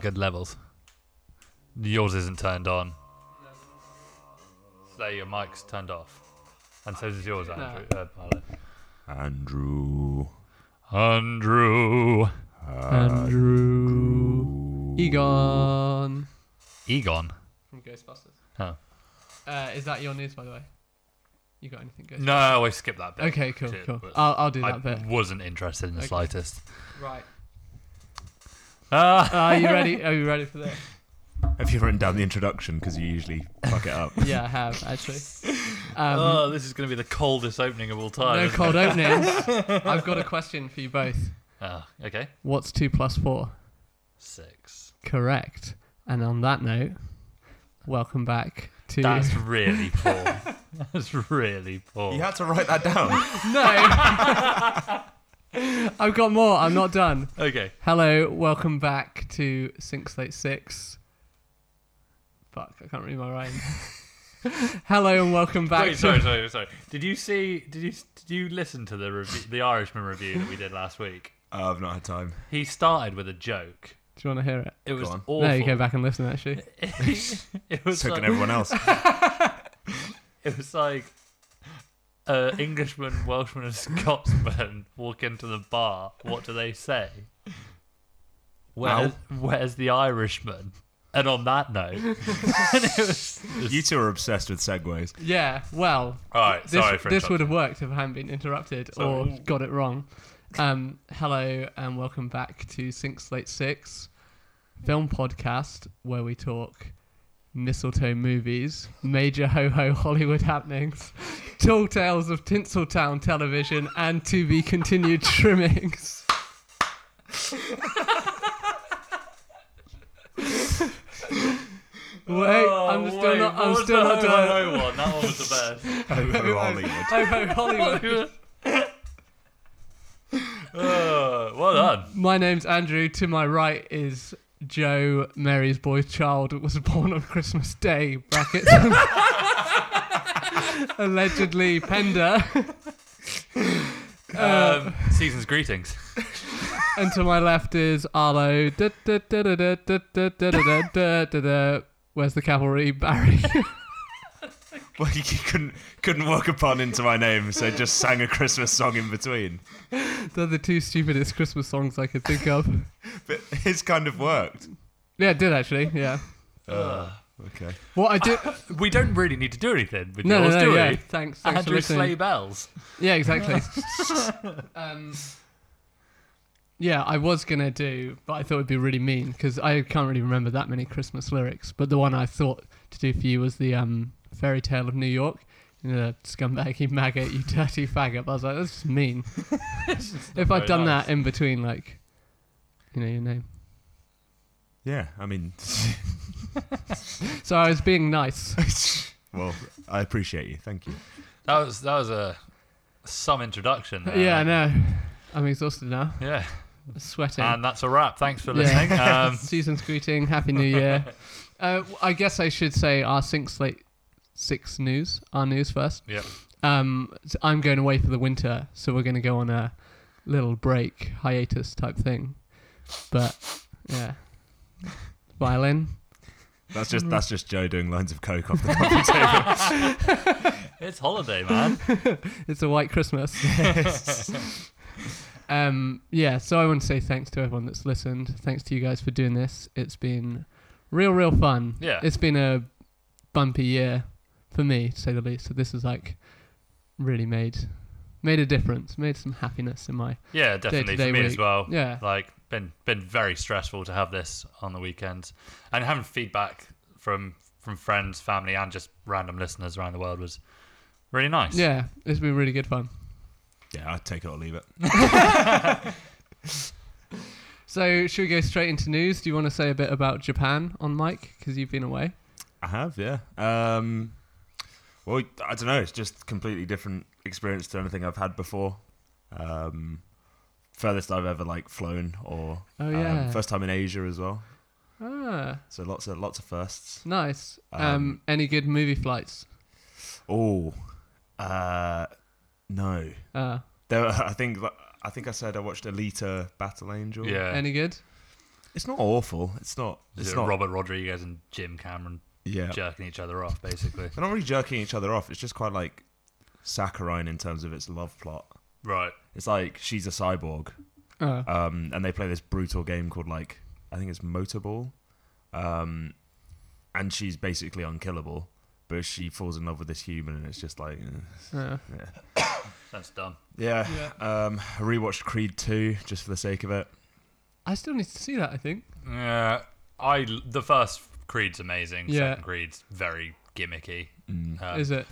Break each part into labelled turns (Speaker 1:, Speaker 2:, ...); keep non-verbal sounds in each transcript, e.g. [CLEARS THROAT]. Speaker 1: good levels. Yours isn't turned on. So your mic's turned off. And so is yours, Andrew. Uh, Marlo.
Speaker 2: Andrew.
Speaker 1: Andrew.
Speaker 2: Andrew.
Speaker 3: Egon
Speaker 1: Egon.
Speaker 3: from Ghostbusters.
Speaker 1: Oh.
Speaker 3: Uh, is that your news, by the way? You got anything, Ghost?
Speaker 1: No, I skipped that bit.
Speaker 3: Okay, cool,
Speaker 1: Shit,
Speaker 3: cool.
Speaker 1: but
Speaker 3: I'll, I'll do that
Speaker 1: I
Speaker 3: bit.
Speaker 1: wasn't interested in the
Speaker 3: Okay. Um,
Speaker 1: slightest.
Speaker 3: Right.
Speaker 1: Ah,
Speaker 3: Are you ready? Are you ready for this?
Speaker 2: Have you written down the introduction? Because you usually fuck it up.
Speaker 3: Yeah, I have actually. Um,
Speaker 1: oh, this is going to be the coldest opening of all time.
Speaker 3: no
Speaker 1: isn't
Speaker 3: cold
Speaker 1: it? [LAUGHS]
Speaker 3: openings. I've got a question for you both.
Speaker 1: Ah, okay.
Speaker 3: What's two plus four?
Speaker 1: Six.
Speaker 3: Correct. And on that note, welcome back to.
Speaker 1: That's really poor. That's really poor.
Speaker 2: [LAUGHS] You had to write that down.
Speaker 3: [LAUGHS] no. [LAUGHS] I've got more. I'm not done.
Speaker 1: Okay.
Speaker 3: Hello, welcome back to Sync Slate 6. Fuck, I can't read my
Speaker 1: [LAUGHS]
Speaker 3: rhyme. Hello and welcome back
Speaker 1: Wait,
Speaker 3: to
Speaker 1: sorry, sorry, sorry. Did you see? Did you did you listen to the review, the Irishman review that we did last week?
Speaker 2: Oh, I've not had time.
Speaker 1: He started with a joke.
Speaker 3: Do you want to hear it?
Speaker 1: It was
Speaker 2: on.
Speaker 1: awful.
Speaker 3: No, you go back and listen actually.
Speaker 1: [LAUGHS] it was
Speaker 2: So
Speaker 1: like,
Speaker 2: can everyone [LAUGHS] else.
Speaker 1: it was like uh, Englishman, Welshman, and Scotsman walk into the bar. What do they say? Where, where's the Irishman? And on that note, and it was
Speaker 2: You two are obsessed with [LAUGHS] segues.
Speaker 3: Yeah, well,
Speaker 1: all right.
Speaker 3: this,
Speaker 1: sorry for
Speaker 3: this would
Speaker 1: interrupting.
Speaker 3: have worked if I hadn't been interrupted or
Speaker 1: Sorry.
Speaker 3: got it wrong. Um, hello and welcome back to Sync Slate 6, film podcast where we talk mistletoe movies, major ho ho Hollywood happenings, tall tales of Tinseltown television, and to be continued
Speaker 1: [LAUGHS]
Speaker 3: trimmings. Wait, I'm
Speaker 1: Oh,
Speaker 3: still
Speaker 1: wait,
Speaker 3: not.
Speaker 1: what
Speaker 3: I'm
Speaker 1: was
Speaker 3: still
Speaker 1: the
Speaker 3: not
Speaker 1: Ho,
Speaker 3: done.
Speaker 1: Ho, Ho one? That one was the best.
Speaker 2: Oh, Hollywood.
Speaker 3: Ho ho
Speaker 1: [LAUGHS] Oh,
Speaker 3: Hollywood.
Speaker 1: Uh, well done.
Speaker 3: My name's Andrew. To my right is Joe, Mary's boy child, was born on Christmas Day. Brackets. [LAUGHS] Allegedly, Pender. Uh,
Speaker 1: um, season's greetings.
Speaker 3: And to my left is Arlo. Da, da, da, da, da, da, da, da, da, da, da, da. Where's the cavalry, [LAUGHS] Barry?
Speaker 2: [LAUGHS] Well, you couldn't couldn't work a pun into my name, so just sang a Christmas song in between.
Speaker 3: They're the two stupidest Christmas songs I could think of.
Speaker 2: But it's kind of worked. Oh,
Speaker 3: Yeah, it did actually. Yeah.
Speaker 2: Okay.
Speaker 3: What I
Speaker 1: [LAUGHS]
Speaker 3: did.
Speaker 1: Uh, We don't really need to do anything with
Speaker 3: No, no,
Speaker 1: yours,
Speaker 3: no.
Speaker 1: do
Speaker 3: Yeah.
Speaker 1: we?
Speaker 3: Thanks. Thanks for
Speaker 1: Andrew
Speaker 3: listening.
Speaker 1: sleigh bells.
Speaker 3: Yeah, exactly. um, yeah, I was gonna do, but I thought it'd be really mean because I can't really remember that many Christmas lyrics. But the one I thought to do for you was the um, fairy tale of New York. You know, scumbag, [LAUGHS] you maggot, you dirty faggot. But I was like, that's just mean. if I'd
Speaker 1: very
Speaker 3: done
Speaker 1: nice.
Speaker 3: that in between, like, you know, your name.
Speaker 2: Yeah, I mean, [LAUGHS]
Speaker 3: So I was
Speaker 1: [LAUGHS]
Speaker 3: being nice.
Speaker 2: well, I appreciate you. Thank you.
Speaker 1: That was that was a some introduction. there.
Speaker 3: yeah, I know. I'm exhausted now.
Speaker 1: Yeah,
Speaker 3: I'm sweating.
Speaker 1: and that's a wrap. Thanks for
Speaker 3: Yeah.
Speaker 1: listening. Um, [LAUGHS]
Speaker 3: [LAUGHS] Season's greeting, happy new year. Uh, I guess I should say our sync slate six news, our news first.
Speaker 1: yeah,
Speaker 3: Um, so I'm going away for the winter, so we're going to go on a little break, hiatus type thing. But yeah, violin.
Speaker 2: That's just that's just Joe doing lines of coke off the coffee table.
Speaker 1: it's holiday, man.
Speaker 3: It's a white
Speaker 1: [LAUGHS]
Speaker 3: Christmas. um, yeah, so I want to say thanks to everyone that's listened. Thanks to you guys for doing this. It's been real, real fun.
Speaker 1: Yeah.
Speaker 3: It's been a bumpy year for me, to say the least. So this has like really made made a difference, made some happiness in my
Speaker 1: Yeah, definitely
Speaker 3: Day-to-day
Speaker 1: for me as
Speaker 3: week.
Speaker 1: well.
Speaker 3: Yeah.
Speaker 1: like been been very stressful to have this on the weekends, and having feedback from from friends, family, and just random listeners around the world was really nice.
Speaker 3: Yeah, it's been really good fun.
Speaker 2: [LAUGHS] yeah, I'd take it or leave it.
Speaker 3: So should we go straight into news? Do you want to say a bit about Japan on Mike? Because you've been away.
Speaker 2: I have, yeah. Um, well, I don't know. It's just completely different experience to anything I've had before. Um, furthest I've ever like flown, or
Speaker 3: Oh, yeah.
Speaker 2: um, first time in Asia as well.
Speaker 3: Ah,
Speaker 2: So lots of lots of firsts.
Speaker 3: nice. Um,
Speaker 2: Um,
Speaker 3: any good movie flights?
Speaker 2: Oh, uh, no.
Speaker 3: Uh,
Speaker 2: There, I think I think I said I watched Alita Battle Angel.
Speaker 1: yeah.
Speaker 3: Any good?
Speaker 2: It's not awful. It's not. It's
Speaker 1: It's
Speaker 2: not.
Speaker 1: Robert Rodriguez and Jim Cameron
Speaker 2: yeah.
Speaker 1: jerking each other off,
Speaker 2: [LAUGHS]
Speaker 1: basically.
Speaker 2: They're not really jerking each other off. It's just quite like saccharine in terms of its love plot.
Speaker 1: right.
Speaker 2: It's like she's a cyborg,
Speaker 3: Uh,
Speaker 2: um, and they play this brutal game called like I think it's Motorball, um, and she's basically unkillable. But she falls in love with this human, and it's just like, eh,
Speaker 3: uh,
Speaker 2: yeah.
Speaker 1: That's dumb.
Speaker 2: Yeah. Um, I rewatched Creed 2 just for the sake of it.
Speaker 3: I still need to see that. I think.
Speaker 1: Yeah, I the first Creed's amazing.
Speaker 3: Yeah.
Speaker 1: Second Creed's very gimmicky.
Speaker 2: Mm.
Speaker 1: Um,
Speaker 3: Is it?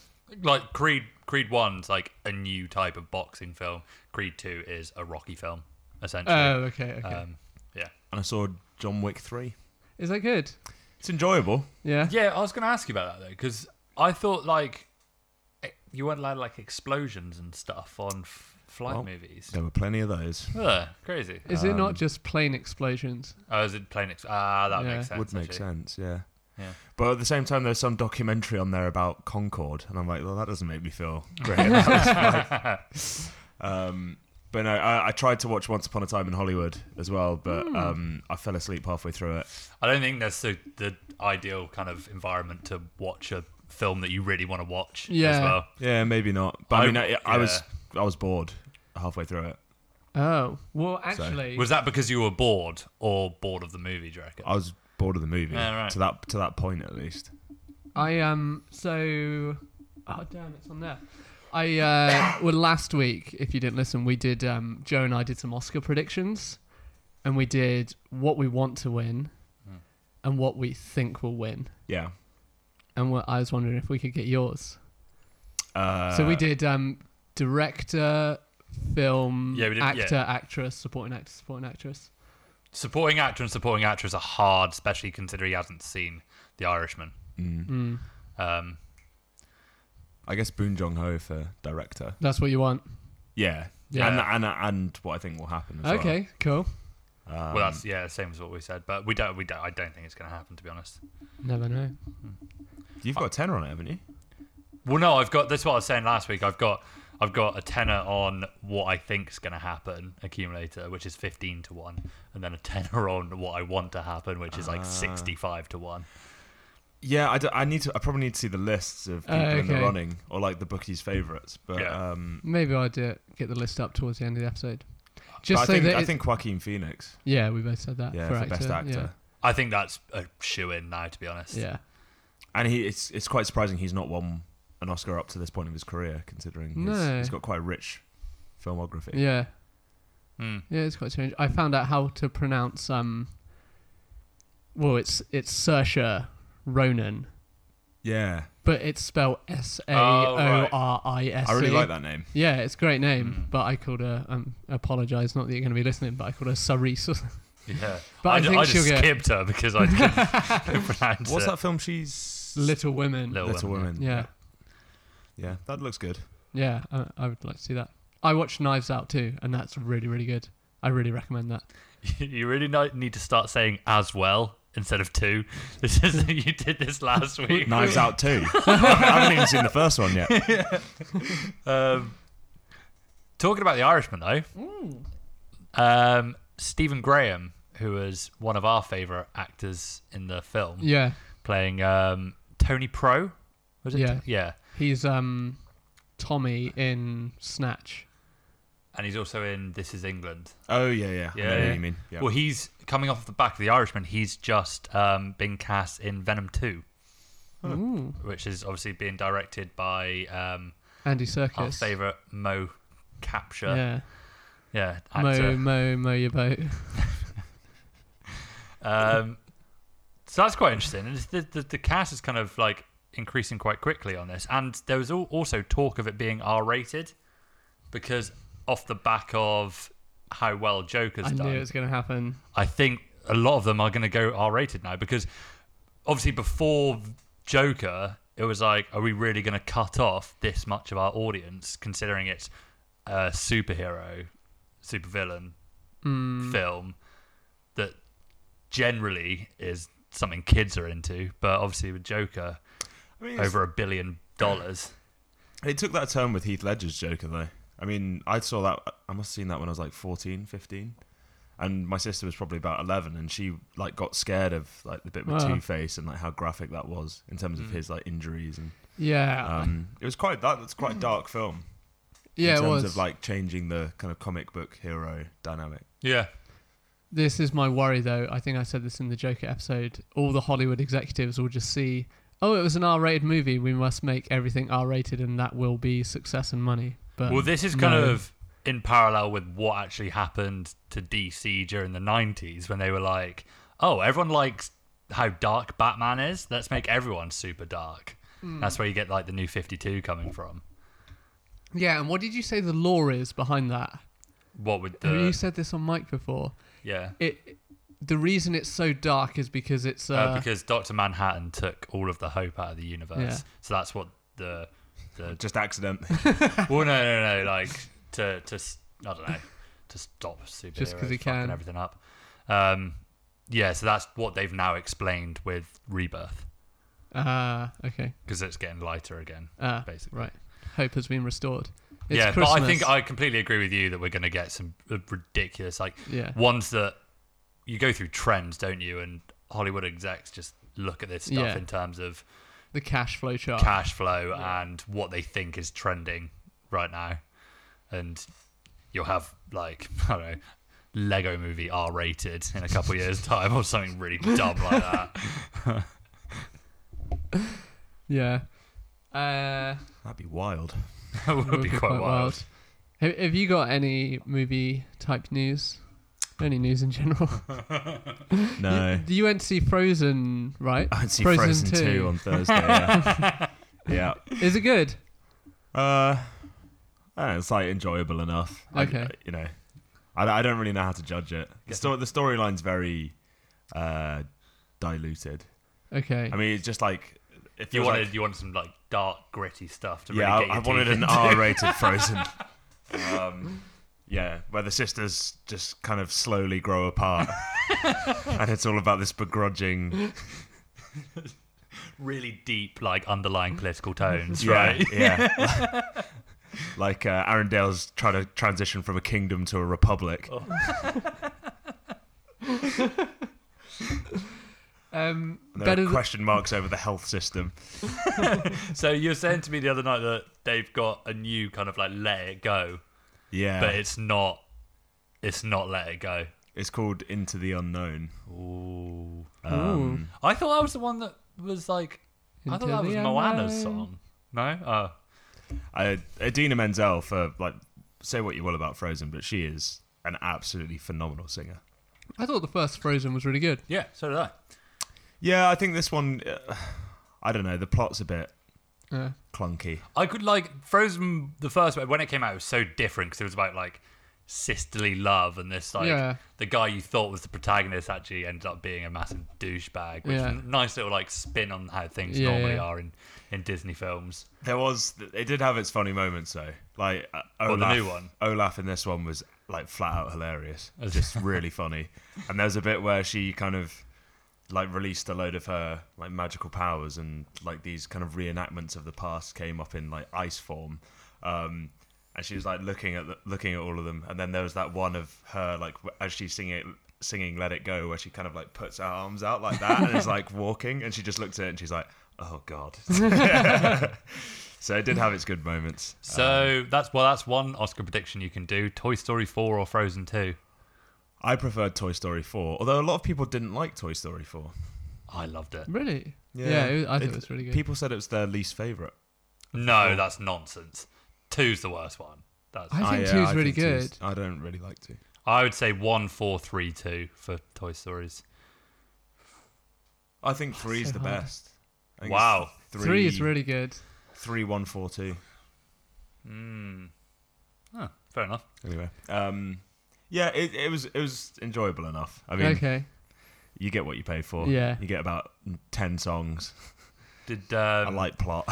Speaker 1: like Creed Creed One's like a new type of boxing film. Creed Two is a Rocky film,
Speaker 3: Oh,
Speaker 1: essentially.
Speaker 3: okay. Okay.
Speaker 1: Um, yeah,
Speaker 2: And I saw John Wick 3.
Speaker 3: Is that good?
Speaker 2: It's enjoyable.
Speaker 3: Yeah.
Speaker 1: yeah. I was gonna ask you about that though, because I thought like eh, you weren't allowed like explosions and stuff on f- flight
Speaker 2: Well,
Speaker 1: movies.
Speaker 2: There were plenty of those.
Speaker 1: Ugh, crazy.
Speaker 3: Is it not just plane explosions?
Speaker 1: Oh, is it plain? Ex- ah, that
Speaker 3: Yeah.
Speaker 1: makes sense.
Speaker 2: Would make
Speaker 1: actually.
Speaker 2: sense, yeah.
Speaker 1: Yeah.
Speaker 2: But at the same time, there's some documentary on there about Concorde, and I'm like, well, that doesn't make
Speaker 1: [LAUGHS]
Speaker 2: me feel great. [LAUGHS] Like, um, but no, I, I tried to watch Once Upon a Time in Hollywood as well, but
Speaker 1: Hmm.
Speaker 2: um, I fell asleep halfway through it.
Speaker 1: I don't think that's the, the ideal kind of environment to watch a film that you really want to watch as
Speaker 3: Yeah.
Speaker 1: well.
Speaker 2: Yeah, maybe not. But I,
Speaker 1: I-
Speaker 2: mean, I, I was I was bored halfway through it.
Speaker 3: Oh, well, actually,
Speaker 1: Was that because you were bored or bored of the movie, do you reckon?
Speaker 2: I was bored of the movie
Speaker 1: Yeah, right.
Speaker 2: to that to that point at least.
Speaker 3: I um so oh damn it's on there. I uh well last week if you didn't listen we did um Joe and I did some Oscar predictions and we did what we want to win and what we think will win
Speaker 2: Yeah.
Speaker 3: and what I was wondering if we could get yours.
Speaker 2: Uh,
Speaker 3: so we did um director, film,
Speaker 1: Yeah, we did-
Speaker 3: actor,
Speaker 1: yeah.
Speaker 3: actress, supporting actor, supporting actress.
Speaker 1: supporting actor and supporting actress are hard, especially considering he hasn't seen The Irishman.
Speaker 3: Hmm,
Speaker 1: Um,
Speaker 2: mm. I guess Boon Jong Ho for director.
Speaker 3: That's what you want.
Speaker 2: Yeah.
Speaker 3: Yeah.
Speaker 2: And, and and what I think will happen. As
Speaker 3: okay, cool.
Speaker 2: Well. Um,
Speaker 1: well, that's yeah, same as what we said, but we don't, we don't, I don't think it's going to happen, to be honest.
Speaker 3: Never know.
Speaker 2: you've got a tenner on it, haven't you?
Speaker 1: Well, no, I've got. That's what I was saying last week. I've got, I've got a tenner on what I think's going to happen, accumulator, which is fifteen to one, and then a [LAUGHS] tenner on what I want to happen, which is
Speaker 3: Ah.
Speaker 1: like sixty-five to one.
Speaker 2: Yeah. I, d- I need to. I probably need to see the lists of people in the
Speaker 3: okay.
Speaker 2: running or like the bookies' favorites. But
Speaker 1: Yeah.
Speaker 2: um,
Speaker 3: Maybe I'll do it, get the list up towards the end of the episode.
Speaker 2: but
Speaker 3: Just
Speaker 2: I
Speaker 3: so
Speaker 2: think
Speaker 3: that
Speaker 2: I
Speaker 3: it-
Speaker 2: think Joaquin Phoenix.
Speaker 3: Yeah, we both said that.
Speaker 2: Yeah,
Speaker 3: for
Speaker 2: for, best actor.
Speaker 3: Yeah.
Speaker 1: I think that's a shoe in now, to be honest.
Speaker 3: yeah.
Speaker 2: And he it's it's quite surprising he's not won an Oscar up to this point of his career, considering he's,
Speaker 3: No.
Speaker 2: he's got quite a rich filmography.
Speaker 3: Yeah.
Speaker 1: Hmm.
Speaker 3: Yeah, it's quite strange. I found out how to pronounce um well it's it's Saoirse Ronan,
Speaker 2: Yeah.
Speaker 3: but it's spelled S A
Speaker 1: Oh,
Speaker 3: O
Speaker 1: right.
Speaker 3: R I S. E.
Speaker 2: I really like that name.
Speaker 3: Yeah, it's a great name, but I called her um apologize, not that you're gonna be listening, but I called her Saris.
Speaker 1: Yeah,
Speaker 3: [LAUGHS] But I
Speaker 1: ju-
Speaker 3: think
Speaker 1: just
Speaker 3: she'll get-
Speaker 1: skipped her because I couldn't [LAUGHS]
Speaker 3: [LAUGHS]
Speaker 1: pronounce
Speaker 2: What's
Speaker 1: it.
Speaker 2: that film? She's
Speaker 3: Little Women.
Speaker 1: Little
Speaker 2: Little
Speaker 1: Women,
Speaker 2: Women.
Speaker 3: Yeah.
Speaker 2: Yeah, that looks good.
Speaker 3: Yeah, I, I would like to see that. I watched Knives Out too, and that's really, really good. I really recommend that.
Speaker 1: You really no- need to start saying as well instead of two. [LAUGHS] This is you did this
Speaker 3: [LAUGHS]
Speaker 1: last week.
Speaker 2: Knives
Speaker 1: [LAUGHS]
Speaker 2: Out too. I haven't even seen the first one yet.
Speaker 1: Um, talking about the Irishman, though, um, Stephen Graham, who was one of our favourite actors in the film,
Speaker 3: Yeah.
Speaker 1: playing um, Tony Pro, was it?
Speaker 3: Yeah.
Speaker 1: yeah.
Speaker 3: He's um Tommy in Snatch.
Speaker 1: And he's also in This Is England.
Speaker 2: Oh yeah, yeah. I know
Speaker 1: Yeah.
Speaker 2: what you mean. Yeah.
Speaker 1: Well, he's coming off the back of The Irishman. He's just um, been cast in Venom 2,
Speaker 3: Ooh.
Speaker 1: which is obviously being directed by um,
Speaker 3: Andy
Speaker 1: our
Speaker 3: Circus.
Speaker 1: favourite Mo Capture. Yeah,
Speaker 3: Yeah.
Speaker 1: actor.
Speaker 3: Mo, mo, mo your boat.
Speaker 1: Um, so that's quite interesting. And it's- the, the, the cast is kind of like increasing quite quickly on this. And there was al- also talk of it being R rated because off the back of how well Joker's
Speaker 3: I
Speaker 1: done,
Speaker 3: knew it was going to happen.
Speaker 1: I think a lot of them are going to go R rated now because obviously before Joker, it was like, are we really going to cut off this much of our audience considering it's a superhero, supervillain film that generally is something kids are into? But obviously with Joker,
Speaker 2: I mean, it's-
Speaker 1: over a billion dollars.
Speaker 2: It took that turn with Heath Ledger's Joker, though. I mean, I saw that. I must have seen that when I was like 14, 15. and my sister was probably about 11 and she like got scared of like the bit with
Speaker 3: Wow.
Speaker 2: two-face and like how graphic that was in terms of his like injuries and
Speaker 3: Yeah,
Speaker 2: um it was quite that that's quite a
Speaker 3: [CLEARS THROAT]
Speaker 2: dark film
Speaker 3: Ah. yeah,
Speaker 2: in
Speaker 3: it
Speaker 2: terms
Speaker 3: was.
Speaker 2: of like changing the kind of comic book hero dynamic
Speaker 1: Yeah.
Speaker 3: this is my worry, though. I think I said this in the Joker episode. All the Hollywood executives will just see, oh, it was an R-rated movie. We must make everything R-rated, and that will be success and money. But
Speaker 1: Well, this is kind
Speaker 3: Um, no.
Speaker 1: of in parallel with what actually happened to DC during the 90s when they were like, oh, everyone likes how dark Batman is. Let's make everyone super dark.
Speaker 3: Hmm.
Speaker 1: That's where you get like the new 52 coming from.
Speaker 3: yeah, and what did you say the law is behind that?
Speaker 1: What would
Speaker 3: Have
Speaker 1: the.
Speaker 3: you said this on mic before?
Speaker 1: yeah.
Speaker 3: It, the reason it's so dark is because it's uh,
Speaker 1: Uh, because Dr. Manhattan took all of the hope out of the universe.
Speaker 3: Yeah.
Speaker 1: So that's what the. the
Speaker 2: Uh, just accidentally
Speaker 1: well, no, no, no. Like, to, to s- I don't know, to stop superheroes
Speaker 3: Just 'cause he
Speaker 1: fucking
Speaker 3: can.
Speaker 1: everything up. Um, yeah, so that's what they've now explained with Rebirth.
Speaker 3: uh okay,
Speaker 1: because it's getting lighter again,
Speaker 3: uh,
Speaker 1: basically.
Speaker 3: right. Hope has been restored. It's
Speaker 1: yeah,
Speaker 3: Christmas.
Speaker 1: but I think I completely agree with you that we're going to get some uh, ridiculous, like
Speaker 3: yeah.
Speaker 1: ones that you go through trends, don't you? And Hollywood execs just look at this stuff
Speaker 3: Yeah.
Speaker 1: in terms of
Speaker 3: the cash flow chart.
Speaker 1: cash flow and what they think is trending right now. And you'll have like [LAUGHS] I don't know, Lego Movie R rated in a couple years time or something really dumb like [LAUGHS] that.
Speaker 3: Yeah. Uh,
Speaker 2: [LAUGHS] that'd
Speaker 3: [LAUGHS]
Speaker 2: be wild
Speaker 1: That would, be, quite, wild.
Speaker 3: Have, have you got any movie type news? Any news in general?
Speaker 2: no
Speaker 3: You, you went to see Frozen, right?
Speaker 2: I'd see Frozen, 2. on Thursday. Yeah.
Speaker 3: [LAUGHS]
Speaker 2: yeah.
Speaker 3: Is it good?
Speaker 2: Uh, I don't know, it's like enjoyable enough. I-
Speaker 3: Okay.
Speaker 2: I- you know, I, I don't really know how to judge it. The,
Speaker 1: Yeah.
Speaker 2: sto- the storyline's very uh, diluted.
Speaker 3: Okay.
Speaker 2: I mean, it's just like. If
Speaker 1: You wanted you wanted some like dark gritty stuff to
Speaker 2: yeah,
Speaker 1: really get
Speaker 2: I, I
Speaker 1: your
Speaker 2: wanted
Speaker 1: teeth
Speaker 2: an
Speaker 1: into.
Speaker 2: R rated Frozen.
Speaker 1: [LAUGHS]
Speaker 2: Um, yeah, where the sisters just kind of slowly grow apart.
Speaker 1: [LAUGHS]
Speaker 2: and it's all about this begrudging.
Speaker 1: really deep, like underlying [LAUGHS] political tones,
Speaker 2: Yeah,
Speaker 1: right?
Speaker 2: Yeah. [LAUGHS] like uh, Arendale's trying to transition from a kingdom to a republic.
Speaker 3: um,
Speaker 2: And there
Speaker 3: better
Speaker 2: are
Speaker 3: than,
Speaker 2: question marks over the health system.
Speaker 1: So you were saying to me the other night that they've got a new kind of like let it go,
Speaker 2: Yeah,
Speaker 1: but it's not, it's not let it go.
Speaker 2: it's called Into the Unknown.
Speaker 1: Ooh,
Speaker 2: Um,
Speaker 1: I thought that was the one that was like, I
Speaker 3: Into
Speaker 1: thought that was
Speaker 3: the
Speaker 1: Moana's
Speaker 3: unknown.
Speaker 1: song. No, oh,
Speaker 2: I, Adina Menzel for like say what you will about Frozen, but she is an absolutely phenomenal singer.
Speaker 3: I thought the first Frozen was really good.
Speaker 1: yeah, so did I.
Speaker 2: Yeah, I think this one. Uh, I don't know. The plot's a bit
Speaker 3: Yeah.
Speaker 2: clunky.
Speaker 1: I could like Frozen the first one when it came out it was so different because it was about like sisterly love and this like
Speaker 3: Yeah.
Speaker 1: the guy you thought was the protagonist actually ended up being a massive douchebag, which
Speaker 3: Yeah.
Speaker 1: is a nice little like spin on how things
Speaker 3: Yeah,
Speaker 1: normally
Speaker 3: yeah.
Speaker 1: are in in Disney films.
Speaker 2: There was. It did have its funny moments though. Like uh,
Speaker 1: What,
Speaker 2: Olaf,
Speaker 1: the new one?
Speaker 2: Olaf in this one was like flat
Speaker 1: [LAUGHS]
Speaker 2: out hilarious.
Speaker 1: As-
Speaker 2: Just really funny. And there's a bit where she kind of like released a load of her like magical powers and like these kind of reenactments of the past came up in like ice form. Um, and she was like looking at the, looking at all of them, and then there was that one of her like w- as she's singing it, singing "Let It Go," where she kind of like puts her arms out like
Speaker 1: [LAUGHS]
Speaker 2: that and is like walking, and she just looks at it and she's like, "Oh God." so it did have its good moments.
Speaker 1: So that's well that's one Oscar prediction you can do. Toy Story four or Frozen two.
Speaker 2: I preferred Toy Story 4, although a lot of people didn't like Toy Story 4.
Speaker 1: I loved it.
Speaker 3: Really? Yeah, it was- I thought it was really good.
Speaker 2: People said it was their least favorite.
Speaker 1: No, that's nonsense. Two's the worst one. That's
Speaker 3: I think
Speaker 2: yeah,
Speaker 3: two's really
Speaker 2: think two's-
Speaker 3: good.
Speaker 2: uh, I don't really like two.
Speaker 1: I would say one, four, three, two for Toy Stories.
Speaker 2: I think three's
Speaker 3: so
Speaker 2: the
Speaker 3: hard.
Speaker 2: best. I think it's
Speaker 1: Wow.
Speaker 2: Three,
Speaker 3: Three is really good.
Speaker 2: three, one, four, two.
Speaker 1: Mm. Huh, fair enough.
Speaker 2: Anyway, um, yeah, it, it was it was enjoyable enough. I mean,
Speaker 3: okay.
Speaker 2: you get what you pay for.
Speaker 3: Yeah.
Speaker 2: you get about ten songs,
Speaker 1: Did um,
Speaker 2: a light plot.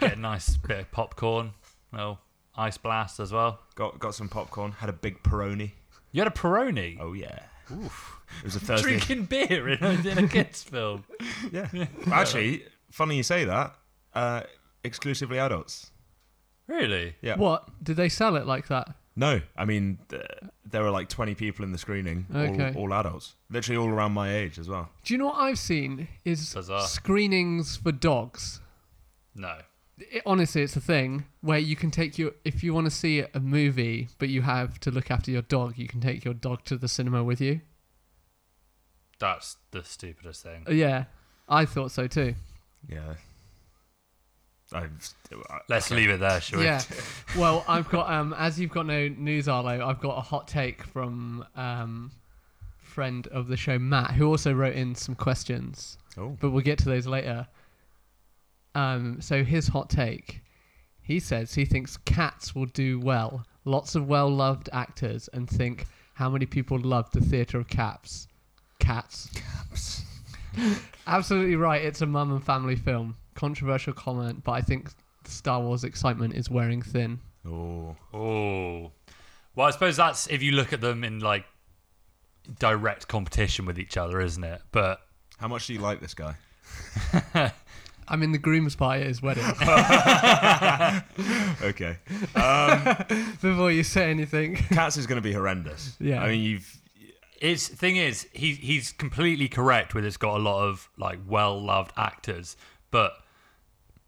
Speaker 1: get a nice bit of popcorn, well, ice blast as well.
Speaker 2: [LAUGHS] Got got some popcorn. Had a big Peroni.
Speaker 1: You had a Peroni,
Speaker 2: Oh yeah. It was a Thursday.
Speaker 1: drinking beer in a, in a kids film.
Speaker 2: Yeah. Actually, funny you say that. Uh, exclusively adults.
Speaker 1: Really?
Speaker 2: Yeah.
Speaker 3: What did they sell it like that?
Speaker 2: No, I mean th- there were like twenty people in the screening,
Speaker 3: Okay.
Speaker 2: all, all adults, literally all around my age as well.
Speaker 3: Do you know what I've seen is
Speaker 1: Bizarre.
Speaker 3: screenings for dogs.
Speaker 1: No.
Speaker 3: It, honestly, it's a thing where you can take your if you want to see a movie, but you have to look after your dog. You can take your dog to the cinema with you.
Speaker 1: That's the stupidest thing.
Speaker 3: Uh, yeah, I thought so too.
Speaker 2: Yeah. I've, I, uh,
Speaker 1: Let's leave it there, shall we?
Speaker 3: Yeah. [LAUGHS] well, I've got um as you've got no news, Arlo. I've got a hot take from um friend of the show Matt, who also wrote in some questions.
Speaker 2: oh,
Speaker 3: but we'll get to those later. Um, so his hot take, he says he thinks cats will do well. Lots of well-loved actors, and think how many people love the theatre of cats. Cats. [LAUGHS] Absolutely right. It's a mum and family film. Controversial comment, but I think Star Wars excitement is wearing thin.
Speaker 2: oh,
Speaker 1: Oh. Well, I suppose that's if you look at them in like direct competition with each other, isn't it? But
Speaker 2: how much do you like this guy? [LAUGHS]
Speaker 3: I mean, the groom's party at his
Speaker 2: [LAUGHS]
Speaker 3: wedding. [LAUGHS]
Speaker 2: Okay,
Speaker 3: Before you say anything,
Speaker 2: Cats is going to be horrendous.
Speaker 3: Yeah.
Speaker 2: I mean you've
Speaker 1: It's thing is, he he's completely correct with it's got a lot of like well loved actors, but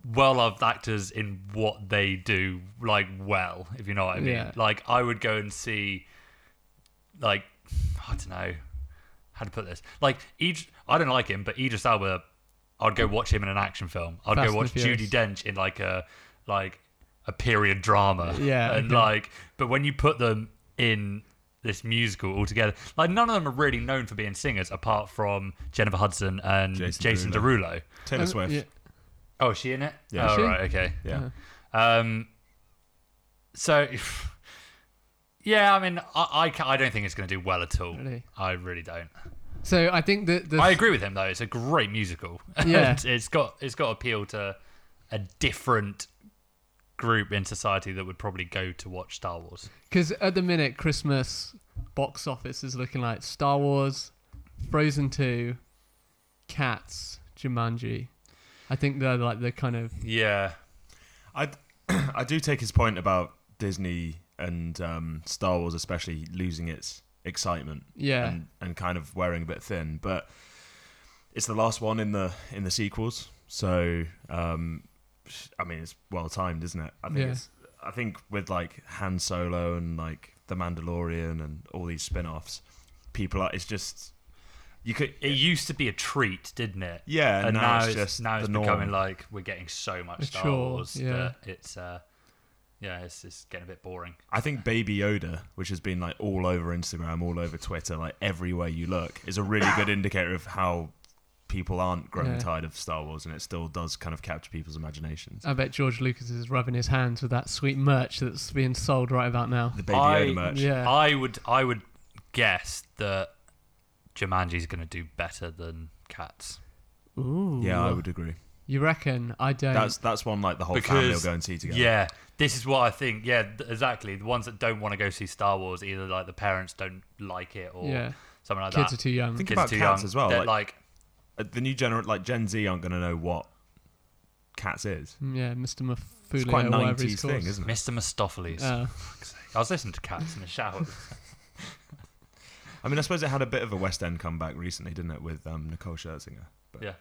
Speaker 1: well loved actors in what they do like well, if you know what I mean.
Speaker 3: Yeah.
Speaker 1: Like I would go and see like [SIGHS] I don't know how to put this. Like Idris, I don't like him, but Idris Elba, I'd go watch him in an action film. I'd
Speaker 3: Fast and
Speaker 1: go watch
Speaker 3: the
Speaker 1: Judy Dench in like a like a period drama.
Speaker 3: [LAUGHS] Yeah,
Speaker 1: and
Speaker 3: okay.
Speaker 1: like, but when you put them in this musical altogether, like none of them are really known for being singers apart from Jennifer Hudson and
Speaker 2: Jason
Speaker 1: Jason, Derulo.
Speaker 2: Taylor
Speaker 3: Um,
Speaker 2: Swift.
Speaker 3: yeah. Uh-huh.
Speaker 1: Oh, is she in it?
Speaker 2: Yeah.
Speaker 1: Oh,
Speaker 3: Is she?
Speaker 1: right. Okay.
Speaker 2: yeah.
Speaker 1: Um, so, [SIGHS] yeah, I mean, I, I, ca- I don't think it's going to do well at all.
Speaker 3: Really?
Speaker 1: I really don't.
Speaker 3: so I think that the
Speaker 1: I agree with him though. It's a great musical. [LAUGHS]
Speaker 3: Yeah.
Speaker 1: And it's got it's got appeal to a different group in society that would probably go to watch Star Wars.
Speaker 3: Because at the minute, Christmas box office is looking like Star Wars, Frozen 2, Cats, Jumanji. I think they're like the kind of.
Speaker 1: Yeah.
Speaker 2: I [CLEARS THROAT] I do take his point about Disney and um, Star Wars, especially losing its excitement
Speaker 3: Yeah.
Speaker 2: and, and kind of wearing a bit thin. But it's the last one in the in the sequels, so um, I mean it's well timed, isn't it? I think
Speaker 3: Yeah.
Speaker 2: it's I think with like Han Solo and like The Mandalorian and all these spin-offs, people are it's just you could
Speaker 1: It used to be a treat, didn't it?
Speaker 2: yeah,
Speaker 1: And, now, it's,
Speaker 2: just
Speaker 1: now it's
Speaker 2: the norm.
Speaker 1: becoming like we're getting so much
Speaker 3: A
Speaker 1: Star
Speaker 3: chore,
Speaker 1: Wars
Speaker 3: yeah.
Speaker 1: that it's uh yeah, it's it's getting a bit boring.
Speaker 2: I think Baby Yoda, which has been like all over Instagram, all over Twitter, like everywhere you look, is a really
Speaker 1: [COUGHS]
Speaker 2: good indicator of how people aren't growing
Speaker 3: Yeah.
Speaker 2: tired of Star Wars, and it still does kind of capture people's imaginations.
Speaker 3: I bet George Lucas is rubbing his hands with that sweet merch that's being sold right about now.
Speaker 2: The Baby
Speaker 1: I-
Speaker 2: Yoda merch.
Speaker 3: Yeah.
Speaker 1: I would I would guess that Jumanji's gonna do better than Cats.
Speaker 3: Ooh.
Speaker 2: Yeah, I would agree.
Speaker 3: You reckon? I don't.
Speaker 2: That's that's one like the whole family will
Speaker 1: Um, Because-
Speaker 2: go and see together.
Speaker 1: Yeah, this is what I think. Yeah, th- exactly. The ones that don't want to go see Star Wars, either like the parents don't like it or
Speaker 3: Yeah.
Speaker 1: something like
Speaker 3: Kids
Speaker 1: that.
Speaker 3: are too young.
Speaker 2: Think
Speaker 1: Kids
Speaker 2: about
Speaker 1: too
Speaker 2: Cats
Speaker 1: young.
Speaker 2: as well,
Speaker 1: They're
Speaker 2: like-
Speaker 1: like,
Speaker 2: Uh, The new generation, like Gen Z, aren't going to know what Cats is.
Speaker 3: Mm, yeah, Mr. Mafulia.
Speaker 2: It's quite a
Speaker 3: or whatever
Speaker 2: nineties
Speaker 3: he's called.
Speaker 2: thing, isn't it?
Speaker 1: Mr. Mistopheles.
Speaker 3: Oh.
Speaker 1: I was listening to Cats in the shower.
Speaker 2: I mean, I suppose it had a bit of a West End comeback recently, didn't it, with um, Nicole Scherzinger? But
Speaker 1: yeah.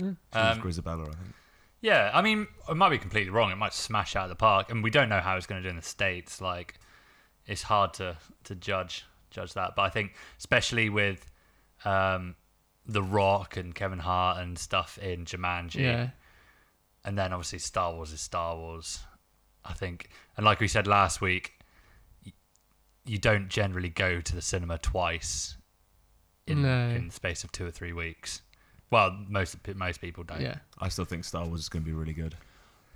Speaker 2: she was
Speaker 1: Um,
Speaker 2: Grisabella, I think.
Speaker 1: Yeah, I mean, I might be completely wrong. It might smash out of the park, and we don't know how it's going to do in the states. Like, it's hard to to judge judge that. But I think, especially with um, The Rock and Kevin Hart and stuff in Jumanji,
Speaker 3: Yeah.
Speaker 1: and then obviously Star Wars is Star Wars. I think, and like we said last week, y- you don't generally go to the cinema twice in
Speaker 3: No.
Speaker 1: in the space of two or three weeks. Well, most most people don't.
Speaker 3: Yeah.
Speaker 2: I still think Star Wars is going to be really good.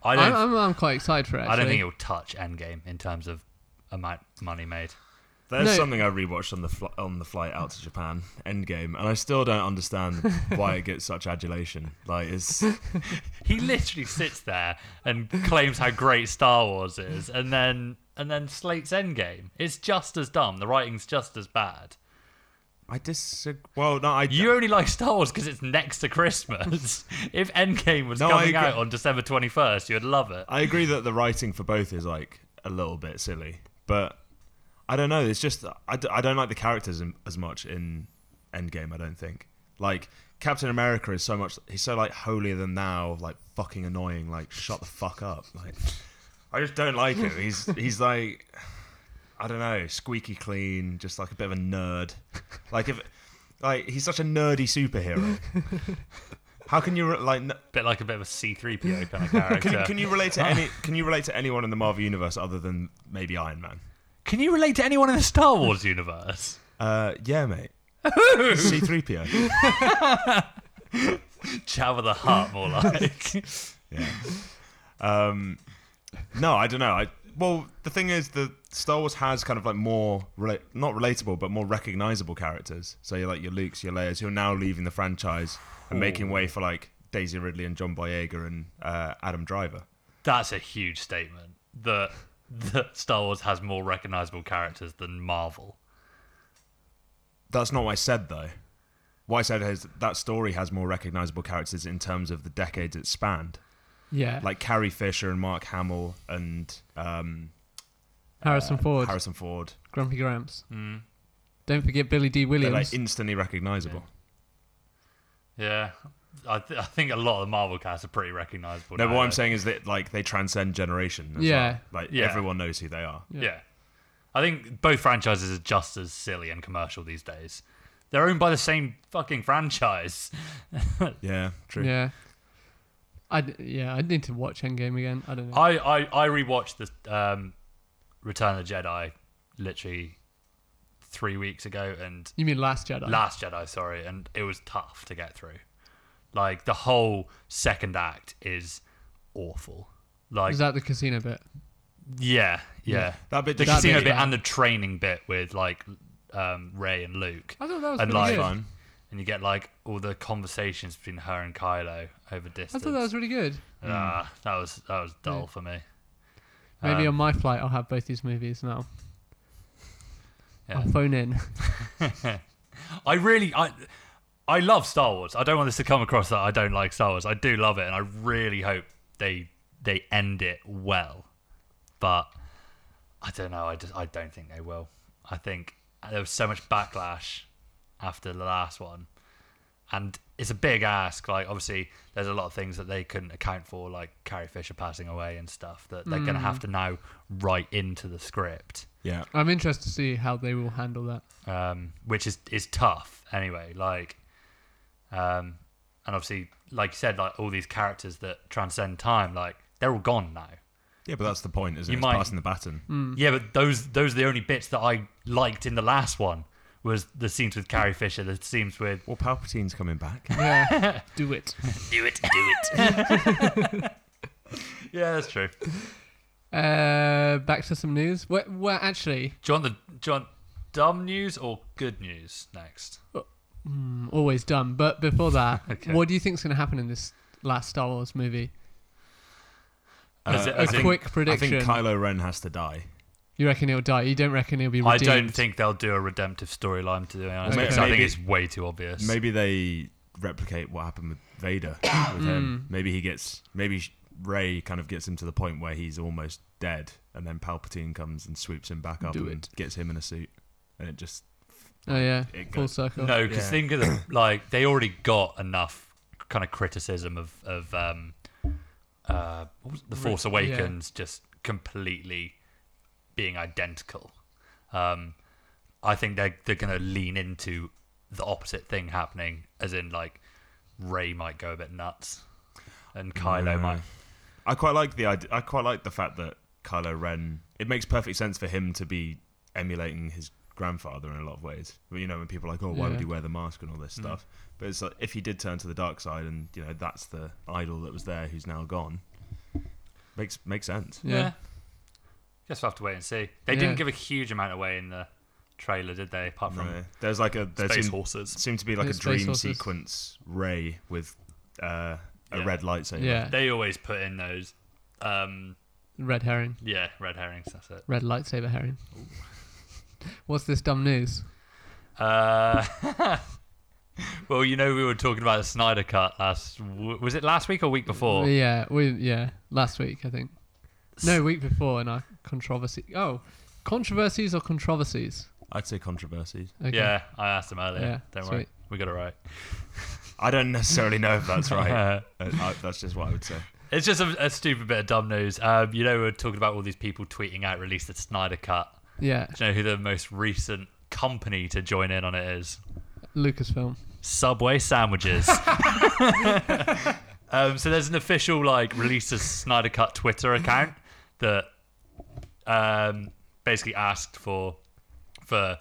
Speaker 1: I don't.
Speaker 3: I'm, I'm, I'm quite excited for it. Actually.
Speaker 1: I don't think it will touch Endgame in terms of amount money made.
Speaker 2: There's
Speaker 3: No.
Speaker 2: something I rewatched on the fl- on the flight out to Japan, Endgame, and I still don't understand why it gets such adulation. Like it's
Speaker 1: He literally sits there and claims how great Star Wars is, and then and then slates Endgame. It's just as dumb. The writing's just as bad.
Speaker 2: I disagree. Well, no, I
Speaker 1: [LAUGHS] You only like Star Wars because it's next to
Speaker 2: [LAUGHS]
Speaker 1: Christmas. if Endgame was
Speaker 2: No, I
Speaker 1: coming
Speaker 2: agree.
Speaker 1: out on December twenty first, you'd love it.
Speaker 2: I agree that the writing for both is like a little bit silly, But I don't know. It's just I, d- I don't like the characters in, as much in Endgame. I don't think like Captain America is so much. He's so like holier than thou, like fucking annoying. Like shut the fuck up. Like I just don't like him. He's he's like I don't know, squeaky clean, just like a bit of a nerd. Like if like he's such a nerdy superhero. How can you re- like? n-
Speaker 1: Bit like a bit of a C3PO kind of character.
Speaker 2: [LAUGHS] Can you, can you relate [LAUGHS] to any? Can you relate to anyone in the Marvel universe other than maybe Iron Man?
Speaker 1: Can you relate to anyone in the Star Wars universe?
Speaker 2: Uh, yeah, [LAUGHS] mate. C three PO.
Speaker 1: Jabba the Hutt, more
Speaker 2: [LAUGHS]
Speaker 1: like.
Speaker 2: Yeah. Um, no, I don't know. I well, the thing is, the Star Wars has kind of like more rela- not relatable, but more recognizable characters. So you're like your Luke's, your Leia's, who are now leaving the franchise and making way for like Daisy Ridley and John Boyega and uh, Adam Driver.
Speaker 1: That's a huge statement. That that Star Wars has more recognizable characters than Marvel.
Speaker 2: That's not what I said though. What I said is that story has more recognizable characters in terms of the decades it spanned,
Speaker 3: Yeah,
Speaker 2: like Carrie Fisher and Mark Hamill and um, uh,
Speaker 3: Harrison Ford,
Speaker 2: Harrison Ford.
Speaker 3: Grumpy Gramps. Don't forget Billy D.
Speaker 2: Mm. They're
Speaker 3: Williams.
Speaker 2: like instantly recognizable.
Speaker 1: Yeah. I, th- I think a lot of the Marvel casts are pretty recognizable.
Speaker 2: No, but
Speaker 1: now,
Speaker 2: what
Speaker 1: though.
Speaker 2: I'm saying is that like they transcend generation. As
Speaker 3: Yeah.
Speaker 2: well. like
Speaker 1: Uh, Yeah.
Speaker 2: everyone knows who they are.
Speaker 1: Yeah.
Speaker 3: Yeah.
Speaker 1: I think both franchises are just as silly and commercial these days. They're owned by the same fucking franchise.
Speaker 2: Yeah, true.
Speaker 3: yeah, I d- yeah I need to watch Endgame again. I don't know.
Speaker 1: I, I, I rewatched the um, Return of the Jedi literally three weeks ago and
Speaker 3: you mean Last Jedi?
Speaker 1: Last Jedi, sorry, and it was tough to get through. Like the whole second act is awful. Like
Speaker 3: Is that the casino bit?
Speaker 1: yeah, yeah.
Speaker 2: That bit
Speaker 1: The
Speaker 2: just
Speaker 3: That'd be
Speaker 1: casino bit
Speaker 3: fun.
Speaker 1: and the training bit with like um, Ray and Luke.
Speaker 3: I thought that was
Speaker 1: And
Speaker 3: really
Speaker 1: live.
Speaker 3: good.
Speaker 2: fun.
Speaker 1: and you get like all the conversations between her and Kylo over
Speaker 3: I
Speaker 1: distance.
Speaker 3: thought that was really good.
Speaker 1: Ah, that was that was dull for me.
Speaker 3: Maybe
Speaker 1: Um,
Speaker 3: on my flight I'll have both these movies
Speaker 2: [LAUGHS]
Speaker 3: now.
Speaker 1: Yeah.
Speaker 3: I'll phone in. [LAUGHS]
Speaker 1: I really I I love Star Wars. I don't want this to come across that I don't like Star Wars. I do love it, and I really hope they they end it well. But I don't know. I just I don't think they will. I think there was so much backlash after the last one, and it's a big ask. Like obviously, there's a lot of things that they couldn't account for, like Carrie Fisher passing away and stuff that they're going to have to now write into the script
Speaker 2: Yeah.
Speaker 3: I'm interested to see how they will handle that.
Speaker 1: um, which is is tough anyway. Like, um, and obviously, like you said, like all these characters that transcend time, like they're all gone now.
Speaker 2: Yeah, but that's the point, isn't
Speaker 1: You
Speaker 2: it?
Speaker 1: might-
Speaker 2: It's passing the baton.
Speaker 3: Mm.
Speaker 1: Yeah, but those those are the only bits that I liked in the last one was the scenes with Carrie Fisher, the scenes with
Speaker 2: Well, Palpatine's coming back. [LAUGHS]
Speaker 3: Yeah, do it.
Speaker 1: [LAUGHS] do it, do it. [LAUGHS]
Speaker 3: [LAUGHS]
Speaker 1: yeah, that's true. Do
Speaker 3: Uh, back to some news. Well, well actually,
Speaker 1: you want the do you want dumb news or good news next?
Speaker 3: mm, always dumb. But before
Speaker 2: [LAUGHS]
Speaker 3: that,
Speaker 1: Okay.
Speaker 3: what do you think's going to happen in this last Star Wars movie?
Speaker 1: As-
Speaker 2: Uh,
Speaker 1: as
Speaker 3: a
Speaker 1: in-
Speaker 3: quick
Speaker 2: I
Speaker 3: prediction.
Speaker 2: think Kylo Ren has to die.
Speaker 3: you reckon he'll die? You don't reckon he'll be
Speaker 1: I
Speaker 3: redeemed?
Speaker 1: don't think they'll do a redemptive storyline to be honest.
Speaker 3: Okay.
Speaker 1: because I think
Speaker 2: Maybe-
Speaker 1: it's way too obvious.
Speaker 2: Maybe they replicate what happened with Vader
Speaker 3: [COUGHS]
Speaker 2: with
Speaker 3: Mm.
Speaker 2: him. Maybe he gets. Maybe Ray kind of gets him to the point where he's almost dead, and then Palpatine comes and swoops him back up
Speaker 3: Do
Speaker 2: and gets him in a suit, and it just.
Speaker 3: Oh yeah,
Speaker 2: It
Speaker 3: full
Speaker 2: goes-
Speaker 3: circle.
Speaker 1: No, because
Speaker 2: Yeah.
Speaker 1: think of
Speaker 3: [CLEARS THROAT]
Speaker 1: the like they already got enough kind of criticism of of um uh what was it? the Force
Speaker 3: yeah.
Speaker 1: Awakens just completely being identical. Um, I think they're they're gonna lean into the opposite thing happening, as in like Ray might go a bit nuts, and Kylo
Speaker 3: Mm.
Speaker 2: Yeah.
Speaker 1: might.
Speaker 2: I quite like the idea. I quite like the fact that Kylo Ren. It makes perfect sense for him to be emulating his grandfather in a lot of ways. But, you know, when people are like, "Oh, why would
Speaker 3: Yeah. Mm.
Speaker 2: he wear the mask and all this stuff?" But it's like if he did turn to the dark side, and you know, that's the idol that was there, who's now gone. Makes makes sense.
Speaker 3: Yeah.
Speaker 1: Guess we'll have to wait and see. They
Speaker 3: Yeah.
Speaker 1: didn't give a huge amount away in the trailer, did they? Apart from
Speaker 2: No. There's like a there
Speaker 1: space
Speaker 2: seemed,
Speaker 1: horses.
Speaker 2: seemed to be like
Speaker 3: Yeah,
Speaker 2: a
Speaker 3: space
Speaker 2: dream
Speaker 3: horses.
Speaker 2: sequence Ray with uh, a
Speaker 1: Yeah.
Speaker 2: red lightsaber.
Speaker 3: Yeah,
Speaker 1: They always put in those um
Speaker 3: red herring,
Speaker 1: Yeah, red herrings. That's it.
Speaker 3: red lightsaber herring. [LAUGHS] What's this dumb news?
Speaker 1: Uh, [LAUGHS] well, you know, we were talking about the Snyder Cut last. w- Was it last week or week before?
Speaker 3: Yeah, we yeah last week I think. No, week before in our controversy. Oh, Controversies or controversies?
Speaker 2: I'd say controversies.
Speaker 3: Okay.
Speaker 1: Yeah, I asked him earlier.
Speaker 3: Yeah,
Speaker 1: Don't worry,
Speaker 3: sweet.
Speaker 1: we got it right. [LAUGHS]
Speaker 2: I don't necessarily know if that's
Speaker 3: [LAUGHS]
Speaker 2: right.
Speaker 1: Uh,
Speaker 2: Uh, I, that's just what I would say.
Speaker 1: it's just a, a stupid bit of dumb news. Um, you know, we we're talking about all these people tweeting out release the Snyder Cut.
Speaker 3: Yeah.
Speaker 1: Do you know who the most recent company to join in on it is?
Speaker 3: Lucasfilm.
Speaker 1: Subway
Speaker 3: [LAUGHS]
Speaker 1: sandwiches. um, so there's an official like release a Snyder Cut Twitter account that um, basically asked for for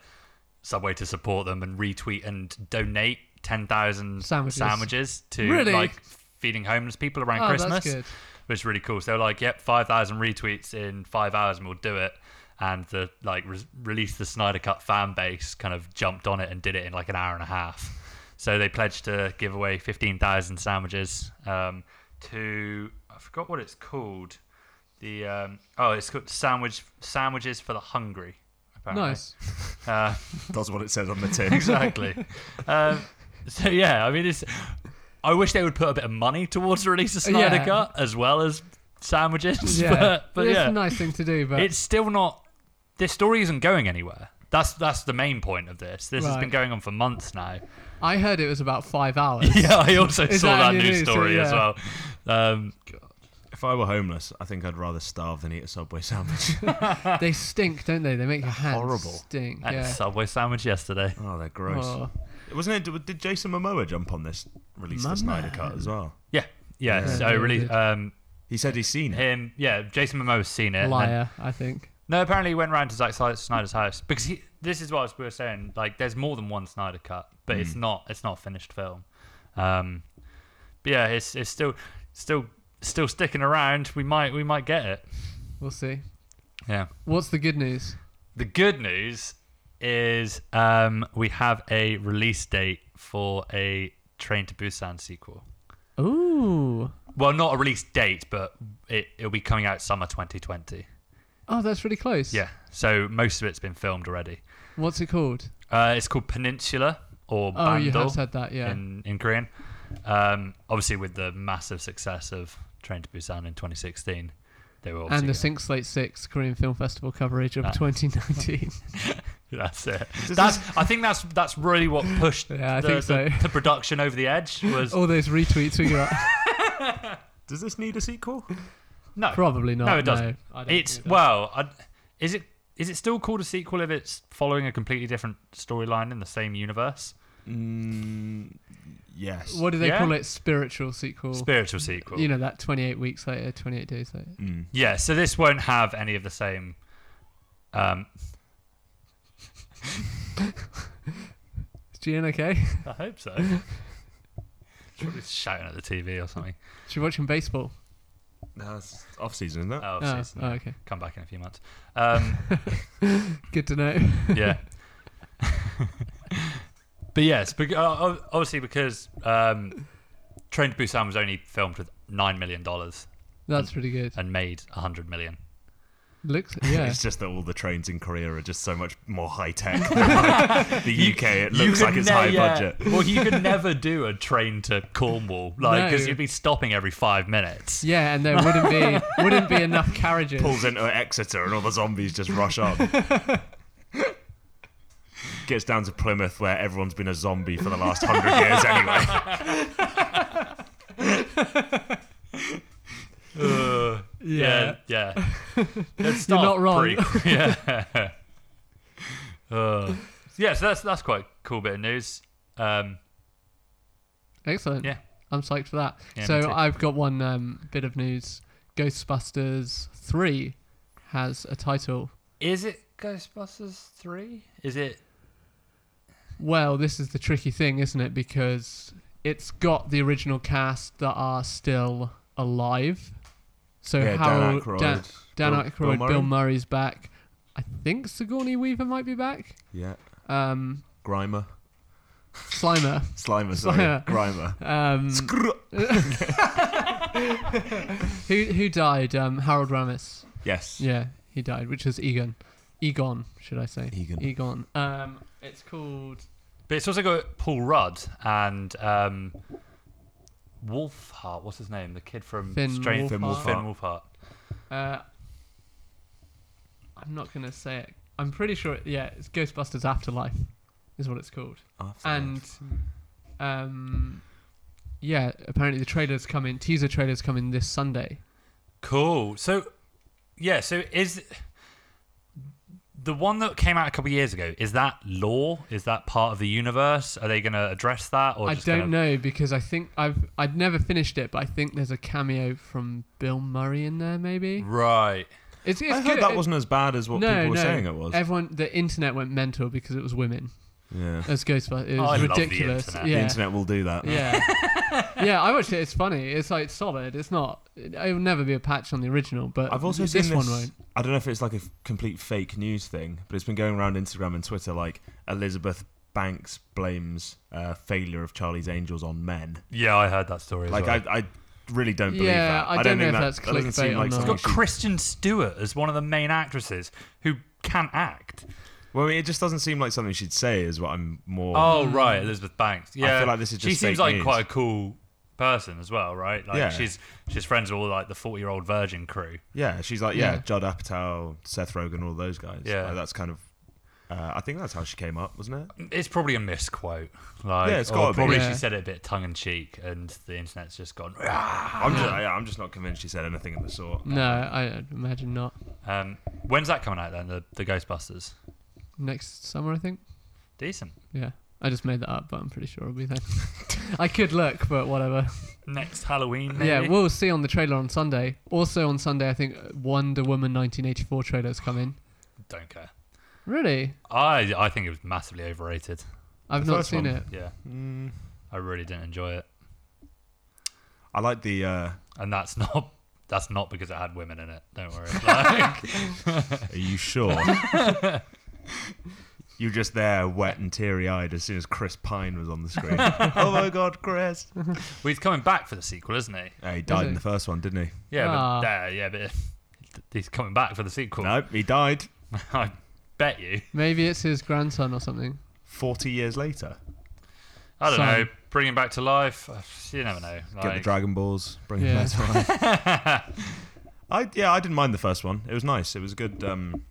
Speaker 1: Subway to support them and retweet and donate ten thousand
Speaker 3: Sandwiches.
Speaker 1: sandwiches to
Speaker 3: Really?
Speaker 1: like feeding homeless people around
Speaker 3: Oh, that's
Speaker 1: Christmas,
Speaker 3: good.
Speaker 1: which is really cool. So they're like, yep, five thousand retweets in five hours and we'll do it. And the like re- release the Snyder Cut fan base kind of jumped on it and did it in like an hour and a half. So they pledged to give away fifteen thousand sandwiches um, to I forgot what it's called. The um, oh, it's called sandwich sandwiches for the hungry. Apparently. [LAUGHS]
Speaker 3: Nice.
Speaker 1: Uh,
Speaker 2: That's what it says on the tin.
Speaker 1: exactly. um, so yeah, I mean, it's. I wish they would put a bit of money towards the release of Snyder
Speaker 3: Yeah.
Speaker 1: Cut as well as sandwiches.
Speaker 3: Yeah.
Speaker 1: but, but
Speaker 3: it's
Speaker 1: yeah,
Speaker 3: a nice thing to do, but
Speaker 1: it's still not. This story isn't going anywhere. That's that's the main point of this. This has
Speaker 3: Right.
Speaker 1: been going on for months now. [LAUGHS]
Speaker 3: I heard it was about five hours.
Speaker 1: Yeah, I also
Speaker 3: Is
Speaker 1: saw
Speaker 3: that
Speaker 1: that
Speaker 3: in the
Speaker 1: news
Speaker 3: news? So,
Speaker 1: story as
Speaker 3: yeah.
Speaker 1: well. Um,
Speaker 2: If I were homeless, I think I'd rather starve than eat a
Speaker 3: [LAUGHS]
Speaker 2: Subway sandwich.
Speaker 3: They stink, don't they? They make your hands
Speaker 2: horrible.
Speaker 3: stink.
Speaker 1: I had a
Speaker 3: Yeah.
Speaker 1: Subway sandwich yesterday.
Speaker 2: oh, they're gross.
Speaker 3: Oh.
Speaker 2: Wasn't it? did- Did Jason Momoa jump on this release the
Speaker 3: My
Speaker 2: Snyder
Speaker 3: man.
Speaker 2: Cut as well?
Speaker 1: Yeah, yeah.
Speaker 2: Yeah.
Speaker 1: so really, um,
Speaker 2: He said he's seen it.
Speaker 1: him. Yeah, Jason Momoa's seen it. and then-
Speaker 3: Liar, I think.
Speaker 1: No, apparently he went round to Zack Snyder's house because he, this is what we were saying. Like, there's more than one Snyder cut, but it's not it's not a finished film. Um, but yeah, it's it's still still still sticking around. We might we might get it.
Speaker 3: We'll see.
Speaker 1: Yeah.
Speaker 3: What's the good news?
Speaker 1: The good news is um, we have a release date for a Train to Busan sequel.
Speaker 3: Ooh.
Speaker 1: Well, not a release date, but it, it'll be coming out summer 2020.
Speaker 3: Oh, that's really close.
Speaker 1: Yeah. So most of it's been filmed already.
Speaker 3: What's it called?
Speaker 1: Uh, it's called Peninsula or
Speaker 3: Oh, you have
Speaker 1: Bandol
Speaker 3: said that, yeah.
Speaker 1: in, in Korean. Um, obviously, with the massive success of Train to Busan in 2016, they were
Speaker 3: and
Speaker 1: obviously
Speaker 3: the Sync Slate 6 Korean Film Festival coverage of
Speaker 1: Ah. [LAUGHS]
Speaker 3: 2019.
Speaker 1: that's it. That's I think that's that's really what pushed
Speaker 3: [LAUGHS] Yeah, I
Speaker 1: the,
Speaker 3: think
Speaker 1: the-
Speaker 3: so. Oh,
Speaker 1: the production over the edge was
Speaker 3: All those retweets we got.
Speaker 1: [LAUGHS]
Speaker 2: Does this need a sequel?
Speaker 1: no
Speaker 3: Probably not.
Speaker 1: No, it doesn't.
Speaker 3: I don't
Speaker 1: It's
Speaker 3: think it does.
Speaker 1: well, I, is it is it still called a sequel if it's following a completely different storyline in the same universe?
Speaker 2: Mm, yes.
Speaker 3: What do they
Speaker 1: Yeah.
Speaker 3: call it? Spiritual sequel.
Speaker 1: Spiritual sequel.
Speaker 3: You know, that 28 weeks later, 28 days later.
Speaker 2: Mm.
Speaker 1: Yeah, so this won't have any of the same. Um,
Speaker 3: Is Gian okay? [LAUGHS]
Speaker 1: I hope [LAUGHS] so. Probably shouting at the TV or [LAUGHS] something.
Speaker 3: She's watching baseball.
Speaker 2: No, it's off season, isn't it?
Speaker 1: Oh,
Speaker 3: Oh,
Speaker 1: season.
Speaker 3: oh, okay.
Speaker 1: Come back in a few months. Um,
Speaker 3: Good to know.
Speaker 1: [LAUGHS] yeah. but yes, bec- uh, ob- obviously because um, Train to Busan was only filmed with nine million dollars
Speaker 3: That's
Speaker 1: [LAUGHS]
Speaker 3: really good.
Speaker 1: and made a hundred million.
Speaker 3: Looks,
Speaker 2: [LAUGHS]
Speaker 3: yeah.
Speaker 1: [LAUGHS]
Speaker 2: It's just that all the trains in Korea are just so much more high [LAUGHS] tech than the UK. It looks like it's high budget.
Speaker 1: Well, you [LAUGHS] could never do a train to Cornwall, like because
Speaker 3: No.
Speaker 1: you'd be stopping every five minutes.
Speaker 3: Yeah, and there wouldn't be wouldn't be enough
Speaker 1: [LAUGHS]
Speaker 3: carriages.
Speaker 2: Pulls into Exeter and all the zombies just rush [LAUGHS] on. Gets down to Plymouth where everyone's been a zombie for the last hundred years anyway.
Speaker 1: Uh,
Speaker 3: Yeah.
Speaker 1: yeah.
Speaker 3: [LAUGHS]
Speaker 1: It's
Speaker 3: You're not wrong. [LAUGHS]
Speaker 1: yeah. Uh, yeah, so that's that's quite a cool bit of news. Um,
Speaker 3: Excellent.
Speaker 1: yeah.
Speaker 3: I'm psyched for that.
Speaker 1: Yeah, me
Speaker 3: so
Speaker 1: too.
Speaker 3: I've got one um, bit of news. Ghostbusters 3 has a title.
Speaker 1: Is it Ghostbusters three? Is it?
Speaker 3: Well, this is the tricky thing, isn't it? Because it's got the original cast that are still alive. So
Speaker 2: Yeah,
Speaker 3: how
Speaker 2: Dan Aykroyd.
Speaker 3: Dan, Dan
Speaker 2: Bill-
Speaker 3: Aykroyd,
Speaker 2: Bill
Speaker 3: Bill,
Speaker 2: Murray?
Speaker 3: Murray's back. I think Sigourney Weaver might be back.
Speaker 2: [LAUGHS] Yeah.
Speaker 3: Um,
Speaker 2: Grimer.
Speaker 3: Slimer.
Speaker 2: Slimer, Mm. sorry.
Speaker 3: Slimer.
Speaker 2: Grimer.
Speaker 3: Um,
Speaker 2: [LAUGHS] Scr-
Speaker 3: who who died? Um, Harold Ramis.
Speaker 2: yes.
Speaker 3: Yeah, he died, which is Egon. Egon, should I say?
Speaker 2: Egan.
Speaker 3: Egon. Um, it's called
Speaker 1: But it's also got Paul Rudd and um, Wolfhart. What's his
Speaker 2: Mm.
Speaker 1: name? The kid from
Speaker 3: Finn
Speaker 1: Stranger
Speaker 2: Finn
Speaker 1: Wolfhart.
Speaker 2: Wolfhard.
Speaker 1: Finn Wolfhart.
Speaker 3: Uh, I Uh, I'm not gonna say it. I'm pretty sure. It, yeah, it's Ghostbusters Afterlife, is what it's called.
Speaker 2: After
Speaker 3: And um, yeah, apparently the trailers come in. Teaser trailers come in this Sunday.
Speaker 1: Cool. So, yeah. So is the one that came out a couple of years ago? Is that law? Is that part of the universe? Are they going to address that? Or
Speaker 3: I
Speaker 1: just
Speaker 3: don't
Speaker 1: gonna-
Speaker 3: know because I think I've I'd never finished it, but I think there's a cameo from Bill Murray in there. Maybe
Speaker 1: Right.
Speaker 3: it's, it's
Speaker 2: Mm. I
Speaker 3: good.
Speaker 2: heard that
Speaker 3: It-
Speaker 2: wasn't as bad as what
Speaker 3: no,
Speaker 2: people were
Speaker 3: no.
Speaker 2: saying it was.
Speaker 3: Everyone, the internet went mental because it was women
Speaker 2: yeah.
Speaker 3: as Ghostbusters. It
Speaker 1: I love
Speaker 3: was
Speaker 1: the
Speaker 3: ridiculous.
Speaker 1: internet. The
Speaker 2: The
Speaker 3: yeah,
Speaker 2: internet will do that.
Speaker 3: yeah, yeah. I watched it. It's funny. It's like solid. It's not. It, it will never be a patch on the original, but
Speaker 2: I've also
Speaker 3: this
Speaker 2: seen this.
Speaker 3: one won't.
Speaker 2: I don't know if it's like a f- complete fake news thing, but it's been going around Instagram and Twitter. Like Elizabeth Banks blames uh, failure of Charlie's Angels on men.
Speaker 1: Yeah, I heard that story.
Speaker 2: Like
Speaker 1: as well.
Speaker 2: I, I really don't believe
Speaker 3: Yeah,
Speaker 2: that.
Speaker 3: I don't know
Speaker 2: think
Speaker 3: if
Speaker 2: that,
Speaker 3: that's
Speaker 2: that doesn't
Speaker 3: clickbait
Speaker 2: seem
Speaker 3: or
Speaker 2: like
Speaker 3: not.
Speaker 1: it's
Speaker 2: something
Speaker 1: got
Speaker 2: she-
Speaker 1: Kristen Stewart as one of the main actresses who can't act.
Speaker 2: Well, I mean, it just doesn't seem like something she'd say. Is what I'm more.
Speaker 1: Oh right, Elizabeth Banks. Yeah,
Speaker 2: feel like this is
Speaker 1: she
Speaker 2: just
Speaker 1: seems
Speaker 2: fake
Speaker 1: like
Speaker 2: news.
Speaker 1: quite a cool person as well, right? Like
Speaker 2: Yeah.
Speaker 1: she's she's friends with all like the forty year old Virgin crew.
Speaker 2: Yeah, she's like yeah,
Speaker 3: Yeah.
Speaker 2: Judd Apatow, Seth Rogen, all those guys.
Speaker 1: Yeah.
Speaker 2: Like, that's kind of. Uh, I think that's how she came up, wasn't it?
Speaker 1: It's probably a misquote. Like,
Speaker 2: Yeah, it's
Speaker 1: or
Speaker 2: gotta be.
Speaker 1: probably
Speaker 3: Yeah.
Speaker 1: she said it a bit tongue in cheek, and the internet's just gone. Ah.
Speaker 2: I'm just, yeah, I'm just not convinced she said anything of the sort.
Speaker 3: No, I imagine not.
Speaker 1: Um, when's that coming out then? The, the Ghostbusters.
Speaker 3: Next summer, I think.
Speaker 1: Decent.
Speaker 3: Yeah, I just made that up, but I'm pretty sure it'll be there. I could look, but whatever.
Speaker 1: Next Halloween. Maybe?
Speaker 3: Yeah, we'll see on the trailer on Sunday. Also on Sunday, I think Wonder Woman 1984 trailers come in.
Speaker 1: don't care.
Speaker 3: Really?
Speaker 1: I I think it was massively overrated.
Speaker 3: I've
Speaker 2: The
Speaker 3: not
Speaker 2: first
Speaker 3: seen
Speaker 2: one.
Speaker 3: it.
Speaker 1: Yeah,
Speaker 2: Mm,
Speaker 1: I really didn't enjoy it,
Speaker 2: I like the. Uh,
Speaker 1: and that's [LAUGHS] not that's not because it had women in it. Don't
Speaker 3: [LAUGHS]
Speaker 1: worry. Like,
Speaker 2: Are you [LAUGHS] sure? You're just there, wet and teary-eyed, as soon as Chris Pine was on the [LAUGHS] screen. oh my God, Chris!
Speaker 1: well, he's coming back for the sequel, isn't he?
Speaker 2: he died
Speaker 3: he?
Speaker 2: in the first one, didn't he?
Speaker 1: Yeah,
Speaker 3: Ah.
Speaker 1: but yeah, yeah, but [LAUGHS] he's coming back for the sequel.
Speaker 2: Nope, he died
Speaker 1: [LAUGHS] I bet you.
Speaker 3: Maybe it's his grandson or something.
Speaker 2: forty years later.
Speaker 1: I don't
Speaker 3: Son.
Speaker 1: know. Bring him back to life. [SIGHS] Uh, You never know.
Speaker 2: Get the
Speaker 1: Like,
Speaker 2: Dragon Balls, bring
Speaker 3: Yeah.
Speaker 2: him back to life. [LAUGHS] I yeah, I didn't mind the first one. It was nice. It was a good. Um,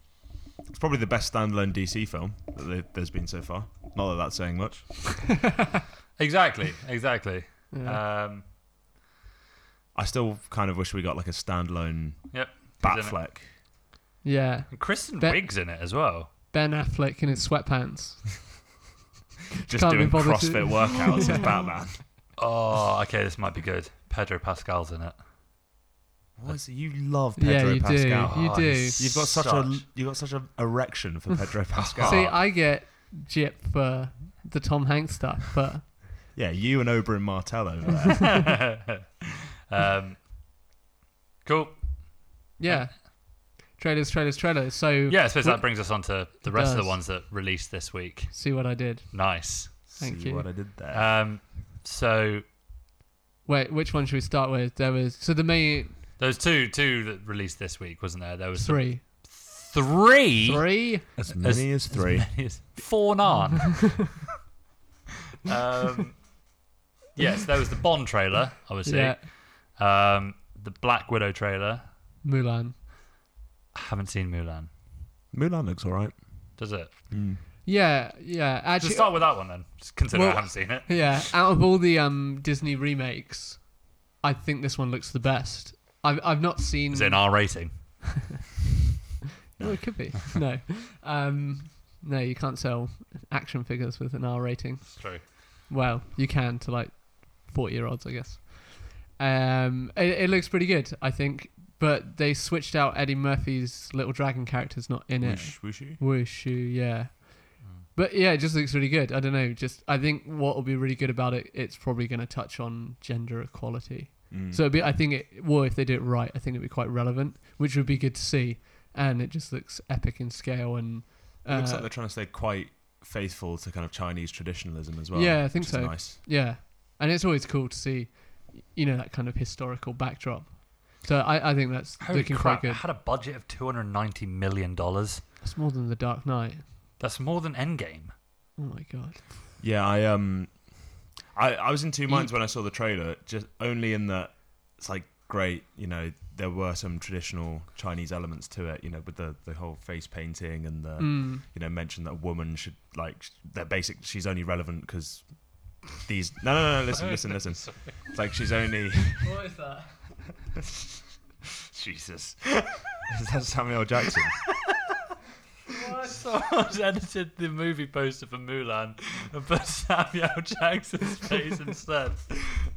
Speaker 2: it's probably the best standalone DC film that they, there's been so far. Not that that's saying much.
Speaker 3: [LAUGHS]
Speaker 1: exactly, exactly.
Speaker 3: Yeah.
Speaker 2: Uh.
Speaker 1: Um,
Speaker 2: I still kind of wish we got like a standalone
Speaker 1: yep. he's in it.
Speaker 2: Batfleck.
Speaker 3: yeah.
Speaker 1: And Kristen
Speaker 3: Bet-
Speaker 1: Wiig's in it as well.
Speaker 3: Ben Affleck in his sweatpants.
Speaker 2: Just
Speaker 3: Can't be
Speaker 2: doing
Speaker 3: bothered to-
Speaker 2: CrossFit workouts
Speaker 3: [LAUGHS]
Speaker 2: as Batman.
Speaker 1: Oh, okay, this might be good. Pedro Pascal's in it.
Speaker 2: What's, you love Pedro
Speaker 3: yeah, you
Speaker 2: Pascal.
Speaker 3: do. You
Speaker 1: Oh,
Speaker 3: do.
Speaker 1: he's-
Speaker 2: You've got such, a
Speaker 1: Such.
Speaker 2: you've got such an erection
Speaker 3: [LAUGHS]
Speaker 2: for Pedro Pascal.
Speaker 3: See, I get jip for the Tom Hanks stuff, but
Speaker 1: [LAUGHS]
Speaker 2: yeah, you and Oberyn Martell over there.
Speaker 1: [LAUGHS] um, cool.
Speaker 3: yeah. Trailers, trailers, trailers. So
Speaker 1: Yeah, I suppose
Speaker 3: Well,
Speaker 1: that brings us on to the rest of
Speaker 3: does.
Speaker 1: the ones that released this week.
Speaker 3: see what I did.
Speaker 1: Nice.
Speaker 3: [LAUGHS] Thank
Speaker 2: See
Speaker 3: you.
Speaker 2: what I did there.
Speaker 1: Um, so
Speaker 3: Wait, which one should we start with? There was so the main
Speaker 1: there's two two that released this week, wasn't there? There was
Speaker 3: three,
Speaker 1: three.
Speaker 3: three.
Speaker 2: as many as, three.
Speaker 1: Four Narn. um, yes, there was the Bond trailer, obviously.
Speaker 3: Yeah,
Speaker 1: Um, the Black Widow trailer.
Speaker 3: Mulan.
Speaker 1: I haven't seen Mulan.
Speaker 2: Mulan looks all right.
Speaker 1: Does it?
Speaker 2: Mm.
Speaker 3: Yeah, yeah.
Speaker 1: Just
Speaker 3: Actually,
Speaker 1: start with that one then. Just consider I
Speaker 3: Well-
Speaker 1: haven't seen it.
Speaker 3: Yeah, out of all the um, Disney remakes, I think this one looks the best. I've I've not seen.
Speaker 1: Is it an R rating?
Speaker 3: Well, it
Speaker 1: [LAUGHS]
Speaker 3: could be. no, um, no, you can't sell action figures with an R rating.
Speaker 1: It's true.
Speaker 3: Well, you can to like forty year olds, I guess. Um, it, it looks pretty good, I think. But they switched out Eddie Murphy's little dragon character's not in it.
Speaker 2: Whoosh, whooshy.
Speaker 3: Wushu, yeah.
Speaker 2: Hmm.
Speaker 3: But yeah, it just looks really good. I don't know. Just I think what will be really good about it, it's probably going to touch on gender equality.
Speaker 2: Hmm. Mm.
Speaker 3: So it'd be, I think it. Well, if they do it right, I think it'd be quite relevant, which would be good to see. And it just looks epic in scale and. Uh,
Speaker 2: looks like they're trying to stay quite faithful to kind of Chinese traditionalism as well.
Speaker 3: Yeah, I think
Speaker 2: which is
Speaker 3: so.
Speaker 2: nice.
Speaker 3: yeah, and it's always cool to see, you know, that kind of historical backdrop. So I, I think that's
Speaker 1: Holy
Speaker 3: looking
Speaker 1: crap.
Speaker 3: quite
Speaker 1: It
Speaker 3: good.
Speaker 1: had a budget of $290 million.
Speaker 3: That's more than the Dark Knight.
Speaker 1: That's more than Endgame. [LAUGHS]
Speaker 3: Oh my god.
Speaker 2: Yeah, I um, I I was in two minds
Speaker 3: You-
Speaker 2: when I saw the trailer. Just only in that it's like great. You know, there were some traditional Chinese elements to it. You know, with the the whole face painting and the
Speaker 3: Mm.
Speaker 2: you know mention that a woman should like that basic. She's only relevant because these. No, no, no, no. Listen,
Speaker 3: [LAUGHS]
Speaker 2: listen, listen. It's like she's only.
Speaker 3: What is that?
Speaker 2: [LAUGHS] Jesus. [LAUGHS] Is that Samuel Jackson?
Speaker 1: Someone's edited the movie poster for Mulan and put Samuel Jackson's face instead.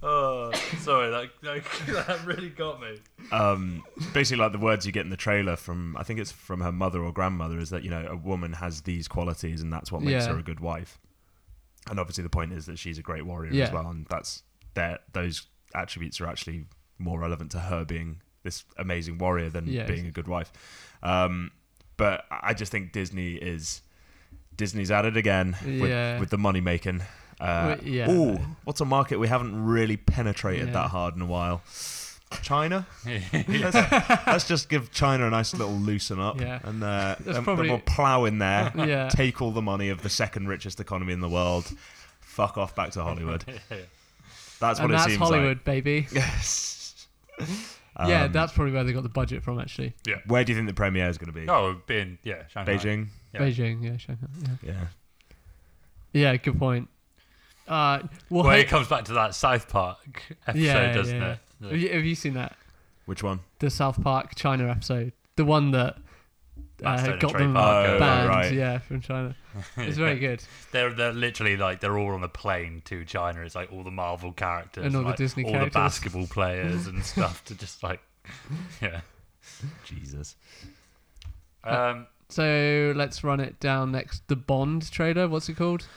Speaker 1: Oh, sorry, that, that, that really got me.
Speaker 2: um, basically like the words you get in the trailer from I think it's from her mother or grandmother is that you know a woman has these qualities and that's what makes
Speaker 3: Yeah.
Speaker 2: her a good wife. And obviously the point is that she's a great warrior as
Speaker 3: Yeah.
Speaker 2: well, and that's that those attributes are actually more relevant to her being this amazing warrior than
Speaker 3: Yeah.
Speaker 2: being a good wife. Um, but I just think Disney is Disney's at it again
Speaker 3: Yeah.
Speaker 2: with, with the money making. Uh,
Speaker 3: Well, yeah.
Speaker 2: Ooh, what's a market we haven't really penetrated
Speaker 3: Yeah.
Speaker 2: that hard in a while? China.
Speaker 3: [LAUGHS]
Speaker 2: Let's, let's just give China a nice little loosen up,
Speaker 3: Yeah.
Speaker 2: and uh, then, then
Speaker 3: probably-
Speaker 2: we'll plow in
Speaker 3: [LAUGHS] [LAUGHS]
Speaker 2: there, [LAUGHS]
Speaker 3: Yeah.
Speaker 2: take all the money of the second richest economy in the world, fuck off back
Speaker 3: [LAUGHS]
Speaker 2: to Hollywood. That's what
Speaker 3: and
Speaker 2: it
Speaker 3: that's
Speaker 2: seems
Speaker 3: Hollywood,
Speaker 2: like. [LAUGHS]
Speaker 3: baby.
Speaker 2: Yes.
Speaker 3: yeah,
Speaker 2: Um,
Speaker 3: that's probably where they got the budget from, actually.
Speaker 2: Where do you think the premiere is going to be?
Speaker 1: Oh, being yeah, Shanghai.
Speaker 2: Beijing.
Speaker 1: Yeah.
Speaker 3: Beijing, yeah, Shanghai. Yeah,
Speaker 2: Yeah.
Speaker 3: yeah good point. Uh, well,
Speaker 1: Well, it
Speaker 3: hey-
Speaker 1: comes back to that South Park episode,
Speaker 3: Yeah,
Speaker 1: doesn't
Speaker 3: yeah. Oh,
Speaker 1: it? The-
Speaker 3: have, you, have you seen that?
Speaker 2: Which one?
Speaker 3: The South Park China episode? The one that
Speaker 1: Matt Stone
Speaker 3: uh,
Speaker 1: and
Speaker 3: got
Speaker 1: Trey
Speaker 3: them
Speaker 1: Parker.
Speaker 2: Oh,
Speaker 3: banned,
Speaker 2: right.
Speaker 3: yeah, from
Speaker 2: [LAUGHS]
Speaker 3: China. It's very good.
Speaker 1: They're they're literally like they're all on a plane to China. It's like all the Marvel characters
Speaker 3: And all the
Speaker 1: like,
Speaker 3: Disney
Speaker 1: all
Speaker 3: characters.
Speaker 1: the
Speaker 3: [LAUGHS]
Speaker 1: basketball players and stuff to just like [LAUGHS] yeah.
Speaker 2: Jesus.
Speaker 1: Um,
Speaker 3: So let's run it down next. The Bond trailer, what's it called?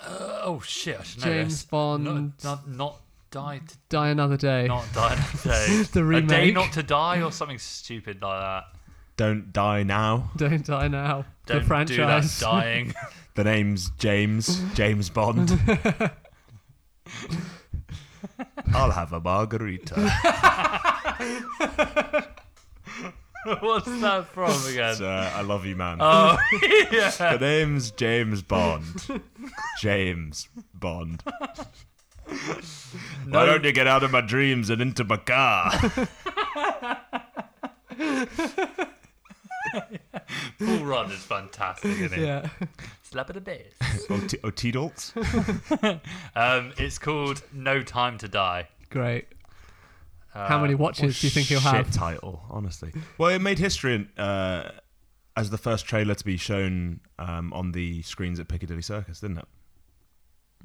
Speaker 1: uh, oh shit! I should know
Speaker 3: James
Speaker 1: this.
Speaker 3: Bond.
Speaker 1: Not, not, not die to
Speaker 3: Die Another Day. [LAUGHS]
Speaker 1: not die [LAUGHS] to day.
Speaker 3: The
Speaker 1: A day
Speaker 3: remake.
Speaker 1: not to die or something stupid like that.
Speaker 2: Don't die now.
Speaker 3: Don't Die Now.
Speaker 1: Don't
Speaker 3: the franchise. [LAUGHS]
Speaker 1: do that dying. [LAUGHS]
Speaker 2: The name's James.
Speaker 3: [LAUGHS]
Speaker 2: James Bond. I'll have a margarita.
Speaker 1: What's that from again?
Speaker 2: [LAUGHS] So, uh, I love you, man.
Speaker 1: oh
Speaker 3: [LAUGHS]
Speaker 2: The
Speaker 1: yeah.
Speaker 2: name's James Bond. James Bond. Why
Speaker 1: No.
Speaker 2: don't you get out of my dreams and into my car?
Speaker 1: Bull Run is fantastic, isn't it?
Speaker 3: yeah.
Speaker 1: Slap it a bit.
Speaker 2: [LAUGHS] Ot-
Speaker 3: [LAUGHS]
Speaker 2: Oteedles?
Speaker 1: Um, it's called No Time to Die. Uh,
Speaker 3: Great. How many watches do you think he'll
Speaker 1: oh,
Speaker 2: Shit
Speaker 3: have?
Speaker 2: title, honestly. Well, it made history uh, as the first trailer to be shown um, on the screens at Piccadilly Circus, didn't it?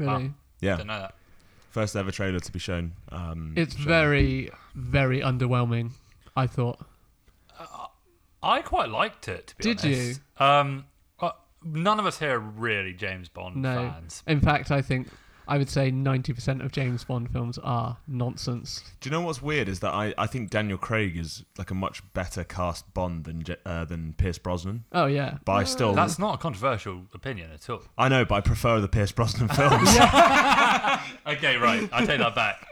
Speaker 1: Uh,
Speaker 3: Really?
Speaker 1: I
Speaker 2: Yeah,
Speaker 1: don't know that.
Speaker 2: first ever trailer to be shown. Um,
Speaker 3: It's
Speaker 2: shown.
Speaker 3: very, very underwhelming. I thought.
Speaker 1: I quite liked it. To be
Speaker 3: Did
Speaker 1: honest. you? Um, uh, none of us here are really James Bond
Speaker 3: No.
Speaker 1: fans.
Speaker 3: In fact, I think I would say ninety percent of James Bond films are nonsense.
Speaker 2: Do you know what's weird is that I, I think Daniel Craig is like a much better cast Bond than J- uh, than Pierce Brosnan.
Speaker 3: Oh yeah.
Speaker 2: But I still
Speaker 1: That's not a controversial opinion at all.
Speaker 2: I know, but I prefer the
Speaker 1: [LAUGHS]
Speaker 2: Pierce Brosnan films.
Speaker 1: Okay, right. I take that
Speaker 3: [LAUGHS]
Speaker 1: back.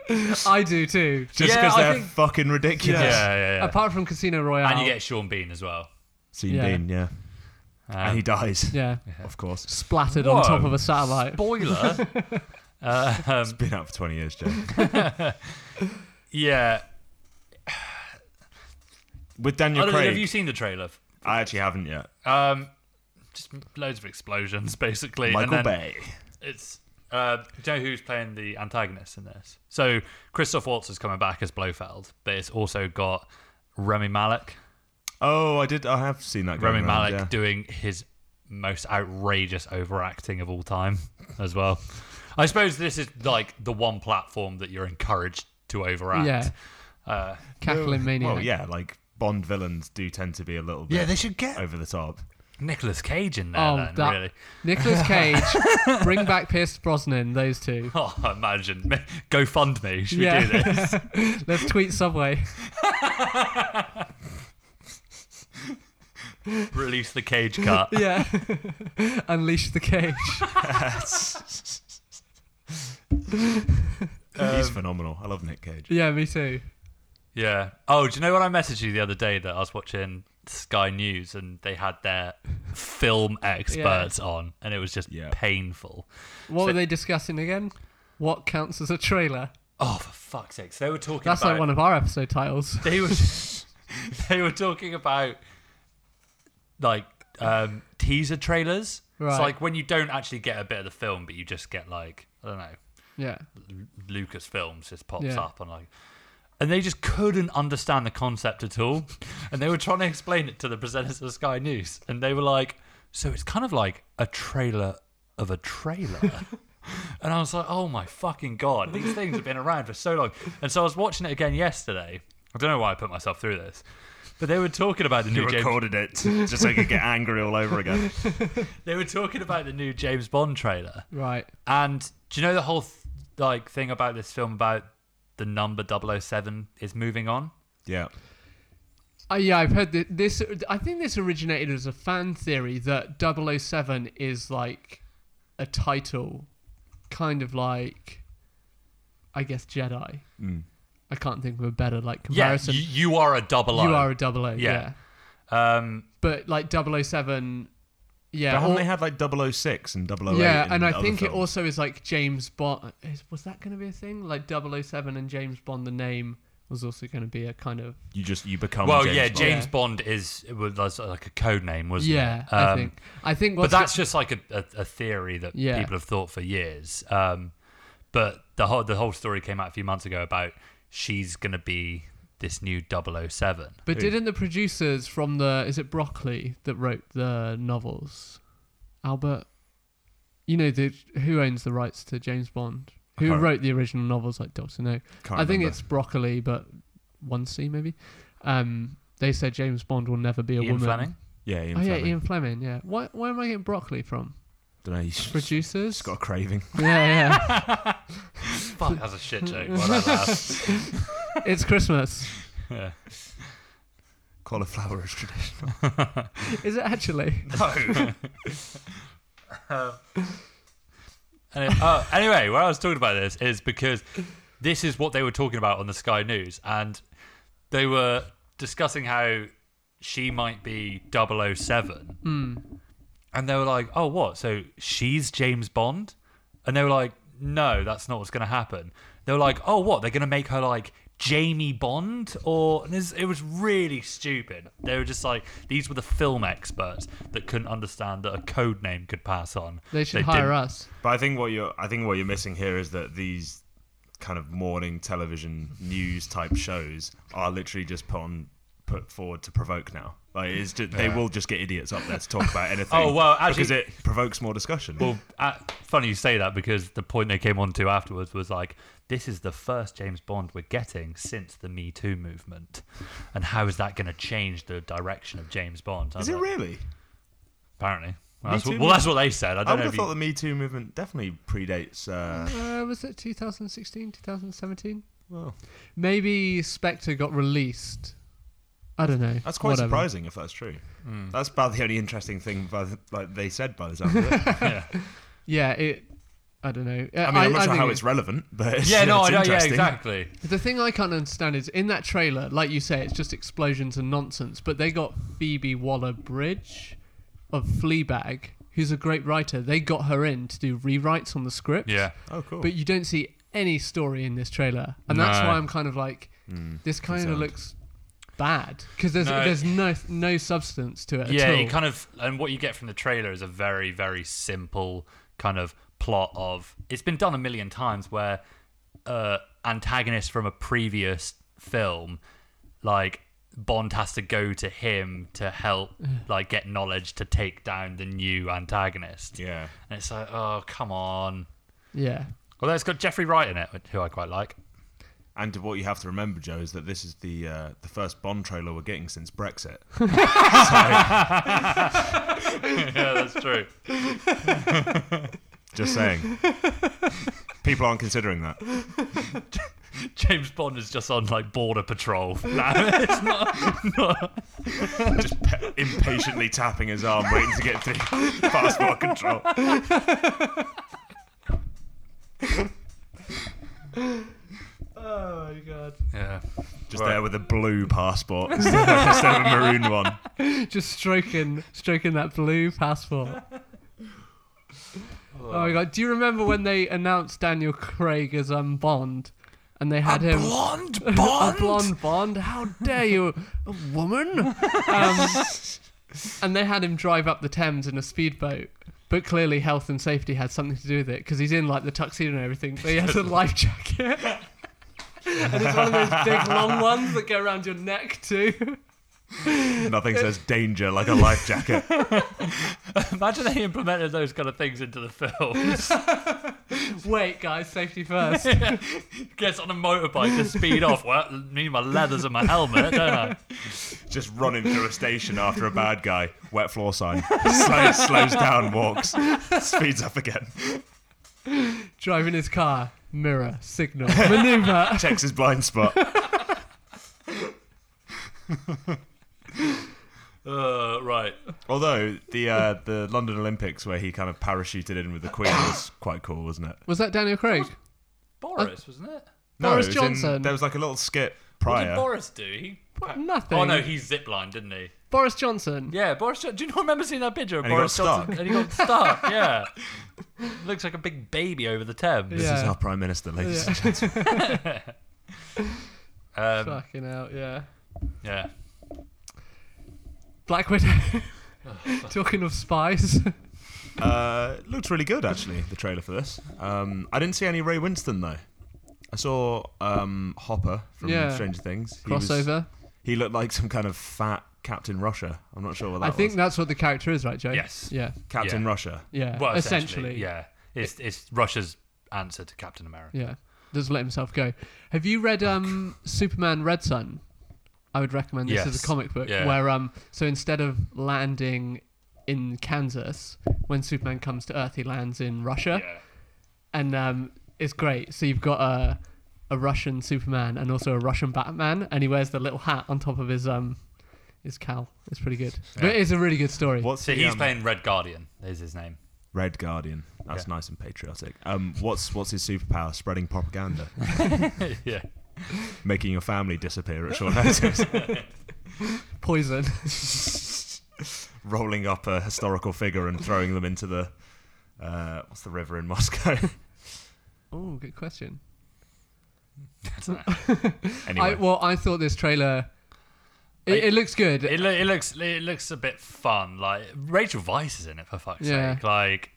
Speaker 3: I do too.
Speaker 2: [LAUGHS] Just
Speaker 1: Yeah,
Speaker 2: because
Speaker 1: I
Speaker 2: they're
Speaker 1: think-
Speaker 2: fucking
Speaker 1: yeah,
Speaker 2: ridiculous.
Speaker 1: yeah, yeah.
Speaker 3: Apart from Casino Royale.
Speaker 1: And you get Sean Bean as well.
Speaker 2: Sean
Speaker 3: Yeah.
Speaker 2: Bean, yeah. and
Speaker 1: Um,
Speaker 2: he dies,
Speaker 3: yeah.
Speaker 2: [LAUGHS] of course.
Speaker 3: Splattered
Speaker 1: Whoa.
Speaker 3: on top of a satellite. [LAUGHS]
Speaker 1: Spoiler. uh, um,
Speaker 2: It's been out for 20 years, Joe.
Speaker 1: [LAUGHS] yeah.
Speaker 2: With
Speaker 1: I
Speaker 2: Daniel
Speaker 1: don't know,
Speaker 2: Craig,
Speaker 1: have you seen the trailer?
Speaker 2: I actually haven't yet.
Speaker 1: Um, just loads of explosions, basically. and
Speaker 2: Michael
Speaker 1: then-
Speaker 2: Bay.
Speaker 1: It's uh, do you know who's playing the antagonist in this? So Christoph Waltz is coming back as Blofeld, but it's also got Remy Malek.
Speaker 2: Oh, I did. I have seen that.
Speaker 1: Remy
Speaker 2: going around,
Speaker 1: Malek
Speaker 2: yeah.
Speaker 1: doing his most outrageous overacting of all time [LAUGHS] as well. I suppose this is like the one platform that you're encouraged to overact.
Speaker 3: Yeah.
Speaker 1: Uh,
Speaker 3: Cackling maniac.
Speaker 2: Well, yeah, like Bond villains do tend to be a little bit
Speaker 1: yeah, they should get
Speaker 2: over the top.
Speaker 1: Nicolas Cage in there
Speaker 3: Oh,
Speaker 1: then,
Speaker 3: that-
Speaker 1: really. [LAUGHS]
Speaker 3: Nicolas Cage, bring back Pierce Brosnan. Those two.
Speaker 1: Oh, imagine. [LAUGHS] Go fund me. Should we do
Speaker 3: Yeah.
Speaker 1: this?
Speaker 3: [LAUGHS] Let's tweet Subway.
Speaker 1: Release the cage
Speaker 3: [LAUGHS]
Speaker 1: cut.
Speaker 3: Yeah. Unleash the cage.
Speaker 1: Um,
Speaker 2: He's phenomenal. I love Nick Cage.
Speaker 3: Yeah, me too.
Speaker 1: Yeah. Oh, do you know what I messaged you the other day that I was watching Sky News and they had their
Speaker 3: [LAUGHS]
Speaker 1: film experts on and it was just
Speaker 2: Yeah.
Speaker 1: painful.
Speaker 3: What
Speaker 1: So-
Speaker 3: were they discussing again? What counts as a trailer?
Speaker 1: Oh, for fuck's sake! So they were talking.
Speaker 3: That's
Speaker 1: about
Speaker 3: like one of our episode titles.
Speaker 1: [LAUGHS] they
Speaker 3: [LAUGHS]
Speaker 1: were they were talking about like um, teaser trailers. It's
Speaker 3: Right.
Speaker 1: like when you don't actually get a bit of the film, but you just get like I don't know.
Speaker 3: Yeah.
Speaker 1: Lucas Films just pops
Speaker 3: Yeah.
Speaker 1: up and like and they just couldn't understand the concept at all. [LAUGHS] And they were trying to explain it to the presenters of Sky News and they were like, So it's kind of like a trailer of a trailer. and I was like, Oh my fucking god, these things have been around for so long. And so I was watching it again yesterday. I don't know why I put myself through this. But they were talking about the
Speaker 2: You
Speaker 1: new James
Speaker 2: recorded it just so I could get angry all
Speaker 1: [LAUGHS]
Speaker 2: over again.
Speaker 1: they were talking about the new James Bond trailer.
Speaker 3: Right.
Speaker 1: And do you know the whole th- like thing about this film about the number 007 is moving on?
Speaker 2: Yeah.
Speaker 3: Uh, yeah, I've heard that this. I think this originated as a fan theory that 007 is like a title, kind of like, I guess Jedi. I can't think of a better like comparison.
Speaker 1: Mm. Yeah, you, you are a double O.
Speaker 3: you are a double O. Yeah.
Speaker 1: Yeah. um,
Speaker 3: but like 007, yeah,
Speaker 2: But
Speaker 3: or-
Speaker 2: haven't they had like 006 and 008?
Speaker 3: yeah,
Speaker 2: in
Speaker 3: and I
Speaker 2: other
Speaker 3: think it
Speaker 2: films?
Speaker 3: also is like James Bond. Is, was that going to be a thing? Like 007 and James Bond, the name was also going to be a kind of
Speaker 2: You just, you become.
Speaker 1: well,
Speaker 2: James
Speaker 1: yeah,
Speaker 2: Bond.
Speaker 1: James
Speaker 3: Yeah.
Speaker 1: Bond is it was that's uh, like a code name, wasn't it?
Speaker 3: yeah. I
Speaker 1: Um,
Speaker 3: think I think
Speaker 1: But
Speaker 3: what's
Speaker 1: that's just like a, a, a theory that
Speaker 3: Yeah.
Speaker 1: people have thought for years. Um, but the whole the whole story came out a few months ago about she's gonna be this new 007.
Speaker 3: But
Speaker 2: Who?
Speaker 3: didn't the producers from the is it Broccoli that wrote the novels? Albert, you know the who owns the rights to James Bond?
Speaker 2: I
Speaker 3: Who
Speaker 2: can't-
Speaker 3: wrote the original novels like Doctor No?
Speaker 2: Can't
Speaker 3: I think
Speaker 2: remember.
Speaker 3: it's Broccoli, but one C maybe. Um, they said James Bond will never be a
Speaker 1: Ian
Speaker 3: woman. [LAUGHS]
Speaker 1: Fleming.
Speaker 2: Yeah, Ian
Speaker 3: oh yeah,
Speaker 2: Fleming.
Speaker 3: Ian Fleming. Yeah. Why, where am I getting broccoli from?
Speaker 2: Dunno, he's just
Speaker 3: Producers.
Speaker 2: got
Speaker 3: [LAUGHS]
Speaker 2: a craving.
Speaker 3: Yeah,
Speaker 1: Fuck, that's a shit joke. Well, that lasts.
Speaker 2: [LAUGHS]
Speaker 3: yeah. it's Christmas.
Speaker 1: Yeah.
Speaker 2: Cauliflower is traditional.
Speaker 3: Is it actually? [LAUGHS]
Speaker 1: No. Um, any- oh, anyway, why I was talking about this is because this is what they were talking about on the Sky News, and they were discussing how she might be 007.
Speaker 3: Hmm.
Speaker 1: And they were like, oh, what? So she's James Bond? And they were like, no, that's not what's going to happen. They were like, oh, what? They're going to make her like Jamie Bond? Or and this, it was really stupid. They were just like, these were the film experts that couldn't understand that a code name could pass on.
Speaker 3: They should
Speaker 1: didn't-
Speaker 3: hire us.
Speaker 2: But I think what you're, I think what you're missing here is that these kind of morning television news type shows are literally just put on, put forward to provoke now. Like it's just, they will just get idiots up there to
Speaker 1: [LAUGHS]
Speaker 2: talk about anything.
Speaker 1: Oh, well,
Speaker 2: because
Speaker 1: actually-
Speaker 2: it provokes more discussion.
Speaker 1: Well, uh, funny you say that because the point they came on to afterwards was like, this is the first James Bond we're getting since the Me Too movement. And how is that going to change the direction of James Bond? I
Speaker 2: is
Speaker 1: was
Speaker 2: it
Speaker 1: like,
Speaker 2: really?
Speaker 1: Apparently. Well, that's
Speaker 2: Too
Speaker 1: what, well, that's what they said. I
Speaker 2: I
Speaker 1: don't
Speaker 2: would
Speaker 1: know
Speaker 2: have
Speaker 1: if
Speaker 2: thought
Speaker 1: you,
Speaker 2: the Me Too movement definitely predates. Uh,
Speaker 3: Uh, was it 2016, 2017?
Speaker 2: well,
Speaker 3: Maybe Spectre got released. I don't know.
Speaker 2: that's quite
Speaker 3: Whatever.
Speaker 2: surprising if that's true.
Speaker 1: Hmm.
Speaker 2: That's about the only interesting thing, by the, like they said by the sound of it.
Speaker 1: [LAUGHS]
Speaker 3: Yeah, it. I don't know.
Speaker 1: Uh,
Speaker 2: I mean, I, am not sure
Speaker 3: think
Speaker 2: how
Speaker 3: it-
Speaker 2: it's relevant, but [LAUGHS] it's,
Speaker 1: Yeah, no,
Speaker 2: it's
Speaker 1: I know. Yeah,
Speaker 2: interesting.
Speaker 1: exactly.
Speaker 3: The thing I can't understand is in that trailer, like you say, it's just explosions and nonsense. But they got Phoebe Waller-Bridge of Fleabag, who's a great writer. They got her in to do rewrites on the script.
Speaker 1: Yeah.
Speaker 2: Oh, cool.
Speaker 3: But you don't see any story in this trailer, and that's
Speaker 1: No.
Speaker 3: why I'm kind of like, this kind of
Speaker 2: concerned.
Speaker 3: looks bad because there's
Speaker 1: No.
Speaker 3: there's no no substance to it
Speaker 1: Yeah,
Speaker 3: at all.
Speaker 1: you kind of, and what you get from the trailer is a very, very simple kind of plot of. It's been done a million times where uh, antagonist from a previous film, like Bond has to go to him to help, like get knowledge to take down the new antagonist.
Speaker 2: yeah.
Speaker 1: And it's like, oh come on.
Speaker 3: yeah.
Speaker 1: Although it's got Jeffrey Wright in it, who I quite like.
Speaker 2: And what you have to remember, Joe, is that this is the uh, the first Bond trailer we're getting since Brexit.
Speaker 1: [LAUGHS] yeah, that's true.
Speaker 2: Just saying, people aren't considering that.
Speaker 1: [LAUGHS] James Bond is just on like border patrol. [LAUGHS] No, it's not. not-
Speaker 2: Just pe- impatiently tapping his arm, waiting to get through passport control.
Speaker 3: Oh my god.
Speaker 1: [LAUGHS] Yeah.
Speaker 2: Just
Speaker 1: Right.
Speaker 2: there with a blue passport instead of [LAUGHS] instead of a maroon one.
Speaker 3: just stroking stroking that blue passport. Oh my god! Do you remember when they announced Daniel Craig as um Bond, and they had him
Speaker 2: blonde
Speaker 3: [LAUGHS] a blonde Bond. How dare you, a woman? Um, and they had him drive up the Thames in a speedboat. But clearly, health and safety had something to do with it because he's in like the tuxedo and everything. But he has a life jacket, [LAUGHS] and it's one of those big long ones that go around your neck too. [LAUGHS]
Speaker 2: Nothing says danger like a life jacket.
Speaker 1: Imagine they implemented those kind of things into the films. [LAUGHS]
Speaker 3: Wait, guys, safety first.
Speaker 1: Gets on a motorbike to speed off. Well, I need my leathers and my helmet, don't I?
Speaker 2: Just running through a station after a bad guy. Wet floor sign. Slows, slows down, walks, speeds up again.
Speaker 3: Driving his car, mirror, signal, [LAUGHS] maneuver.
Speaker 2: Checks his blind spot.
Speaker 1: [LAUGHS]
Speaker 2: [LAUGHS]
Speaker 1: Uh, right.
Speaker 2: Although the uh, the London Olympics where he kind of parachuted in with the Queen was
Speaker 3: [COUGHS]
Speaker 2: quite cool, wasn't it?
Speaker 3: Was that Daniel Craig?
Speaker 1: Boris, wasn't it?
Speaker 3: Boris
Speaker 2: it was
Speaker 3: Johnson.
Speaker 2: there was like a little skit
Speaker 1: What did
Speaker 2: prior.
Speaker 1: Boris do? He...
Speaker 3: Nothing.
Speaker 1: Oh, no, he ziplined, didn't he?
Speaker 3: Boris Johnson.
Speaker 1: Yeah, Boris Johnson. Do you not remember seeing that picture of
Speaker 2: And he
Speaker 1: Boris
Speaker 2: got
Speaker 1: Johnson? And he got stuck, [LAUGHS] yeah. Looks like a big baby over the Thames.
Speaker 2: This is
Speaker 3: Yeah.
Speaker 2: our Prime Minister, ladies.
Speaker 3: Yeah.
Speaker 2: and
Speaker 3: [LAUGHS]
Speaker 2: gentlemen.
Speaker 1: Um,
Speaker 3: Fucking hell, yeah.
Speaker 1: yeah.
Speaker 3: Black Widow. [LAUGHS] Talking of spies.
Speaker 2: Uh, looked really good, actually, the trailer for this. Um, I didn't see any Ray Winston, though. I saw um, Hopper from
Speaker 3: Yeah.
Speaker 2: Stranger Things. He was-
Speaker 3: Crossover.
Speaker 2: he looked like some kind of fat Captain Russia. I'm not sure what that
Speaker 3: I think
Speaker 2: was.
Speaker 3: that's what the character is, right, Joe?
Speaker 1: Yes.
Speaker 3: Yeah.
Speaker 2: Captain
Speaker 1: yeah.
Speaker 2: Russia.
Speaker 3: Yeah.
Speaker 1: Well,
Speaker 3: essentially.
Speaker 1: essentially, yeah. It's it's Russia's answer to Captain America.
Speaker 3: Yeah. Does let himself go. Have you read um, Superman Red Sun? I would recommend this as
Speaker 1: Yes.
Speaker 3: a comic book
Speaker 1: Yeah.
Speaker 3: where um so instead of landing in Kansas when Superman comes to Earth he lands in Russia and um it's great so you've got a a Russian Superman and also a Russian Batman and he wears the little hat on top of his um his cowl it's pretty good but it is a really good story
Speaker 2: What's
Speaker 1: So
Speaker 2: the,
Speaker 1: he's
Speaker 2: um,
Speaker 1: playing Red Guardian. Is his name? [LAUGHS]
Speaker 2: Red Guardian. That's
Speaker 1: Yeah.
Speaker 2: nice and patriotic. Um, what's what's his superpower? Spreading propaganda,
Speaker 1: yeah.
Speaker 2: making your family disappear
Speaker 3: [LAUGHS]
Speaker 2: at short notice,
Speaker 3: poison [LAUGHS]
Speaker 2: rolling up a historical figure and throwing them into the uh, what's the river in Moscow? [LAUGHS]
Speaker 3: oh good question
Speaker 2: anyway,
Speaker 3: I, well I thought this trailer it,
Speaker 1: I-
Speaker 3: it looks good
Speaker 1: It, lo- it looks it looks a bit fun. Like Rachel Vice is in it for fuck's
Speaker 3: Yeah.
Speaker 1: sake. Like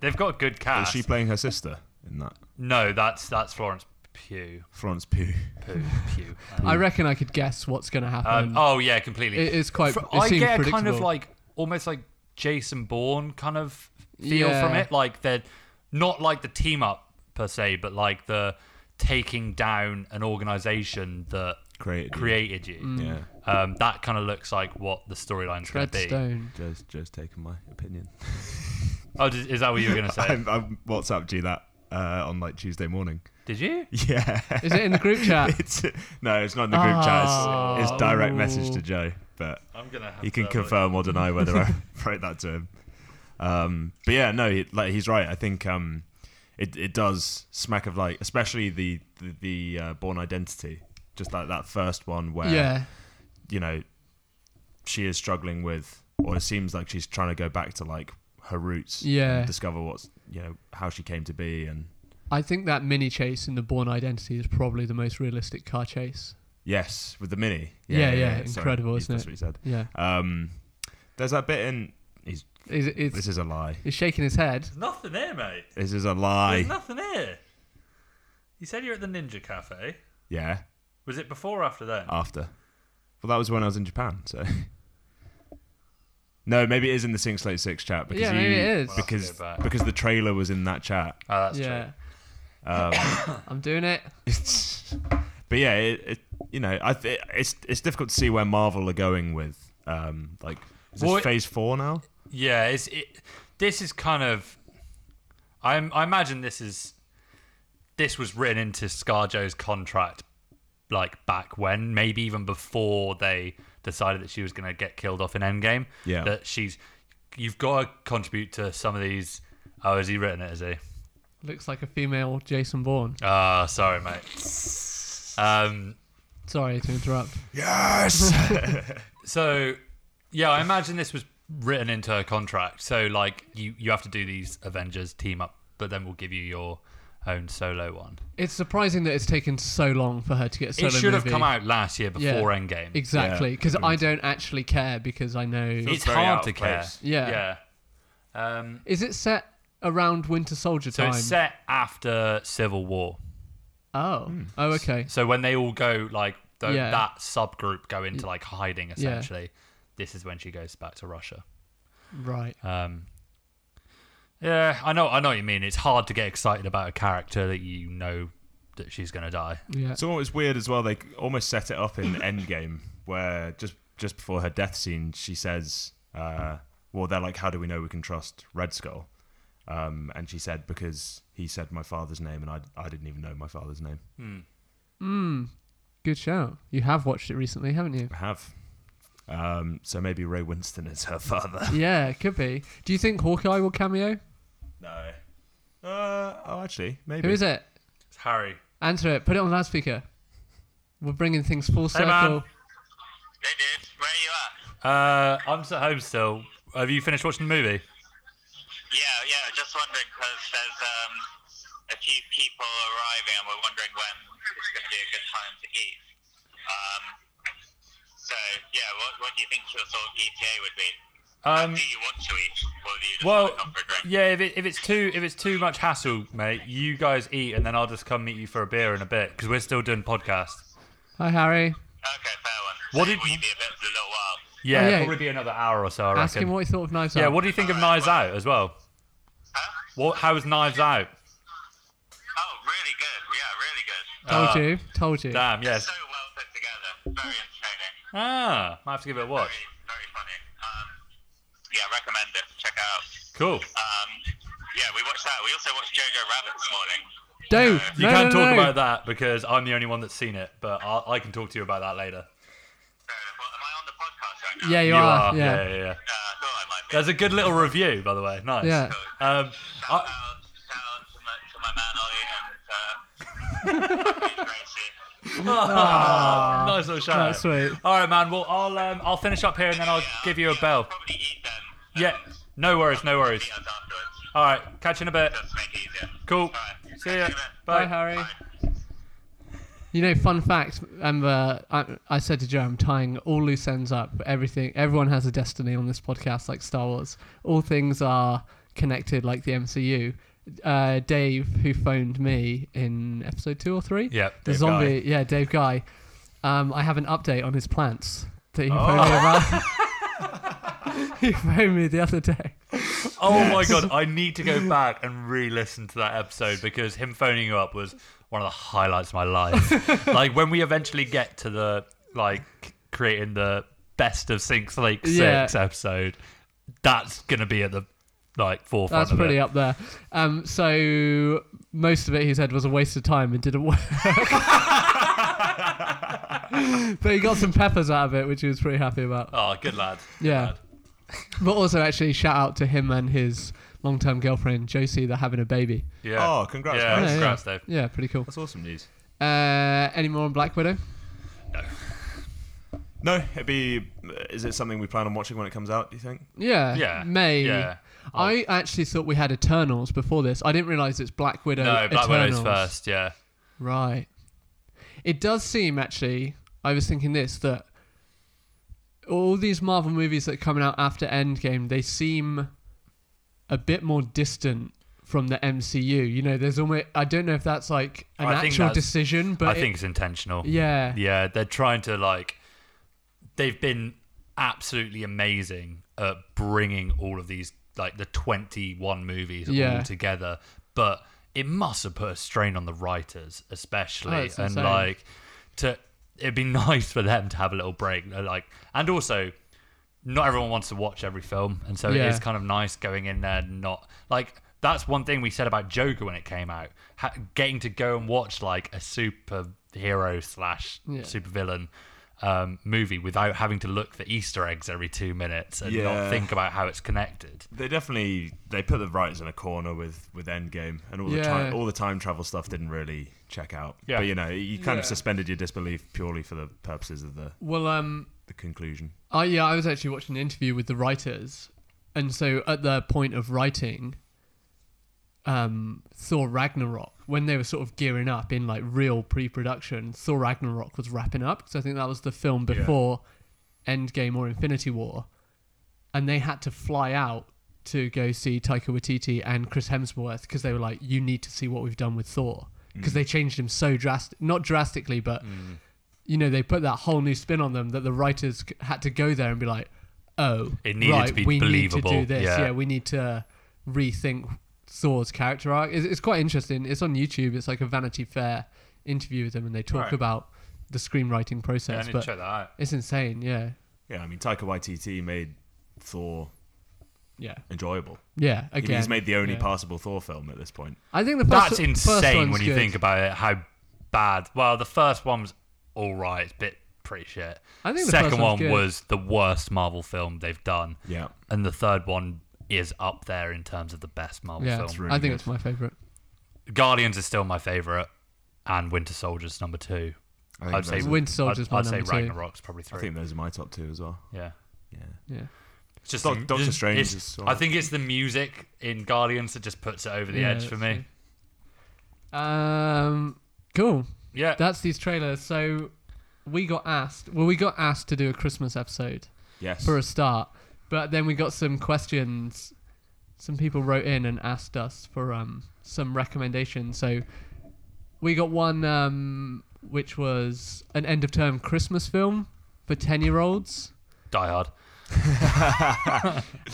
Speaker 1: they've got a good
Speaker 2: is
Speaker 1: cast.
Speaker 2: she playing her sister in that?
Speaker 1: no, that's that's Florence Pugh.
Speaker 2: Florence Pugh.
Speaker 1: Pugh.
Speaker 3: [LAUGHS]
Speaker 1: Pugh.
Speaker 3: I reckon I could guess what's going to happen
Speaker 1: Um, oh yeah, completely.
Speaker 3: it is quite
Speaker 1: Fr-
Speaker 3: it
Speaker 1: I
Speaker 3: seems
Speaker 1: get a
Speaker 3: predictable
Speaker 1: kind of like almost like Jason Bourne kind of feel
Speaker 3: Yeah.
Speaker 1: from it. Like they're not like the team up per se, but like the taking down an organization that
Speaker 2: Created. you.
Speaker 1: created you.
Speaker 3: Mm.
Speaker 2: Yeah.
Speaker 1: Um, that kind of looks like what the storyline's going to be.
Speaker 3: Redstone
Speaker 2: Joe's, Joe's taken my [LAUGHS] opinion.
Speaker 1: Oh, did, is that what you were going
Speaker 3: [LAUGHS]
Speaker 1: to say?
Speaker 2: I, I WhatsApped you that uh, on like Tuesday morning. [LAUGHS]
Speaker 1: Did you?
Speaker 2: Yeah.
Speaker 3: is it in
Speaker 1: [LAUGHS]
Speaker 3: the group chat
Speaker 2: [LAUGHS] it's no, it's not in the group chat. It's, it's direct
Speaker 3: Oh.
Speaker 2: message to Joe, but
Speaker 1: I'm gonna. Have
Speaker 2: he can confirm or deny whether I wrote that to him. Um, but yeah, no, he, like he's right. I think um, it it does smack of like, especially the the, the uh, Born Identity, just like that first one where
Speaker 3: yeah
Speaker 2: you know she is struggling with, or it seems like she's trying to go back to like her roots, and
Speaker 3: Yeah.
Speaker 2: discover what's you know how she came to be, and
Speaker 3: I think that mini chase in the Born Identity is probably the most realistic car chase
Speaker 2: yes, with the mini,
Speaker 3: Yeah, yeah, incredible,
Speaker 2: He's-
Speaker 3: isn't
Speaker 2: that's
Speaker 3: it?
Speaker 2: what he said.
Speaker 3: yeah
Speaker 2: Um, there's that bit in. He's,
Speaker 3: it's, it's,
Speaker 2: this is a lie.
Speaker 3: he's shaking his head
Speaker 1: Nothing here, mate.
Speaker 2: This is a
Speaker 1: There's
Speaker 2: lie.
Speaker 1: nothing here. You said you're at the Ninja Cafe.
Speaker 2: Yeah,
Speaker 1: Was it before or after then?
Speaker 2: after. Well, that was when I was in Japan, so. No, maybe it is in the Sing Slate Six chat because
Speaker 3: Yeah,
Speaker 2: you,
Speaker 3: maybe it is.
Speaker 1: have
Speaker 3: We'll
Speaker 1: to
Speaker 2: because
Speaker 1: go back.
Speaker 2: because the trailer was in that chat. [LAUGHS]
Speaker 1: oh, that's
Speaker 3: yeah
Speaker 1: true.
Speaker 3: [COUGHS] I'm doing it
Speaker 2: but yeah, it, it you know I th- it's it's difficult to see where Marvel are going with um like is this
Speaker 1: Well, it-
Speaker 2: Phase Four now?
Speaker 1: Yeah, it's it. This is kind of. I I imagine this is. This was written into ScarJo's contract, like back when, maybe even before they decided that she was going to get killed off in Endgame.
Speaker 2: Yeah.
Speaker 1: that she's. You've got to contribute to some of these. Oh, has he written it? Has he?
Speaker 3: looks like a female Jason Bourne
Speaker 1: Ah, sorry, mate.
Speaker 2: [LAUGHS]
Speaker 1: Um.
Speaker 3: sorry to interrupt
Speaker 2: Yes.
Speaker 1: So, yeah, I imagine this was written into her contract. So, like, you you have to do these Avengers team up, but then we'll give you your own solo one.
Speaker 3: It's surprising that it's taken so long for her to get a solo
Speaker 1: it should have
Speaker 3: movie.
Speaker 1: come out last year before
Speaker 3: Yeah.
Speaker 1: Endgame.
Speaker 3: Exactly,
Speaker 2: Yeah.
Speaker 3: because I don't actually care because I know.
Speaker 2: Feels
Speaker 1: it's
Speaker 2: very out
Speaker 1: hard
Speaker 2: of
Speaker 1: to care.
Speaker 2: place.
Speaker 3: Yeah.
Speaker 1: Yeah. Um,
Speaker 3: Is it set around Winter Soldier
Speaker 1: so
Speaker 3: time?
Speaker 1: it's set after Civil War.
Speaker 3: Oh. Oh, okay.
Speaker 1: So when they all go like tho-
Speaker 3: Yeah.
Speaker 1: that subgroup go into like hiding
Speaker 3: Yeah.
Speaker 1: essentially, this is when she goes back to Russia.
Speaker 3: Right.
Speaker 1: Um, yeah, I know. I know what you mean. It's hard to get excited about a character that you know that she's gonna die.
Speaker 3: Yeah.
Speaker 2: So what was weird as well, they almost set it
Speaker 3: [COUGHS]
Speaker 2: up in Endgame, where just just before her death scene, she says, uh, "Well, they're like, how do we know we can trust Red Skull?" Um, and she said, "Because he said my father's name, and I I didn't even know my father's name."
Speaker 3: Good shout. You have watched it recently, haven't you?
Speaker 2: I have. Um, so maybe Ray Winston is
Speaker 3: [LAUGHS]
Speaker 2: her father.
Speaker 3: Yeah, could be. Do you think Hawkeye will cameo?
Speaker 2: No. Uh, oh, actually, maybe.
Speaker 3: Who is it?
Speaker 1: It's Harry.
Speaker 3: Answer it. Put it on loudspeaker. We're bringing things full
Speaker 1: Hey,
Speaker 3: circle.
Speaker 1: man.
Speaker 4: Hey dude, where you at?
Speaker 1: Uh, I'm at home still. Have you finished watching the movie?
Speaker 4: Yeah, yeah, just wondering because there's um, a few people arriving and we're wondering when it's going to be a good time to eat. Um, so, yeah, what, what do you think your sort of ETA would be?
Speaker 1: Um,
Speaker 4: do you want to eat or do you just
Speaker 1: well,
Speaker 4: want to come for a drink?
Speaker 1: yeah. If, it, if it's too if it's too much hassle, mate, you guys eat and then I'll just come meet you for a beer in a bit because we're still doing podcast.
Speaker 3: Hi, Harry.
Speaker 4: Okay, fair one.
Speaker 1: What
Speaker 4: so
Speaker 1: did-
Speaker 4: will you be a bit for a little while?
Speaker 1: Yeah,
Speaker 3: Oh, yeah.
Speaker 1: probably be another hour or so. I
Speaker 3: Ask
Speaker 1: reckon.
Speaker 3: him what he thought of Knives
Speaker 1: yeah.
Speaker 3: Out.
Speaker 1: What do you think of Knives Out as well?
Speaker 4: Huh?
Speaker 1: What? How was Knives Out?
Speaker 4: Oh, really good. Yeah, really good.
Speaker 3: Told
Speaker 1: Ah,
Speaker 3: you. Told you.
Speaker 1: Damn. Yes.
Speaker 4: So well put together. Very entertaining.
Speaker 1: Ah, might have to give it a watch.
Speaker 4: Very, very funny. Um, yeah, recommend it. Check it out.
Speaker 1: Cool.
Speaker 4: Um, yeah, we watched that. We also watched Jojo Rabbit this morning.
Speaker 3: Don't.
Speaker 1: You
Speaker 3: no,
Speaker 1: can't
Speaker 3: no,
Speaker 1: talk
Speaker 3: no.
Speaker 1: about that because I'm the only one that's seen it, but I, I can talk to you about that later.
Speaker 4: So, well, am I on the podcast right now?
Speaker 3: Yeah, you, are. Yeah.
Speaker 1: Yeah. yeah, yeah.
Speaker 4: Uh, I thought I might be.
Speaker 1: There's a good little review, by the way. Nice.
Speaker 3: Yeah.
Speaker 1: Um,
Speaker 4: Shout
Speaker 1: I, [LAUGHS]
Speaker 4: out, shout out to, my, to my man Ollie and [LAUGHS] uh, Gracie.
Speaker 1: nice little shout.
Speaker 3: Ah. That's
Speaker 1: out.
Speaker 3: sweet.
Speaker 1: All right, man. Well, I'll um, I'll finish up here and then I'll
Speaker 4: Yeah,
Speaker 1: give you a
Speaker 4: yeah,
Speaker 1: bell.
Speaker 4: Probably eat them.
Speaker 1: Yeah. No worries. No worries.
Speaker 4: Eat us afterwards.
Speaker 1: All right. Catch you in a bit.
Speaker 4: Just make it easier.
Speaker 1: Cool.
Speaker 4: Alright.
Speaker 1: See ya.
Speaker 4: Catch you in a bit.
Speaker 3: Bye,
Speaker 1: Bye.
Speaker 3: Harry.
Speaker 4: Bye.
Speaker 3: You know, fun fact. Um, uh, I, I said to Joe, I'm tying all loose ends up. Everything. Everyone has a destiny on this podcast, like Star Wars. All things are connected, like the MCU. Uh, Dave, who phoned me in episode two or three,
Speaker 1: Yeah.
Speaker 3: the
Speaker 2: Dave
Speaker 3: zombie, yeah, Dave Guy. Um, I have an update on his plants that he
Speaker 1: Oh.
Speaker 3: phoned me about.
Speaker 1: [LAUGHS]
Speaker 3: [LAUGHS] he phoned me the other day.
Speaker 1: Oh my god, I need to go back and re-listen to that episode because him phoning you up was one of the highlights of my
Speaker 3: [LAUGHS]
Speaker 1: life. like when we eventually get to the like c- creating the best of Sync Lake
Speaker 3: Yeah.
Speaker 1: Six episode, that's gonna be at the like forefront.
Speaker 3: That's
Speaker 1: of
Speaker 3: pretty
Speaker 1: it.
Speaker 3: up there. Um, so most of it he said was a waste of time and didn't work. [LAUGHS] but he got some peppers out of it, which he was pretty happy about.
Speaker 1: Oh, good lad. Good
Speaker 3: Yeah.
Speaker 1: lad.
Speaker 3: But also, actually, shout out to him and his long-term girlfriend Josie. They're having a baby.
Speaker 1: Yeah.
Speaker 2: Oh, congrats,
Speaker 1: Yeah,
Speaker 2: guys.
Speaker 1: congrats, Dave.
Speaker 3: Yeah, pretty cool.
Speaker 2: That's awesome news.
Speaker 3: Uh, any more on Black Widow?
Speaker 2: No, it'd be. Is it something we plan on watching when it comes out? Do you think?
Speaker 3: Yeah.
Speaker 1: Yeah,
Speaker 3: May.
Speaker 1: yeah.
Speaker 3: I actually thought we had Eternals before this. I didn't realize it's Black Widow.
Speaker 1: No, Black
Speaker 3: Eternals.
Speaker 1: Widow's first. Yeah.
Speaker 3: Right. It does seem actually. I was thinking this that all these Marvel movies that are coming out after Endgame, they seem a bit more distant from the MCU. You know, there's almost I don't know if that's like an
Speaker 1: I think
Speaker 3: actual
Speaker 1: that's-
Speaker 3: decision, but
Speaker 1: I
Speaker 3: it-
Speaker 1: think it's intentional.
Speaker 3: yeah,
Speaker 1: Yeah, they're trying to like. They've been absolutely amazing at bringing all of these like the twenty-one movies
Speaker 3: Yeah.
Speaker 1: all together, but it must have put a strain on the writers, especially,
Speaker 3: Oh, it's
Speaker 1: and
Speaker 3: insane.
Speaker 1: like to. It'd be [LAUGHS] nice for them to have a little break, They're like, and also. Not everyone wants to watch every film, and so
Speaker 3: Yeah.
Speaker 1: it is kind of nice going in there. and Not like that's one thing we said about Joker when it came out, ha- getting to go and watch like a superhero slash
Speaker 3: Yeah.
Speaker 1: supervillain um, movie without having to look for Easter eggs every two minutes and not
Speaker 2: Yeah.
Speaker 1: think about how it's connected.
Speaker 2: They definitely they put the writers in a corner with with Endgame and all the
Speaker 3: Yeah.
Speaker 2: time all the time travel stuff didn't really check out.
Speaker 1: Yeah.
Speaker 2: But you know, you kind of
Speaker 3: Yeah.
Speaker 2: suspended your disbelief purely for the purposes of the
Speaker 3: Well, um,
Speaker 2: the conclusion.
Speaker 3: I yeah, I was actually watching an interview with the writers, and so at the point of writing, um, Thor Ragnarok, when they were sort of gearing up in like real pre-production, Thor Ragnarok was wrapping up because I think that was the film before Endgame or Infinity War, and they had to fly out to go see Taika Waititi and Chris Hemsworth because they were like, "You need to see what we've done with Thor,"
Speaker 1: Mm.
Speaker 3: because they changed him so drastic, not drastically, but you know they put that whole new spin on them that the writers c- had to go there and be like, "Oh,
Speaker 1: It needed to
Speaker 3: right,
Speaker 1: be
Speaker 3: we need
Speaker 1: believable,
Speaker 3: to do this.
Speaker 1: yeah.
Speaker 3: yeah, we need to rethink Thor's character arc. It's, it's quite interesting. It's on YouTube. It's like a Vanity Fair interview with them, and they talk
Speaker 1: Right.
Speaker 3: about the screenwriting
Speaker 1: I
Speaker 3: process.
Speaker 1: need to
Speaker 3: but
Speaker 1: check that out.
Speaker 3: it's insane. Yeah,
Speaker 2: Yeah, I mean, Taika Waititi made Thor
Speaker 3: yeah,
Speaker 2: enjoyable.
Speaker 3: yeah.
Speaker 2: I
Speaker 3: Again,
Speaker 2: mean, he's made the only
Speaker 3: yeah.
Speaker 2: passable Thor film at this point.
Speaker 3: I think the
Speaker 1: That's
Speaker 3: first, first
Speaker 1: insane
Speaker 3: one's
Speaker 1: when you
Speaker 3: good.
Speaker 1: think about it. How bad? Well, the first one was all right. It's a bit pretty shit.
Speaker 3: I think the
Speaker 1: second
Speaker 3: first
Speaker 1: one
Speaker 3: one's good.
Speaker 1: was the worst Marvel film they've done.
Speaker 2: Yeah.
Speaker 1: and the third one is up there in terms of the best Marvel
Speaker 3: Yeah,
Speaker 1: film.
Speaker 2: really
Speaker 3: I think
Speaker 2: good.
Speaker 3: it's my favorite.
Speaker 1: Guardians is still my favorite, and Winter Soldier's number two.
Speaker 2: I think,
Speaker 1: I'd say
Speaker 2: those are,
Speaker 3: Winter Soldier's
Speaker 1: I'd,
Speaker 3: my
Speaker 1: I'd say
Speaker 3: number two.
Speaker 1: Ragnarok's probably three.
Speaker 2: I think those are my top two as well.
Speaker 1: yeah.
Speaker 2: Yeah.
Speaker 3: Yeah,
Speaker 1: It's just
Speaker 2: Doc-
Speaker 1: the-
Speaker 2: Doctor
Speaker 1: just-
Speaker 2: Strange
Speaker 1: it's-
Speaker 2: is
Speaker 1: I
Speaker 2: alright.
Speaker 1: think it's the music in Guardians that just puts it over the
Speaker 3: Yeah,
Speaker 1: edge for
Speaker 3: that's
Speaker 1: me.
Speaker 3: true. Um, cool.
Speaker 1: Yeah.
Speaker 3: That's these trailers. So we got asked. Well, we got asked to do a Christmas episode
Speaker 2: Yes.
Speaker 3: for a start, but then we got some questions. Some people wrote in and asked us for um, some recommendations. So we got one um, which was an end of term Christmas film for ten year olds.
Speaker 1: Die Hard.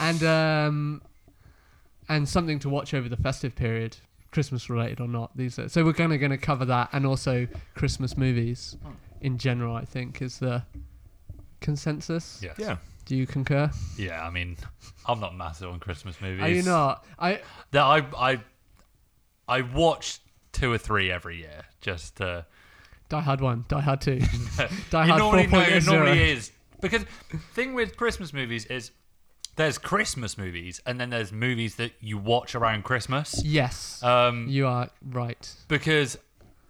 Speaker 3: and um, and something to watch over the festive period, Christmas related or not. These are, so we're kind of going to cover that and also Christmas movies in general. I think is the consensus.
Speaker 1: Yes.
Speaker 2: yeah.
Speaker 3: Do you concur?
Speaker 1: Yeah, I mean, [LAUGHS] I'm not massive on Christmas movies.
Speaker 3: Are you not? I
Speaker 1: That I I I watch two or three every year just to
Speaker 3: Die Hard one, Die
Speaker 1: [LAUGHS]
Speaker 3: Hard two, Die
Speaker 1: It
Speaker 3: Hard four
Speaker 1: normally, uh, no,
Speaker 3: point oh.
Speaker 1: it normally
Speaker 3: zero.
Speaker 1: is because thing with Christmas movies is there's Christmas movies and then there's movies that you watch around Christmas.
Speaker 3: Yes,
Speaker 1: Um,
Speaker 3: you are right.
Speaker 1: because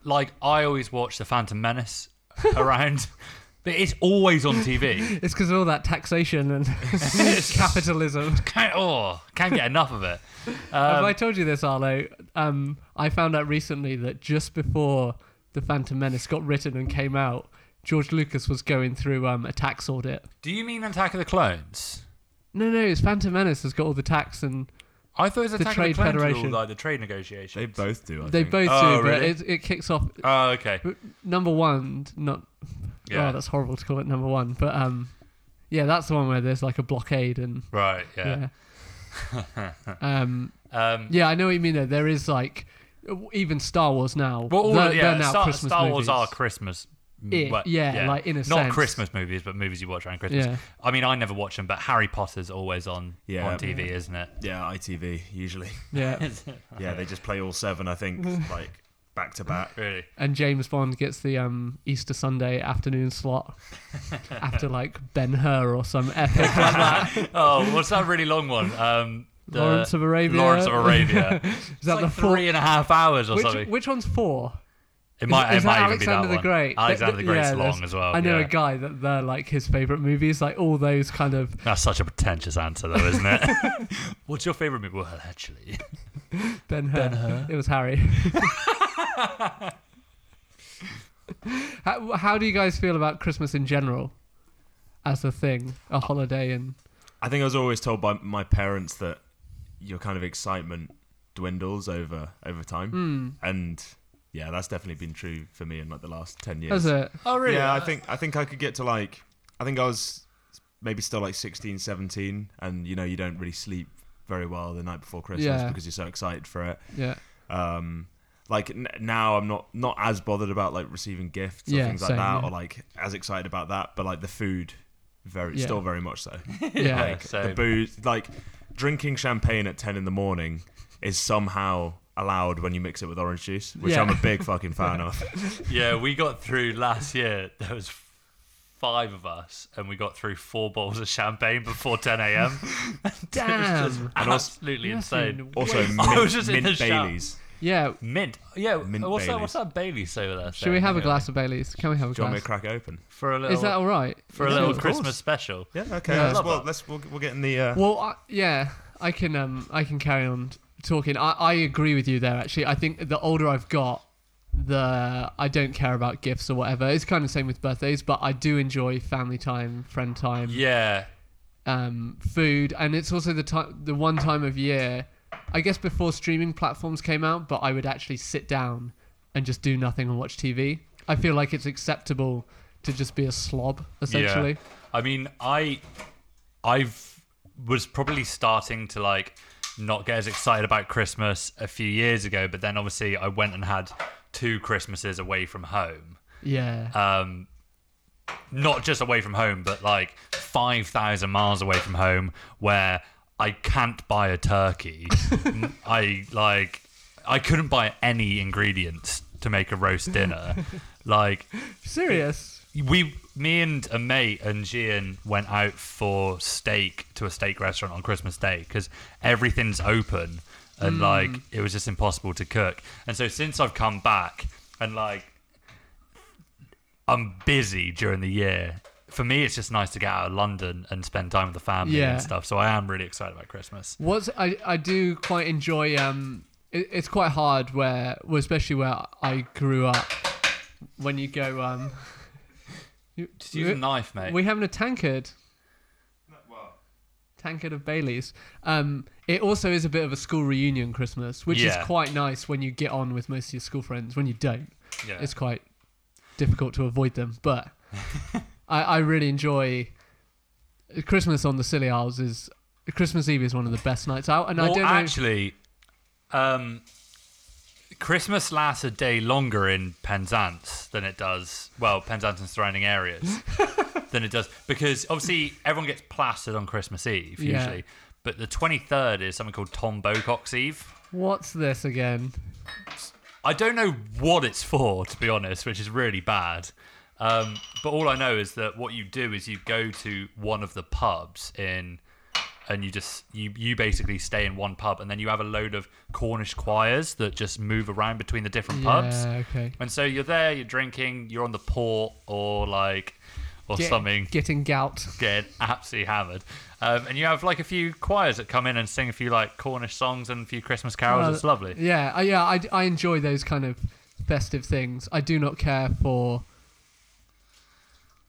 Speaker 1: like I always watch the Phantom Menace [LAUGHS] around, but it's always on TV.
Speaker 3: It's because of all that
Speaker 1: [LAUGHS]
Speaker 3: taxation and [LAUGHS] capitalism.
Speaker 1: Can't, oh, can't get enough of it. Um,
Speaker 3: Have I told you this, Arlo? Um, I found out recently that just before the Phantom Menace got written and came out, George Lucas was going through um, a tax audit.
Speaker 1: Do you mean Attack of the Clones?
Speaker 3: No, no, it's Phantom Menace has got all the tax, and
Speaker 1: I thought it was Attack
Speaker 3: Trade
Speaker 1: of the Clones
Speaker 3: Federation.
Speaker 1: with all, like the trade negotiation.
Speaker 2: They both do. I
Speaker 3: they
Speaker 2: think.
Speaker 3: both
Speaker 1: Oh,
Speaker 3: do.
Speaker 1: really?
Speaker 3: But it, it kicks off
Speaker 1: Oh, okay.
Speaker 3: number one. Not
Speaker 1: Yeah.
Speaker 3: oh, that's horrible to call it number one, but um, yeah, that's the one where there's like a blockade and
Speaker 1: Right.
Speaker 3: yeah.
Speaker 1: Yeah. [LAUGHS]
Speaker 3: um,
Speaker 1: Um,
Speaker 3: yeah, I know what you mean. Though there is like even Star Wars now.
Speaker 1: Well, all
Speaker 3: they're,
Speaker 1: of, yeah,
Speaker 3: they're now
Speaker 1: Star,
Speaker 3: Christmas
Speaker 1: Star
Speaker 3: movies.
Speaker 1: Wars are Christmas. m-
Speaker 3: Yeah,
Speaker 1: but-
Speaker 3: yeah, like, in a
Speaker 1: not
Speaker 3: sense.
Speaker 1: Christmas movies, but movies you watch around Christmas.
Speaker 3: Yeah.
Speaker 1: I mean, I never watch them, but Harry Potter's always on
Speaker 2: Yeah.
Speaker 1: on TV, isn't it?
Speaker 2: Yeah, ITV usually. [LAUGHS]
Speaker 1: [LAUGHS]
Speaker 3: Yeah,
Speaker 2: Yeah, they just play all seven.
Speaker 3: [LAUGHS]
Speaker 2: I think like back to back.
Speaker 1: Really?
Speaker 3: and James Bond gets the um, Easter Sunday
Speaker 1: [LAUGHS]
Speaker 3: afternoon slot after like Ben Hur or some epic like that.
Speaker 1: Oh, what's that really long one? Um, the-
Speaker 3: Lawrence of Arabia.
Speaker 1: Lawrence of Arabia.
Speaker 3: [LAUGHS] Is
Speaker 1: it's
Speaker 3: that
Speaker 1: like
Speaker 3: the four-
Speaker 1: three and a half hours or
Speaker 3: Which,
Speaker 1: something.
Speaker 3: which one's four?
Speaker 1: it might,
Speaker 3: is
Speaker 1: it
Speaker 3: that
Speaker 1: might even be that
Speaker 3: Alexander the
Speaker 1: one.
Speaker 3: Great? Th-
Speaker 1: Alexander the
Speaker 3: th-
Speaker 1: Great's
Speaker 3: yeah,
Speaker 1: long
Speaker 3: there's-
Speaker 1: as well.
Speaker 3: I know
Speaker 1: yeah.
Speaker 3: a guy that they're like his favorite movies, like all those kind of.
Speaker 1: That's such a pretentious answer, though, isn't it?
Speaker 3: [LAUGHS]
Speaker 1: What's your favorite movie? Well, actually,
Speaker 3: Ben Hur. It was Harry. [LAUGHS] how, how do you guys feel about Christmas in general, as a thing, a holiday, and
Speaker 2: I think I was always told by my parents that your kind of excitement dwindles over over
Speaker 3: Hmm.
Speaker 2: time, and yeah, that's definitely been true for me in like the last ten years.
Speaker 3: as a
Speaker 1: oh really?
Speaker 2: Yeah, I think I think I could get to like I think I was maybe still like 16, 17 and you know you don't really sleep very well the night before Christmas
Speaker 3: Yeah.
Speaker 2: because you're so excited for it.
Speaker 3: yeah
Speaker 2: Um like n- now I'm not not as bothered about like receiving gifts or
Speaker 3: Yeah,
Speaker 2: things like
Speaker 3: same,
Speaker 2: that
Speaker 3: yeah.
Speaker 2: or like as excited about that but like the food very
Speaker 3: Yeah.
Speaker 2: still very much so.
Speaker 3: yeah
Speaker 2: like the
Speaker 1: same.
Speaker 2: booze like drinking champagne at 10 in the morning is somehow allowed when you mix it with orange juice, which
Speaker 3: Yeah.
Speaker 2: I'm a big fucking fan
Speaker 1: [LAUGHS]
Speaker 2: of.
Speaker 1: Yeah, we got through last year. There was five of us, and we got through four bottles of champagne before 10
Speaker 3: [LAUGHS]
Speaker 1: a.m.
Speaker 3: Damn.
Speaker 1: It's just
Speaker 2: And also-
Speaker 1: absolutely
Speaker 3: Yes,
Speaker 1: insane.
Speaker 3: and-
Speaker 2: Also, mint,
Speaker 1: I was just in
Speaker 2: mint
Speaker 1: the shop.
Speaker 2: Baileys.
Speaker 3: yeah.
Speaker 1: Mint, yeah.
Speaker 2: Mint
Speaker 1: what's that?
Speaker 2: Baileys.
Speaker 1: What's that Bailey's over there?
Speaker 3: Should we have a
Speaker 1: saying?
Speaker 3: glass of Bailey's? Can we have a
Speaker 2: Do you want me
Speaker 3: glass?
Speaker 2: to crack it open?
Speaker 1: for a little?
Speaker 3: Is that all right?
Speaker 1: for a
Speaker 3: Yeah.
Speaker 1: little
Speaker 2: course.
Speaker 1: Christmas special?
Speaker 2: Yeah, okay.
Speaker 3: Yeah.
Speaker 2: Let's,
Speaker 1: Love
Speaker 2: well,
Speaker 1: that.
Speaker 2: let's we'll, we'll get in the. Uh,
Speaker 3: Well, I, yeah, I can um I can carry on t- talking, I, I agree with you there. Actually, I think the older I've got, the I don't care about gifts or whatever. It's kind of the same with birthdays, but I do enjoy family time, friend time,
Speaker 1: Yeah.
Speaker 3: um, food, and it's also the time, the one time of year. I guess before streaming platforms came out, but I would actually sit down and just do nothing and watch TV. I feel like it's acceptable to just be a slob essentially.
Speaker 1: I mean, I I've was probably starting to like not get as excited about Christmas a few years ago, but then obviously I went and had two Christmases away from home.
Speaker 3: Yeah.
Speaker 1: Um not just away from home, but like 5,000 miles away from home where I can't buy a turkey. M- I like I couldn't buy any ingredients to make a roast dinner. like
Speaker 3: Serious.
Speaker 1: we me and a mate and Gian went out for steak to a steak restaurant on Christmas Day because everything's open
Speaker 3: Mm.
Speaker 1: and like it was just impossible to cook. And so since I've come back and like I'm busy during the year. For me, it's just nice to get out of London and spend time with the family
Speaker 3: Yeah.
Speaker 1: and stuff. So I am really excited about Christmas.
Speaker 3: What's I I do quite enjoy. Um, it, it's quite hard where, well, especially where I grew up. When you go, um, [LAUGHS] you,
Speaker 1: Just use a knife, mate.
Speaker 3: we having a tankard. Tankard of Bailey's. Um, it also is a bit of a school reunion Christmas, which
Speaker 1: Yeah.
Speaker 3: is quite nice when you get on with most of your school friends. When you don't,
Speaker 1: yeah.
Speaker 3: it's quite difficult to avoid them.
Speaker 1: [LAUGHS]
Speaker 3: But I, I really enjoy Christmas on the Silly Isles. Is Christmas Eve is one of the best nights out, and I
Speaker 1: well,
Speaker 3: don't know.
Speaker 1: actually, um, Christmas lasts a day longer in Penzance than it does, well, Penzance and surrounding
Speaker 3: [LAUGHS]
Speaker 1: areas than it does because obviously everyone gets plastered on Christmas Eve
Speaker 3: Yeah.
Speaker 1: usually, but the 23rd is something called Tom Bocock's Eve.
Speaker 3: What's this again?
Speaker 1: I don't know what it's for, to be honest, which is really bad. Um, but all I know is that what you do is you go to one of the pubs in, and you just you you basically stay in one pub, and then you have a load of Cornish choirs that just move around between the different pubs.
Speaker 3: Yeah, okay.
Speaker 1: And so you're there, you're drinking, you're on the port or like or
Speaker 3: Get-
Speaker 1: something,
Speaker 3: Getting gout.
Speaker 1: getting absolutely hammered. Um, and you have like a few choirs that come in and sing a few like Cornish songs and a few Christmas carols.
Speaker 3: Well,
Speaker 1: it's lovely.
Speaker 3: Yeah, I, yeah, I, I enjoy those kind of festive things. I do not care for. I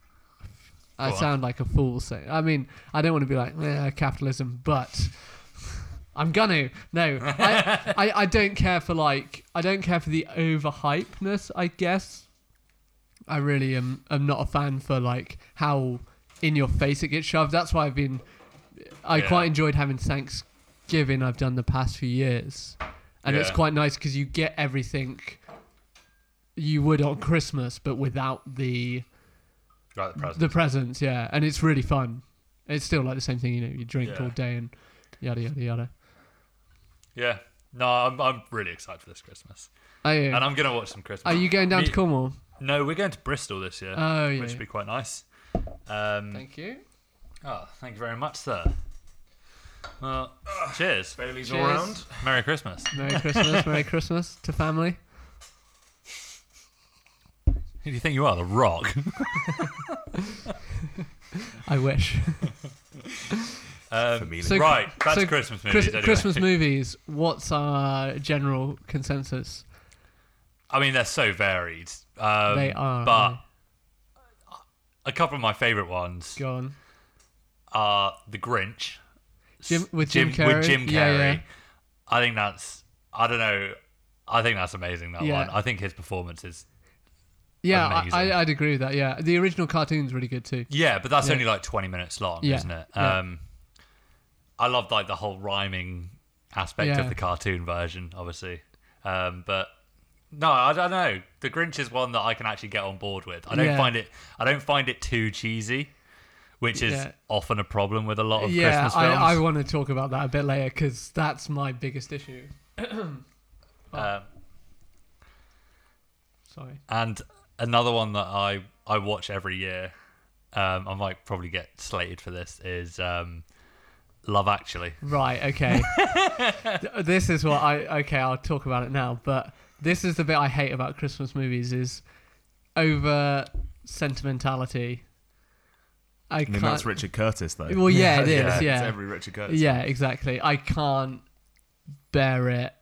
Speaker 1: Go on.
Speaker 3: sound like a fool saying. I mean, I don't want to be like "Eh, capitalism, but [LAUGHS] I'm gonna. No,
Speaker 1: [LAUGHS]
Speaker 3: I, I, I don't care for like I don't care for the overhypeness. I guess I really am. am not a fan for like how in your face it gets shoved. That's why I've been. I
Speaker 1: Yeah.
Speaker 3: quite enjoyed having Thanksgiving. I've done the past few years, and it's
Speaker 1: Yeah.
Speaker 3: quite nice because you get everything you would on Christmas, but without the
Speaker 1: Right, the present.
Speaker 3: the presents. Yeah, and it's really fun. It's still like the same thing, you know. You drink
Speaker 1: Yeah.
Speaker 3: all day and yada yada yada.
Speaker 1: Yeah. No, I'm, I'm really excited for this Christmas.
Speaker 3: Are you,
Speaker 1: And I'm going to watch some Christmas.
Speaker 3: are you going down
Speaker 1: Me- Mm.
Speaker 3: to Cornwall?
Speaker 1: No, we're going to Bristol this year.
Speaker 3: Oh, yeah.
Speaker 1: Which would be quite nice. Um, thank
Speaker 3: Thank you.
Speaker 1: oh, thank you very much, sir. Well, cheers.
Speaker 2: Bailey's
Speaker 3: all round.
Speaker 1: Merry Christmas. [LAUGHS]
Speaker 3: Merry Christmas. Merry Christmas to family.
Speaker 1: Who do you think you are, The Rock?
Speaker 3: I wish.
Speaker 1: Um,
Speaker 2: So-
Speaker 1: right, that's
Speaker 3: so
Speaker 1: Christmas movies.
Speaker 3: Chris-
Speaker 1: anyway. [LAUGHS]
Speaker 3: Christmas movies. What's our general consensus?
Speaker 1: I mean, they're so varied. Um,
Speaker 3: They are,
Speaker 1: But a couple of my favourite ones
Speaker 3: Go on.
Speaker 1: are The Grinch.
Speaker 3: Jim, with Jim, Carrey.
Speaker 1: With Jim Carrey.
Speaker 3: Yeah, yeah.
Speaker 1: I think that's. I don't know. I think that's amazing. That
Speaker 3: Yeah.
Speaker 1: one. I think his performance is.
Speaker 3: Yeah, I-
Speaker 1: Amazing.
Speaker 3: I, I'd agree with that. Yeah, the original cartoon's really good too.
Speaker 1: Yeah, but that's
Speaker 3: Yeah.
Speaker 1: only like twenty minutes long,
Speaker 3: Yeah,
Speaker 1: isn't it?
Speaker 3: yeah.
Speaker 1: Um, I love like the whole rhyming aspect
Speaker 3: Yeah.
Speaker 1: of the cartoon version, obviously. Um, but no, I don't know. The Grinch is one that I can actually get on board with. I don't
Speaker 3: Yeah.
Speaker 1: find it. I don't find it too cheesy, which is
Speaker 3: Yeah.
Speaker 1: often a problem with a lot of
Speaker 3: yeah,
Speaker 1: Christmas films.
Speaker 3: I, I want to talk about that a bit later because that's my biggest issue.
Speaker 1: Um,
Speaker 3: Sorry.
Speaker 1: And another one that I I watch every year, um, I might probably get slated for this is um, Love Actually.
Speaker 3: Right.
Speaker 2: [LAUGHS]
Speaker 3: Okay. Th- this is what I. Okay, I'll talk about it now. But this is the bit I hate about Christmas movies is over sentimentality. I
Speaker 2: I
Speaker 3: can't.
Speaker 2: mean, that's Richard Curtis, though. [LAUGHS]
Speaker 3: Well, yeah, it is.
Speaker 1: Yeah,
Speaker 3: Yeah.
Speaker 1: it's
Speaker 2: It's every Richard Curtis.
Speaker 3: Yeah, exactly. I can't bear it.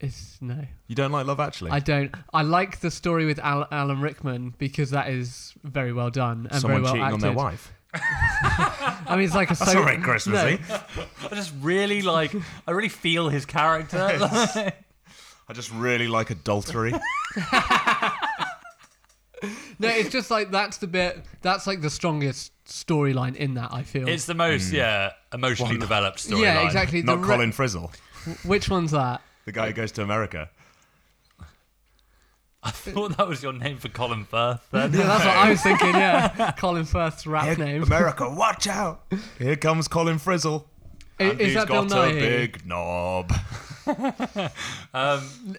Speaker 3: It's no.
Speaker 2: You don't like Love Actually?
Speaker 3: I don't. I like the story with Al- Alan Rickman because that is very well done and very
Speaker 2: Someone
Speaker 3: well
Speaker 2: cheating
Speaker 3: acted.
Speaker 2: on their wife.
Speaker 3: I mean, it's
Speaker 2: [LAUGHS]
Speaker 3: like a
Speaker 2: That's
Speaker 3: soap.
Speaker 2: all right, Christmassy.
Speaker 1: I just really like. I really feel his character. like-
Speaker 2: I just really like adultery.
Speaker 3: No, it's just like that's the bit. That's like the strongest storyline in that. I
Speaker 1: [LAUGHS]
Speaker 3: feel.
Speaker 1: it's the most yeah emotionally developed storyline.
Speaker 3: Hmm. yeah, exactly. [LAUGHS]
Speaker 2: Not
Speaker 3: the re-
Speaker 2: Colin Frizzle,
Speaker 3: Which one's that?
Speaker 2: the guy who goes to America.
Speaker 1: [LAUGHS] I thought that was your name for Colin
Speaker 3: [LAUGHS]
Speaker 1: Firth. Then
Speaker 3: Yeah, that's what I was
Speaker 1: [LAUGHS]
Speaker 3: thinking. Yeah, Colin Firth's rap
Speaker 2: Here-
Speaker 3: name.
Speaker 2: America, watch out! Here comes Colin Frizzle.
Speaker 3: I-
Speaker 2: And
Speaker 3: is
Speaker 2: he's
Speaker 3: that Bill
Speaker 2: got a
Speaker 3: Nye?
Speaker 2: big knob.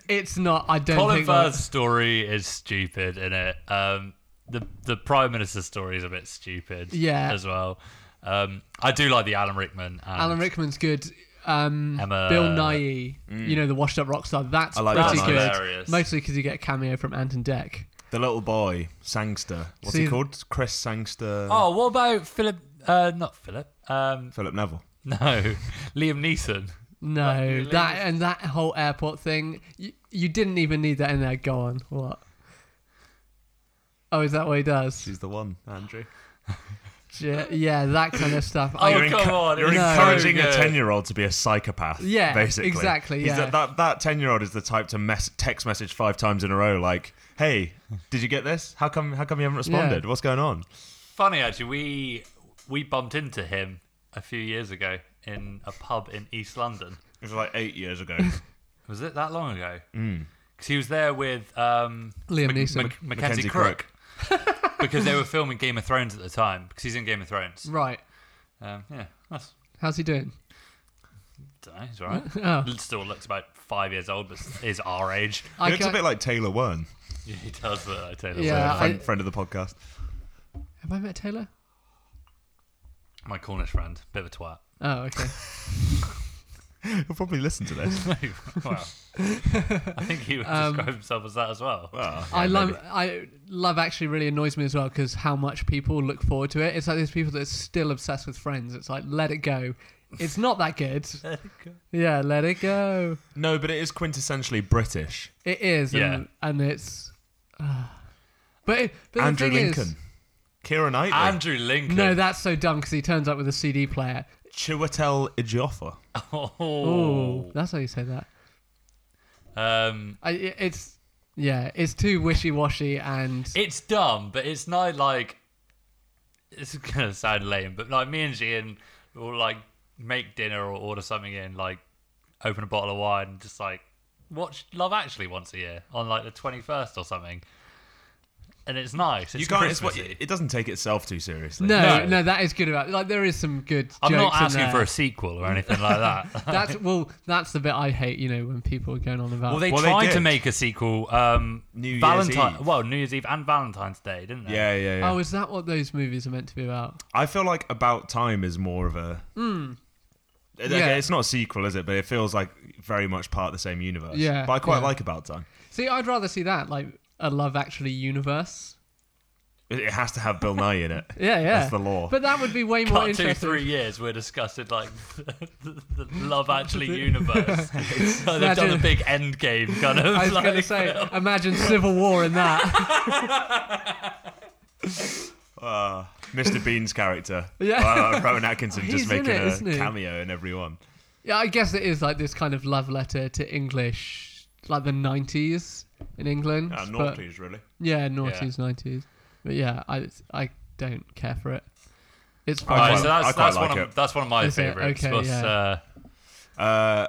Speaker 3: It's not. I don't
Speaker 1: Colin
Speaker 3: think. that-
Speaker 1: Firth's story is stupid in it. Um, the the Prime Minister's story is a bit stupid.
Speaker 3: Yeah.
Speaker 1: as well. Um, I do like the Alan Rickman. And
Speaker 3: Alan Rickman's good. Um,
Speaker 1: Emma- Mm.
Speaker 3: Bill Nye, you know the washed up rock star. That's
Speaker 2: I like
Speaker 3: pretty
Speaker 2: Bill
Speaker 3: good.
Speaker 2: Nye.
Speaker 1: Hilarious.
Speaker 3: Mostly because you get a cameo from Anton Deck.
Speaker 2: The little boy, Sangster. What's
Speaker 3: See-
Speaker 2: he called? Chris Sangster.
Speaker 1: Oh, what about Philip? Uh, not Philip. Um,
Speaker 2: Philip Neville.
Speaker 1: [LAUGHS] no, Liam Neeson.
Speaker 3: No,
Speaker 1: Really?
Speaker 3: that and that whole airport thing. You, you didn't even need that in there. Go on. What? Oh, is that what he does?
Speaker 2: She's the one, Andrew.
Speaker 3: J- Yeah, that kind of stuff. Oh, I-
Speaker 1: You're Oh, come on,
Speaker 2: Oh, You're
Speaker 1: it's
Speaker 3: so
Speaker 2: encouraging a
Speaker 1: good.
Speaker 2: 10 year old to be a psychopath.
Speaker 3: Yeah,
Speaker 2: basically.
Speaker 3: exactly,
Speaker 2: He's
Speaker 3: yeah.
Speaker 2: the- that, that 10 year old is the type to mess, text message five times in a row, like, hey, did you get this? How come, how come you haven't responded? What's going on?
Speaker 1: Funny actually, we we bumped into him a few years ago in a pub in East London.
Speaker 2: It was like eight
Speaker 3: [LAUGHS]
Speaker 2: years ago.
Speaker 1: Was it that long ago? Because he was there with um,
Speaker 3: Liam
Speaker 1: Mac-
Speaker 3: Neeson.
Speaker 1: Mac- Mackenzie,
Speaker 2: Mackenzie
Speaker 1: Crook. [LAUGHS] because they were filming Game of Thrones at the time. Because he's in Game of Thrones.
Speaker 3: right.
Speaker 1: Um, yeah, that's
Speaker 3: How's he doing? [LAUGHS]
Speaker 1: dunno, he's all right.
Speaker 3: Oh.
Speaker 1: Still looks about five years old, but is our age. [LAUGHS]
Speaker 3: I
Speaker 2: it's a
Speaker 3: can't-
Speaker 2: bit like Taylor Wern,
Speaker 1: Yeah, he does look like Taylor
Speaker 3: Yeah,
Speaker 1: Swift.
Speaker 3: I-
Speaker 2: friend, friend of the podcast. [LAUGHS]
Speaker 3: Have I met Taylor?
Speaker 1: My Cornish friend, bit of a twat. [LAUGHS]
Speaker 3: Oh,
Speaker 2: [LAUGHS]
Speaker 3: okay.
Speaker 2: He'll probably listen
Speaker 3: [LAUGHS]
Speaker 2: to this.
Speaker 1: well, I think he would
Speaker 3: Um,
Speaker 1: describe himself as that as well.
Speaker 2: Well,
Speaker 3: I
Speaker 2: yeah,
Speaker 3: love
Speaker 2: maybe.
Speaker 3: I love actually really annoys me as well because how much people look forward to it. It's like these people that are still obsessed with Friends. It's like let it go. It's not that
Speaker 2: [LAUGHS]
Speaker 3: good. yeah, let it go.
Speaker 2: No, but it is quintessentially British.
Speaker 3: It is. And, and it's. ah. but it, but the
Speaker 2: Andrew
Speaker 3: thing
Speaker 2: Lincoln.
Speaker 3: Is,
Speaker 2: Kira Knightley.
Speaker 1: [LAUGHS] Andrew Lincoln.
Speaker 3: no, that's so dumb because he turns up with a CD player.
Speaker 2: Chiwetel Ejiofor.
Speaker 1: [LAUGHS] Oh.
Speaker 3: Oh, that's how you say that.
Speaker 1: Um,
Speaker 3: I, it- it's yeah, it's too wishy washy and
Speaker 1: it's dumb, but it's not like. It's gonna sound lame, but like me and Gian will like make dinner or order something in, like open a bottle of wine, and just like watch Love Actually once a year on like the twenty first or something, and it's nice. It's
Speaker 2: You can't. It's what,
Speaker 1: Christmassy.
Speaker 2: it doesn't take itself too seriously.
Speaker 3: no,
Speaker 1: No.
Speaker 3: no, that is good about. Like there is some good.
Speaker 1: I'm not
Speaker 3: jokes in
Speaker 1: asking
Speaker 3: there.
Speaker 1: for a sequel or anything like
Speaker 3: [LAUGHS]
Speaker 1: that.
Speaker 3: That's well. That's the bit I hate. You know when people are going on about.
Speaker 1: Well, they
Speaker 2: Well, they
Speaker 1: tried to
Speaker 2: did.
Speaker 1: make a sequel. Um,
Speaker 2: New Year's
Speaker 1: Valentine.
Speaker 2: Eve.
Speaker 1: Well, New Year's Eve and Valentine's Day, didn't they?
Speaker 2: Yeah, yeah, yeah.
Speaker 3: oh, is that what those movies are meant to be about?
Speaker 2: I feel like About Time is more of a. Okay,
Speaker 3: Hmm. Yeah.
Speaker 2: it's not a sequel, is it? But it feels like very much part of the same universe.
Speaker 3: Yeah,
Speaker 2: But I quite
Speaker 3: yeah.
Speaker 2: like About Time.
Speaker 3: See, I'd rather see that like a Love Actually universe.
Speaker 2: It, it has to have Bill Nye in it.
Speaker 3: Yeah, [LAUGHS] yeah.
Speaker 2: That's the law.
Speaker 3: But that would be way more
Speaker 1: Cut two,
Speaker 3: interesting.
Speaker 1: three years, we're discussing like [LAUGHS] the, the
Speaker 3: [LAUGHS]
Speaker 1: Love Actually universe. so [LAUGHS] they've done
Speaker 3: Imagine-
Speaker 1: a big end game kind of.
Speaker 3: [LAUGHS] I was
Speaker 1: like,
Speaker 3: going to say,
Speaker 1: [LAUGHS]
Speaker 3: imagine Civil War in that.
Speaker 2: Uh, Mr. Bean's character.
Speaker 3: [LAUGHS] Yeah.
Speaker 2: Uh, Rowan Atkinson
Speaker 3: He's
Speaker 2: just
Speaker 3: in
Speaker 2: making
Speaker 3: it, isn't
Speaker 2: a
Speaker 3: he?
Speaker 2: cameo in every one.
Speaker 3: yeah, I guess it is like this kind of love letter to English, like the '90s in England.
Speaker 1: Uh,
Speaker 2: Yeah,
Speaker 3: but-
Speaker 2: naughties, Uh, really.
Speaker 3: Yeah, noughties, nineties. But yeah, I I don't care for it. It's fine.
Speaker 1: Alright,
Speaker 2: quite-
Speaker 1: so that's,
Speaker 2: I quite
Speaker 1: that's
Speaker 2: like
Speaker 1: one
Speaker 2: it.
Speaker 1: of that's one of my
Speaker 3: Is it?
Speaker 1: favorites.
Speaker 3: Okay,
Speaker 1: was,
Speaker 3: yeah.
Speaker 1: uh,
Speaker 2: Uh,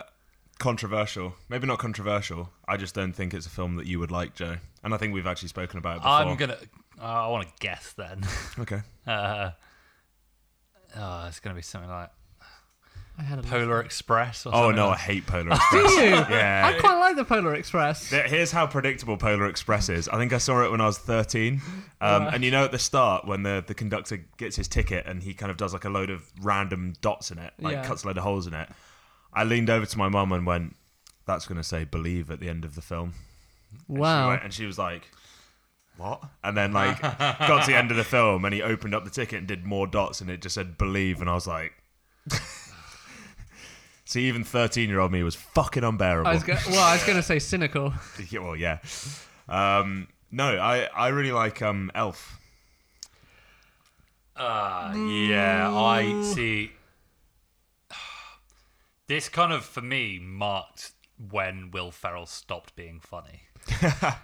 Speaker 2: controversial. Maybe not controversial. I just don't think it's a film that you would like, Joe. And I think we've actually spoken about it before.
Speaker 1: I'm gonna. Uh, I want to guess then. [LAUGHS]
Speaker 2: Okay.
Speaker 1: Uh, oh, it's gonna be something like
Speaker 3: I had a
Speaker 1: Polar Express. Or
Speaker 2: Oh
Speaker 1: something
Speaker 2: no, I
Speaker 1: like
Speaker 2: hate Polar
Speaker 3: [LAUGHS]
Speaker 2: Express.
Speaker 3: Do you?
Speaker 2: [LAUGHS] yeah.
Speaker 3: I quite like the Polar Express.
Speaker 2: Th- Here's how predictable Polar Express is. I think I saw it when I was 13. Um, And you know, at the start, when the, the conductor gets his ticket and he kind of does like a load of random dots in it, like
Speaker 3: Yeah.
Speaker 2: cuts a load of holes in it, I leaned over to my mum and went, That's going to say believe at the end of the film. She
Speaker 3: Wow.
Speaker 2: went- and she was like, What? And then, like, got to the end of the film and he opened up the ticket and did more dots and it just said believe. And I was like, [LAUGHS] See, even thirteen-year-old me was fucking unbearable.
Speaker 3: I was go- well, I was going to say cynical.
Speaker 2: yeah, [LAUGHS] well, yeah. Um, no, I, I really like um, Elf.
Speaker 1: Ah, yeah, I see. [SIGHS] This kind of, for me, marked when Will Ferrell stopped being funny.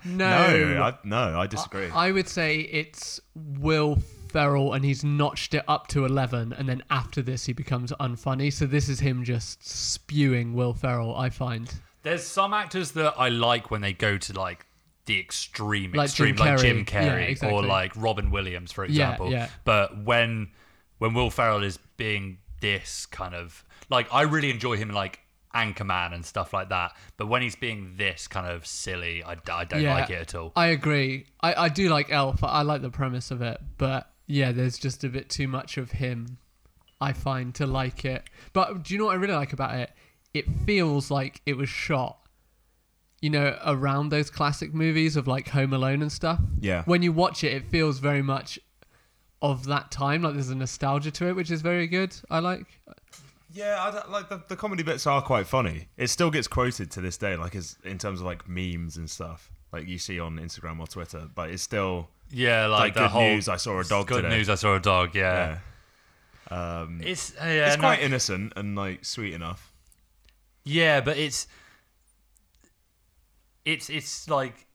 Speaker 3: No,
Speaker 2: No, I, no, I disagree.
Speaker 3: I would say it's Will Ferrell, and he's notched it up to eleven, and then after this, he becomes unfunny. So this is him just spewing Will Ferrell. I find
Speaker 1: There's some actors that I like when they go to like the extreme,
Speaker 3: Like Jim
Speaker 1: extreme, like Jim
Speaker 3: Carrey.
Speaker 1: Carrey
Speaker 3: Yeah, exactly.
Speaker 1: or like Robin Williams, for
Speaker 3: Yeah,
Speaker 1: example.
Speaker 3: yeah.
Speaker 1: But when when Will Ferrell is being this kind of like, I really enjoy him in like Anchorman and stuff like that. But when he's being this kind of silly, I, I don't
Speaker 3: Yeah.
Speaker 1: like it at all.
Speaker 3: I agree. I, I do like Elf. I like the premise of it, but yeah, there's just a bit too much of him. I find to like it. But do you know what I really like about it? It feels like it was shot, you know, around those classic movies of like Home Alone and stuff.
Speaker 2: Yeah.
Speaker 3: When you watch it, it feels very much of that time. Like there's a nostalgia to it, which is very good. I like.
Speaker 2: yeah, I don't- like the, the comedy bits are quite funny. It still gets quoted to this day, like as, in terms of like memes and stuff, like you see on Instagram or Twitter. But it's still
Speaker 1: Yeah, like,
Speaker 2: like
Speaker 1: the
Speaker 2: good
Speaker 1: whole
Speaker 2: news. I saw a dog
Speaker 1: good
Speaker 2: today.
Speaker 1: news. I saw a dog. Yeah,
Speaker 2: Yeah.
Speaker 1: it's uh, yeah,
Speaker 2: It's
Speaker 1: no-
Speaker 2: quite innocent and like sweet enough.
Speaker 1: Yeah, but it's it's it's like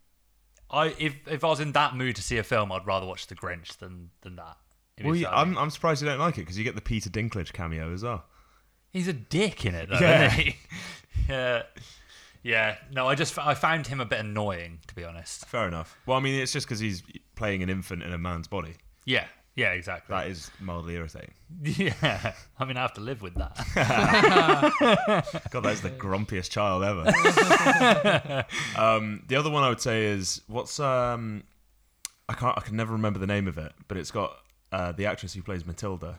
Speaker 1: I if if I was in that mood to see a film, I'd rather watch The Grinch than than that. If you
Speaker 2: Well,
Speaker 1: see
Speaker 2: yeah,
Speaker 1: what I mean.
Speaker 2: I'm, I'm surprised you don't like it because you get the Peter Dinklage cameo as well.
Speaker 1: He's a dick in it, though,
Speaker 2: Yeah.
Speaker 1: isn't he? [LAUGHS] yeah, yeah. No, I just f- I found him a bit annoying, to be honest.
Speaker 2: Fair enough. Well, I mean, it's just because he's playing an infant in a man's body.
Speaker 1: Yeah, yeah, exactly.
Speaker 2: That is mildly irritating.
Speaker 1: [LAUGHS] Yeah, I mean, I have to live with
Speaker 2: [LAUGHS]
Speaker 1: that.
Speaker 2: God, that's [LAUGHS] the grumpiest child [LAUGHS] ever. um, the other one I would say is what's um, I can't I can never remember the name of it, but it's got uh, the actress who plays Matilda.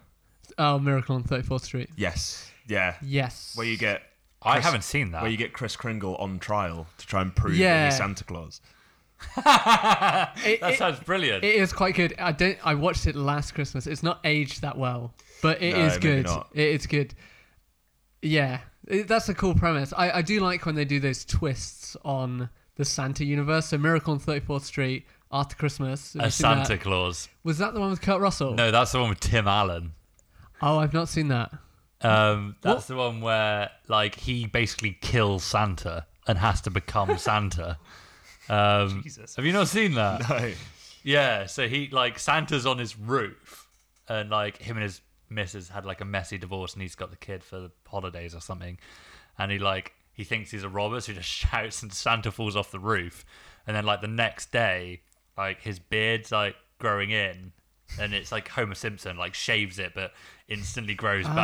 Speaker 3: Oh, Miracle on 34th Street.
Speaker 2: Yes, yeah,
Speaker 3: Yes.
Speaker 2: where you get
Speaker 1: I
Speaker 2: Chris-
Speaker 1: haven't seen that.
Speaker 2: where you get Chris Kringle on trial to try and prove that
Speaker 3: Yeah.
Speaker 2: he's Santa Claus. [LAUGHS]
Speaker 3: It-
Speaker 1: that
Speaker 3: it-
Speaker 1: sounds brilliant.
Speaker 3: It is quite good. I don't. I watched it last Christmas. It's not aged that well, but it
Speaker 2: No,
Speaker 3: is
Speaker 2: maybe
Speaker 3: good.
Speaker 2: not.
Speaker 3: It is good. Yeah, it, that's a cool premise. I, I do like when they do those twists on the Santa universe. So Miracle on Thirty Fourth Street, After Christmas. Have
Speaker 1: a
Speaker 3: you seen that?
Speaker 1: Santa Claus.
Speaker 3: Was that the one with Kurt Russell?
Speaker 1: No, that's the one with Tim Allen.
Speaker 3: Oh, I've not seen that.
Speaker 1: Um, that's the one where like he basically kills Santa and has to become Santa. Um, Have you not seen that?
Speaker 2: No.
Speaker 1: Yeah. So he like Santa's on his roof, and like him and his missus had like a messy divorce, and he's got the kid for the holidays or something, and he like he thinks he's a robber, so he just [LAUGHS] shouts, and Santa falls off the roof, and then like the next day, like his beard's like growing in. And it's like Homer Simpson, like shaves it, but instantly grows
Speaker 3: Ah.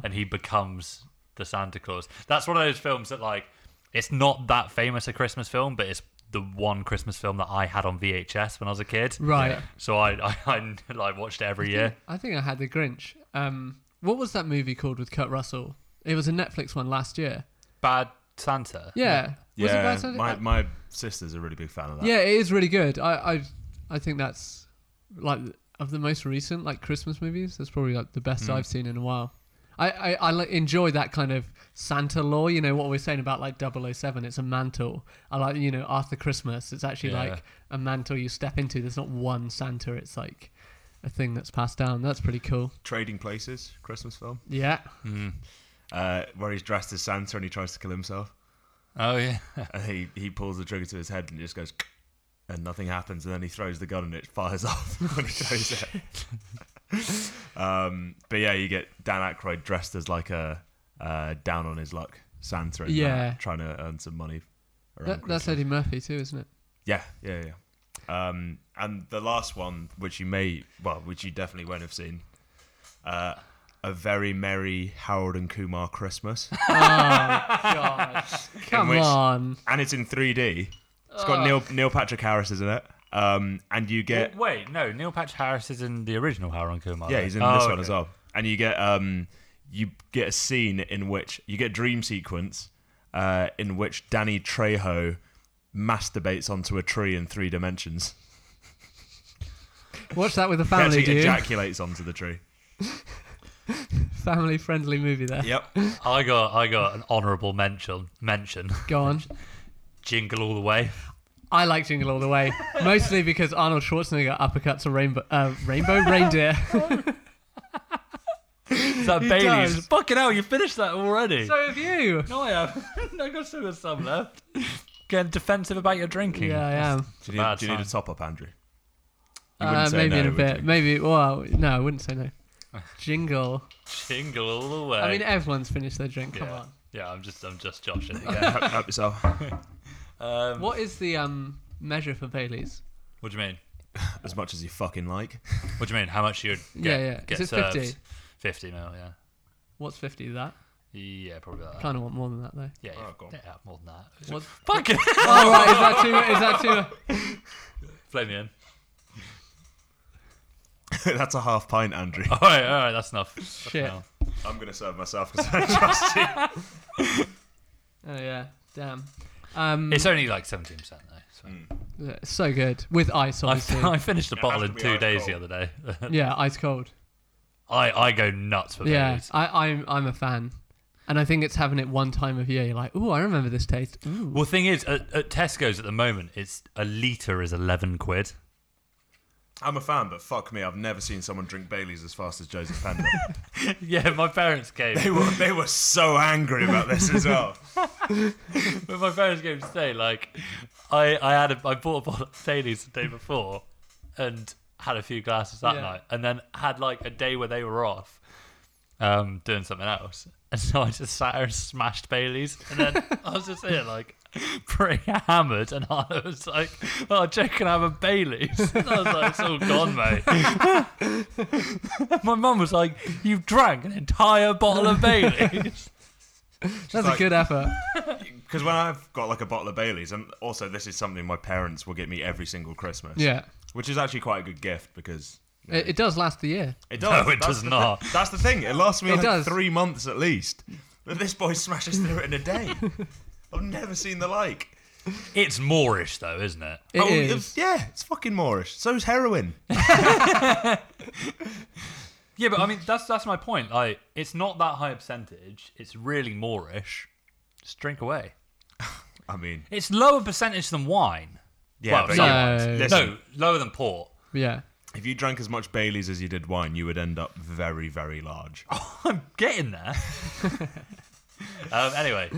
Speaker 1: back, and he becomes the Santa Claus. That's one of those films that, like, it's not that famous a Christmas film, but it's the one Christmas film that I had on VHS when I was a kid.
Speaker 3: Right.
Speaker 1: So I, [LAUGHS] I, I like watched it every year.
Speaker 3: I think I had the Grinch. Um, what was that movie called with Kurt Russell? It was a Netflix one last year.
Speaker 1: Bad Santa.
Speaker 3: Yeah. Was it
Speaker 2: Yeah,
Speaker 3: Bad Santa?
Speaker 2: my, my sister's a really big fan of that.
Speaker 3: Yeah, it is really good. I I, I think that's like of the most recent like Christmas movies. That's probably like the best I've seen in a while. I, I, I like, enjoy that kind of Santa lore, you know, what we're saying about like 007, it's a mantle. I like, you know, after Christmas, it's actually
Speaker 1: Yeah.
Speaker 3: like a mantle you step into. There's not one Santa, it's like a thing that's passed down. That's pretty cool.
Speaker 2: Trading Places, Christmas film,
Speaker 3: Yeah.
Speaker 2: uh, where he's dressed as Santa and he tries to kill himself.
Speaker 3: [LAUGHS]
Speaker 1: Oh yeah.
Speaker 2: and he, he pulls the trigger to his head and it just goes [CLEARS THROAT] and nothing happens and then he throws the gun and it fires [LAUGHS] off when he throws it
Speaker 3: [LAUGHS]
Speaker 2: um, but yeah you get Dan Aykroyd dressed as like a uh, down on his luck Santa and
Speaker 3: Yeah.
Speaker 2: that, trying to earn some money around
Speaker 3: That, that's
Speaker 2: Christmas.
Speaker 3: Eddie Murphy too, isn't it?
Speaker 2: yeah yeah yeah um, and the last one which you may well which you definitely won't have seen uh, a very merry Harold and
Speaker 1: [LAUGHS]
Speaker 2: Kumar Christmas
Speaker 3: God. Come
Speaker 2: which-
Speaker 3: on.
Speaker 2: and it's in 3D. It's got Neil Neil Patrick Harris, isn't it? Um, and you get
Speaker 1: Well, wait, no. Neil Patrick Harris is in the original Harold and Kumar.
Speaker 2: yeah,
Speaker 1: right?
Speaker 2: he's in
Speaker 1: Oh,
Speaker 2: this one
Speaker 1: okay.
Speaker 2: as well. And you get um, you get a scene in which you get a dream sequence uh, in which Danny Trejo masturbates onto a tree in three dimensions. [LAUGHS]
Speaker 3: Watch that with the
Speaker 2: He
Speaker 3: family,
Speaker 2: actually
Speaker 3: dude.
Speaker 2: ejaculates onto the tree.
Speaker 3: family friendly movie there.
Speaker 2: Yep.
Speaker 1: I got I got an honourable mention mention. [LAUGHS]
Speaker 3: Go on.
Speaker 1: Jingle all the way.
Speaker 3: I like Jingle All the Way, mostly because Arnold Schwarzenegger uppercuts a rainbow uh, rainbow reindeer.
Speaker 1: It's that
Speaker 3: [LAUGHS] He
Speaker 1: Bailey's.
Speaker 3: does.
Speaker 1: Fucking hell, you finished that already.
Speaker 3: [LAUGHS] so have you.
Speaker 1: [LAUGHS] no, I haven't. [LAUGHS] I got still got some left. Getting defensive about your drinking.
Speaker 3: Yeah, I am.
Speaker 2: Do you need,
Speaker 1: Bad
Speaker 2: do you need a
Speaker 1: sign.
Speaker 2: top up, Andrew? You wouldn't
Speaker 3: Uh,
Speaker 2: say
Speaker 3: maybe in
Speaker 2: no,
Speaker 3: a
Speaker 2: would
Speaker 3: bit.
Speaker 2: you?
Speaker 3: Maybe. Well, no, I wouldn't
Speaker 2: [LAUGHS]
Speaker 3: say no. Jingle.
Speaker 1: Jingle all the way.
Speaker 3: I mean, everyone's finished their drink.
Speaker 1: yeah.
Speaker 3: Come on.
Speaker 1: Yeah, I'm just I'm just joshing.
Speaker 3: [LAUGHS]
Speaker 2: Yeah, help, help yourself. [LAUGHS]
Speaker 1: um,
Speaker 3: What is the um measure for Bailey's?
Speaker 1: what do you mean?
Speaker 2: As much as you fucking like. [LAUGHS]
Speaker 1: What do you mean? How much you would get,
Speaker 3: Yeah, yeah.
Speaker 1: get
Speaker 3: Is it
Speaker 1: served?
Speaker 3: 50?
Speaker 1: 50 mil, yeah.
Speaker 3: What's fifty? That.
Speaker 1: Yeah, probably like that.
Speaker 3: Kind of want more than [LAUGHS] that though.
Speaker 1: Yeah,
Speaker 2: Oh,
Speaker 1: yeah,
Speaker 2: go on.
Speaker 1: yeah, more than that.
Speaker 3: What?
Speaker 1: [LAUGHS] Fuck
Speaker 3: [LAUGHS]
Speaker 1: it!
Speaker 3: oh, right. Is that too? Is that
Speaker 2: [LAUGHS]
Speaker 3: too?
Speaker 1: Flame me in.
Speaker 2: That's a half pint, Andrew.
Speaker 1: All right, all right, that's enough. That's
Speaker 3: Shit.
Speaker 1: enough.
Speaker 2: I'm going to serve myself [LAUGHS] because I trust you.
Speaker 3: Oh yeah. Damn. Um,
Speaker 1: It's only like 17 percent though. So.
Speaker 3: yeah, so good with ice,
Speaker 1: [LAUGHS]
Speaker 3: obviously.
Speaker 1: I, I finished a bottle
Speaker 2: Mm. has
Speaker 1: in
Speaker 2: to be
Speaker 1: two
Speaker 2: ice
Speaker 1: days
Speaker 2: cold.
Speaker 1: the other day. [LAUGHS]
Speaker 3: yeah, ice cold.
Speaker 1: I I go nuts for
Speaker 3: Yeah,
Speaker 1: those.
Speaker 3: I, I'm I'm a fan, and I think it's having it one time of year. You're like, ooh, I remember this taste. Ooh.
Speaker 1: Well, thing is, at, at Tesco's at the moment, it's a liter is 11 quid. [LAUGHS]
Speaker 2: I'm a fan, but fuck me, I've never seen someone drink Bailey's as fast as Joseph
Speaker 3: [LAUGHS]
Speaker 2: Pender.
Speaker 1: Yeah, my parents came.
Speaker 2: they, were, they were so angry about this as well.
Speaker 1: When my parents came to stay, like, I I had a, I bought a bottle of Bailey's the day before, and had a few glasses that
Speaker 3: Yeah.
Speaker 1: night, and then had like a day where they were off, um, doing something else, and so I just sat there and smashed Bailey's, and then I was just here like. Pretty hammered, and I was like, "Oh, Jake can I have a Bailey's." And I was like, "It's all gone, mate." My mum was like, "You've drank an entire bottle of Bailey's."
Speaker 3: That's
Speaker 2: like-
Speaker 3: a good effort.
Speaker 2: Because when I've got like a bottle of Bailey's, and also this is something my parents will get me every single Christmas.
Speaker 3: Yeah,
Speaker 2: Which is actually quite a good gift because. you
Speaker 3: it,
Speaker 2: know,
Speaker 3: it does last the year.
Speaker 2: It does.
Speaker 1: No, it
Speaker 2: That's
Speaker 1: does
Speaker 2: the
Speaker 1: not.
Speaker 2: thi- that's the thing. It lasts me
Speaker 3: It
Speaker 2: like
Speaker 3: does.
Speaker 2: three months at least. But this boy smashes through it in a day.
Speaker 3: [LAUGHS]
Speaker 2: I've never seen the like.
Speaker 1: It's Moorish, though, isn't it?
Speaker 3: It
Speaker 2: Oh,
Speaker 3: is.
Speaker 2: it's- yeah, it's fucking Moorish. So's heroin.
Speaker 1: Yeah, but I mean that's that's my point. Like, it's not that high a percentage. It's really Moorish. Just drink away.
Speaker 2: I mean,
Speaker 1: It's lower percentage than wine.
Speaker 2: yeah,
Speaker 1: Well,
Speaker 2: but
Speaker 1: no.
Speaker 2: you- listen,
Speaker 1: No, lower than port. [LAUGHS]
Speaker 3: Yeah.
Speaker 2: if you drank as much Bailey's as you did wine, you would end up very, very large.
Speaker 1: I'm getting
Speaker 2: [LAUGHS]
Speaker 1: there. um, anyway,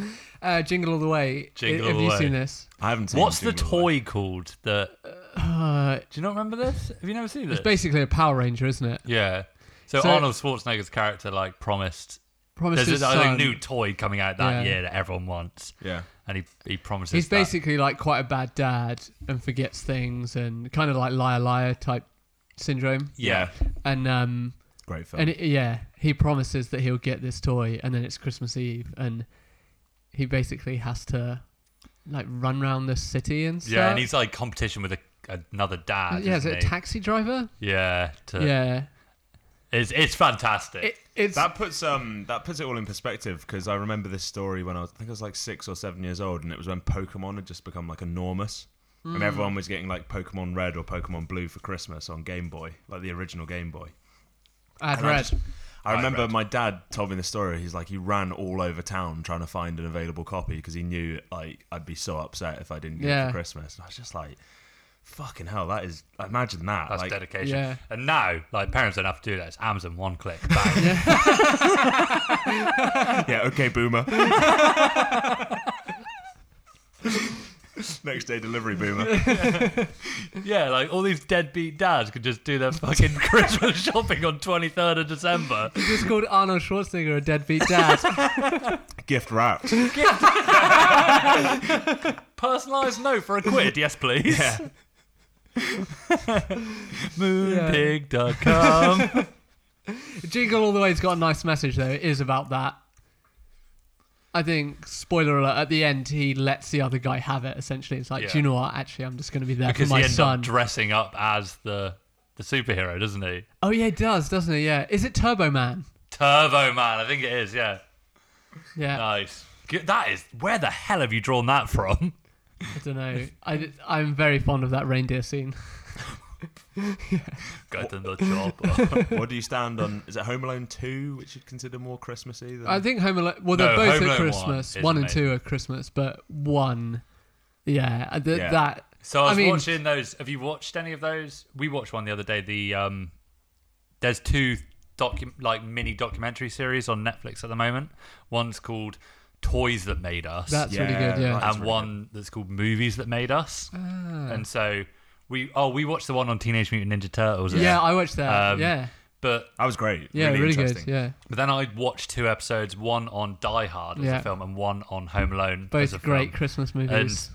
Speaker 3: Uh, Jingle All the Way.
Speaker 1: Jingle
Speaker 3: I- Have
Speaker 1: All the
Speaker 3: you
Speaker 1: Way.
Speaker 3: seen this?
Speaker 2: I haven't seen.
Speaker 1: what's the
Speaker 2: Jingle All
Speaker 1: toy called? That do
Speaker 3: Uh,
Speaker 1: you not remember this? Have you never seen this?
Speaker 3: it's basically a Power Ranger, isn't it?
Speaker 1: yeah. So,
Speaker 3: So-
Speaker 1: Arnold Schwarzenegger's character like promised
Speaker 3: Promises
Speaker 1: there's a, there's a
Speaker 3: son.
Speaker 1: new toy coming out that
Speaker 3: Yeah.
Speaker 1: year that everyone wants,
Speaker 2: Yeah.
Speaker 1: and he he promises.
Speaker 3: He's
Speaker 1: that.
Speaker 3: basically like quite a bad dad and forgets things and kind of like liar liar type syndrome.
Speaker 1: yeah.
Speaker 3: And um,
Speaker 2: Great film.
Speaker 3: And it, yeah, he promises that he'll get this toy, and then it's Christmas Eve, and he basically has to like run around the city and stuff.
Speaker 1: Yeah, and he's like competition with a, another dad.
Speaker 3: yeah, is
Speaker 1: isn't
Speaker 3: it a
Speaker 1: he?
Speaker 3: taxi driver?
Speaker 1: Yeah, to,
Speaker 3: yeah,
Speaker 1: It's it's fantastic.
Speaker 3: it, it's
Speaker 2: That puts um that puts it all in perspective because I remember this story when I was I think I was like six or seven years old and it was when Pokemon had just become like enormous
Speaker 3: Hmm.
Speaker 2: and everyone was getting like Pokemon Red or Pokemon Blue for Christmas on Game Boy like the original Game Boy.
Speaker 3: ad
Speaker 2: And I
Speaker 3: red.
Speaker 2: just- I remember
Speaker 1: Red.
Speaker 2: my dad told me the story. He's like he ran all over town trying to find an available copy because he knew like I'd be so upset if I didn't get it
Speaker 3: Yeah.
Speaker 2: for Christmas. And I was just like, fucking hell, that is imagine that.
Speaker 1: That's
Speaker 2: like,
Speaker 1: dedication.
Speaker 3: Yeah.
Speaker 1: And now, like parents don't have to do that. It's Amazon one click. Bang.
Speaker 3: [LAUGHS]
Speaker 2: Yeah, okay, boomer. [LAUGHS] Next day delivery, boomer.
Speaker 1: yeah, like all these deadbeat dads could just do their fucking [LAUGHS] Christmas shopping on 23rd of December.
Speaker 3: It's called Arnold Schwarzenegger a deadbeat dad.
Speaker 1: [LAUGHS]
Speaker 2: Gift wrapped.
Speaker 1: Personalised note for a quid, yes please. [LAUGHS]
Speaker 2: Yeah.
Speaker 3: [LAUGHS]
Speaker 1: Moonpig.com.
Speaker 3: Jingle All the Way's got a nice message though. It is about that. I think spoiler alert. At the end, he lets the other guy have it. Essentially, it's like,
Speaker 1: Yeah.
Speaker 3: do you know what? Actually, I'm just going to be there
Speaker 1: Because
Speaker 3: for
Speaker 1: he
Speaker 3: my
Speaker 1: ends up
Speaker 3: son.
Speaker 1: dressing up as the the superhero, doesn't he?
Speaker 3: oh yeah, he does, doesn't he? Yeah. Is it Turbo Man?
Speaker 1: Turbo Man, I think it is, yeah.
Speaker 3: Yeah.
Speaker 1: Nice. Good- That is where the hell have you drawn that from? [LAUGHS]
Speaker 3: I don't know. I, I'm very fond of that reindeer scene.
Speaker 1: Get in the
Speaker 3: [LAUGHS]
Speaker 1: chopper.
Speaker 2: what do you stand on? Is it Home Alone two, which you'd consider more Christmassy? Than...
Speaker 3: I think Home Alone. Well, they're
Speaker 1: No,
Speaker 3: both
Speaker 1: Home
Speaker 3: at
Speaker 1: Alone
Speaker 3: Christmas.
Speaker 1: one is
Speaker 3: One, and
Speaker 1: amazing.
Speaker 3: two are Christmas, but one, yeah, uh, th-
Speaker 2: Yeah.
Speaker 3: that.
Speaker 1: So I was
Speaker 3: mean,
Speaker 1: watching those. Have you watched any of those? We watched one the other day. The um, there's two docu- like mini documentary series on Netflix at the moment. One's called Toys That Made Us,
Speaker 3: that's really
Speaker 2: Yeah,
Speaker 3: good. Ah. Yeah,
Speaker 2: right. that's
Speaker 1: and
Speaker 2: really
Speaker 1: one that's called Movies That Made Us. And so we oh we watched the one on Teenage Mutant Ninja Turtles.
Speaker 3: yeah, I watched that.
Speaker 1: Um,
Speaker 3: yeah,
Speaker 1: but
Speaker 2: That was great.
Speaker 3: yeah, really, good.
Speaker 2: interesting.
Speaker 3: Yeah,
Speaker 1: But then I watched two episodes, one on Die Hard as
Speaker 3: Yeah.
Speaker 1: a film and one on Home Alone as a
Speaker 3: both great
Speaker 1: film.
Speaker 3: Christmas movies.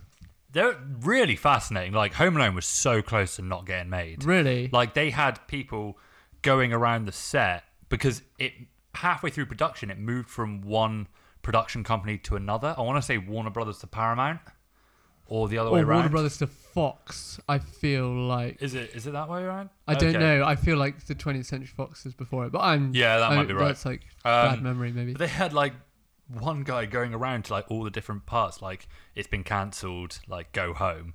Speaker 1: They're really fascinating. Like Home Alone was so close to not getting made.
Speaker 3: really,
Speaker 1: Like they had people going around the set because it halfway through production it moved from one production company to another. I want to say Warner Brothers to Paramount or the other way
Speaker 3: or
Speaker 1: around.
Speaker 3: Warner Brothers to Fox. I feel like
Speaker 1: Is it is it that way around?
Speaker 3: I don't
Speaker 1: Okay.
Speaker 3: know. I feel like the 20th Century Fox is before it, but I'm
Speaker 1: Yeah, that
Speaker 3: I-
Speaker 1: might be right.
Speaker 3: That's like
Speaker 1: Um,
Speaker 3: bad memory, maybe.
Speaker 1: But they had like one guy going around to like all the different parts, like it's been cancelled, like go home.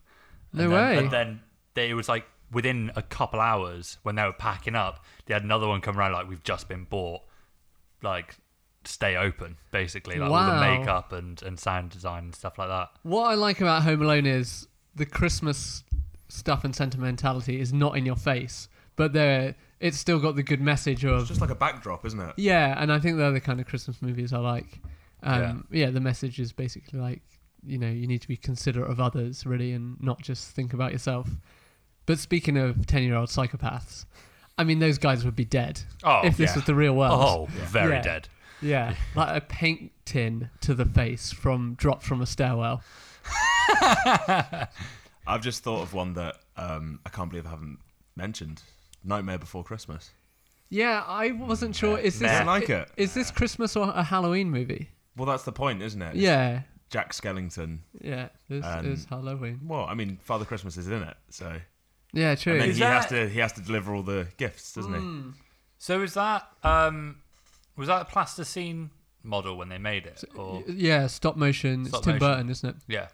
Speaker 3: No
Speaker 1: and
Speaker 3: way.
Speaker 1: Then, and then they, it was like within a couple hours when they were packing up, they had another one come around like we've just been bought, like stay open basically, like all the
Speaker 3: Wow.
Speaker 1: makeup and and sound design and stuff like that.
Speaker 3: What I like about Home Alone is the Christmas stuff and sentimentality is not in your face, but there it's still got the good message
Speaker 2: It's
Speaker 3: of
Speaker 2: just like a backdrop, isn't it?
Speaker 3: yeah. And I think they're the kind of Christmas movies I like. Um, yeah. the message is basically like you know you need to be considerate of others really and not just think about yourself. But speaking of ten-year-old psychopaths, I mean those guys would be dead
Speaker 1: Oh,
Speaker 3: if this
Speaker 1: yeah.
Speaker 3: was the real world.
Speaker 1: Oh, very
Speaker 3: Yeah.
Speaker 1: dead.
Speaker 3: Yeah, like a paint tin to the face from dropped from a stairwell.
Speaker 2: I've just thought of one that um, I can't believe I haven't mentioned. Nightmare Before Christmas.
Speaker 3: Yeah, I wasn't sure. Is this
Speaker 2: Nah. I like it.
Speaker 3: Is this Christmas or a Halloween movie?
Speaker 2: Well, that's the point, isn't it? It's
Speaker 3: Yeah,
Speaker 2: Jack Skellington.
Speaker 3: yeah. This
Speaker 2: Um,
Speaker 3: is Halloween.
Speaker 2: Well, I mean, Father Christmas is in it, so
Speaker 3: Yeah, true.
Speaker 2: and then he
Speaker 1: that-
Speaker 2: has to he has to deliver all the gifts, doesn't
Speaker 3: Hmm.
Speaker 2: he?
Speaker 1: So is that um was that a plasticine model when they made it? Or
Speaker 3: yeah, stop motion.
Speaker 1: Stop
Speaker 3: it's Tim
Speaker 1: motion.
Speaker 3: Burton, isn't it?
Speaker 1: yeah.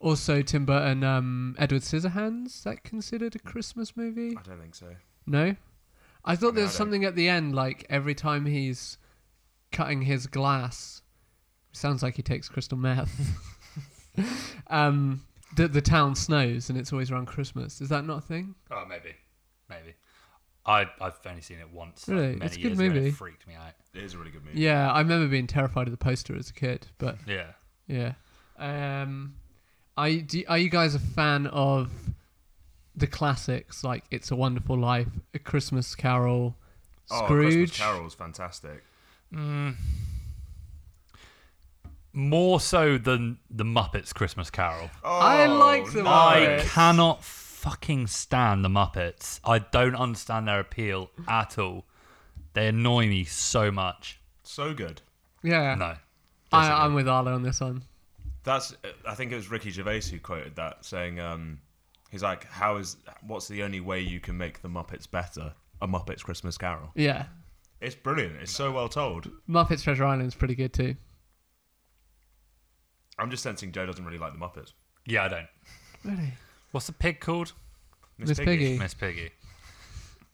Speaker 3: Also, Tim Burton, um, Edward Scissorhands. Is that considered a Christmas movie?
Speaker 2: I don't think so.
Speaker 3: No, I thought there was
Speaker 2: I don't-
Speaker 3: something at the end, like every time he's cutting his glass, sounds like he takes crystal
Speaker 2: [LAUGHS]
Speaker 3: meth. [LAUGHS] um, the, the town snows, and it's always around Christmas. Is that not a thing?
Speaker 1: Oh, maybe, maybe. I I've only seen it once. like,
Speaker 3: Really?
Speaker 1: many
Speaker 3: It's a good
Speaker 1: years ago, and
Speaker 3: movie.
Speaker 1: It freaked me out.
Speaker 2: It is a really good movie.
Speaker 3: Yeah, I remember being terrified of the poster as a kid, but
Speaker 1: Yeah.
Speaker 3: yeah. Um, I do, are you guys a fan of the classics like It's a Wonderful Life, A Christmas Carol,
Speaker 2: Oh,
Speaker 3: Scrooge?
Speaker 2: Christmas Carol's fantastic.
Speaker 1: More so than the Muppets Christmas Carol.
Speaker 2: Oh,
Speaker 3: I like the
Speaker 1: I
Speaker 3: Muppets.
Speaker 1: cannot fucking stand the Muppets. I don't understand their appeal at all. They annoy me so much.
Speaker 2: so good.
Speaker 3: Yeah,
Speaker 1: No.
Speaker 3: I, I'm with Arlo on this one.
Speaker 2: That's I think it was Ricky Gervais who quoted that saying um, he's like how is what's the only way you can make the Muppets better? A Muppets Christmas Carol.
Speaker 3: Yeah,
Speaker 2: It's brilliant. It's so well told.
Speaker 3: Muppets Treasure Island's pretty good too.
Speaker 2: I'm just sensing Joe doesn't really like the Muppets.
Speaker 1: Yeah, I don't.
Speaker 3: Really?
Speaker 1: What's the pig called?
Speaker 3: Miss Piggy.
Speaker 1: Miss Piggy.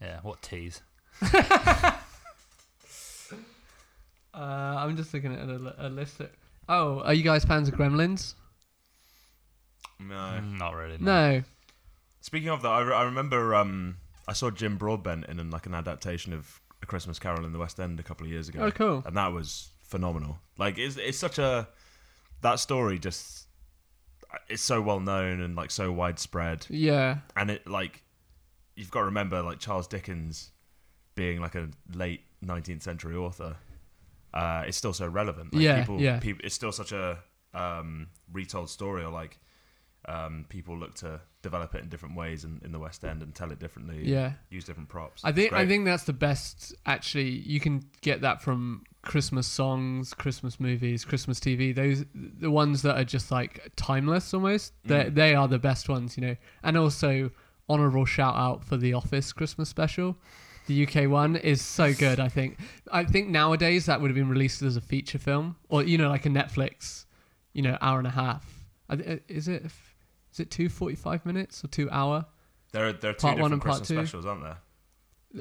Speaker 1: Yeah. What tease?
Speaker 3: Uh, I'm just looking at a, li- a list. That, oh, are you guys fans of Gremlins?
Speaker 2: No.
Speaker 1: Mm, Not really.
Speaker 3: No.
Speaker 2: Speaking of that, I, re- I remember um, I saw Jim Broadbent in an, like an adaptation of A Christmas Carol in the West End a couple of years ago.
Speaker 3: Oh, cool.
Speaker 2: And that was phenomenal. Like it's it's such a that story just it's so well known and like so widespread.
Speaker 3: Yeah.
Speaker 2: and it like you've got to remember like Charles Dickens being like a late 19th century author uh it's still so relevant like,
Speaker 3: Yeah,
Speaker 2: people,
Speaker 3: yeah.
Speaker 2: people it's still such a um retold story or like um people look to develop it in different ways in, in the west end and tell it differently
Speaker 3: Yeah.
Speaker 2: use different props
Speaker 3: I
Speaker 2: It's
Speaker 3: think I
Speaker 2: great.
Speaker 3: think that's the best. Actually, you can get that from Christmas songs, Christmas movies, Christmas TV. Those the ones that are just like timeless almost. They they are the best ones, you know. And also honorable shout out for the Office Christmas special. The UK one is so good. I think. I think nowadays that would have been released as a feature film, or you know, like a Netflix, you know, hour and a half. I thi- Is it? Is it two forty-five minutes or two hour?
Speaker 2: There are there are two
Speaker 3: Part one
Speaker 2: different
Speaker 3: and part
Speaker 2: Christmas
Speaker 3: two?
Speaker 2: specials, aren't there?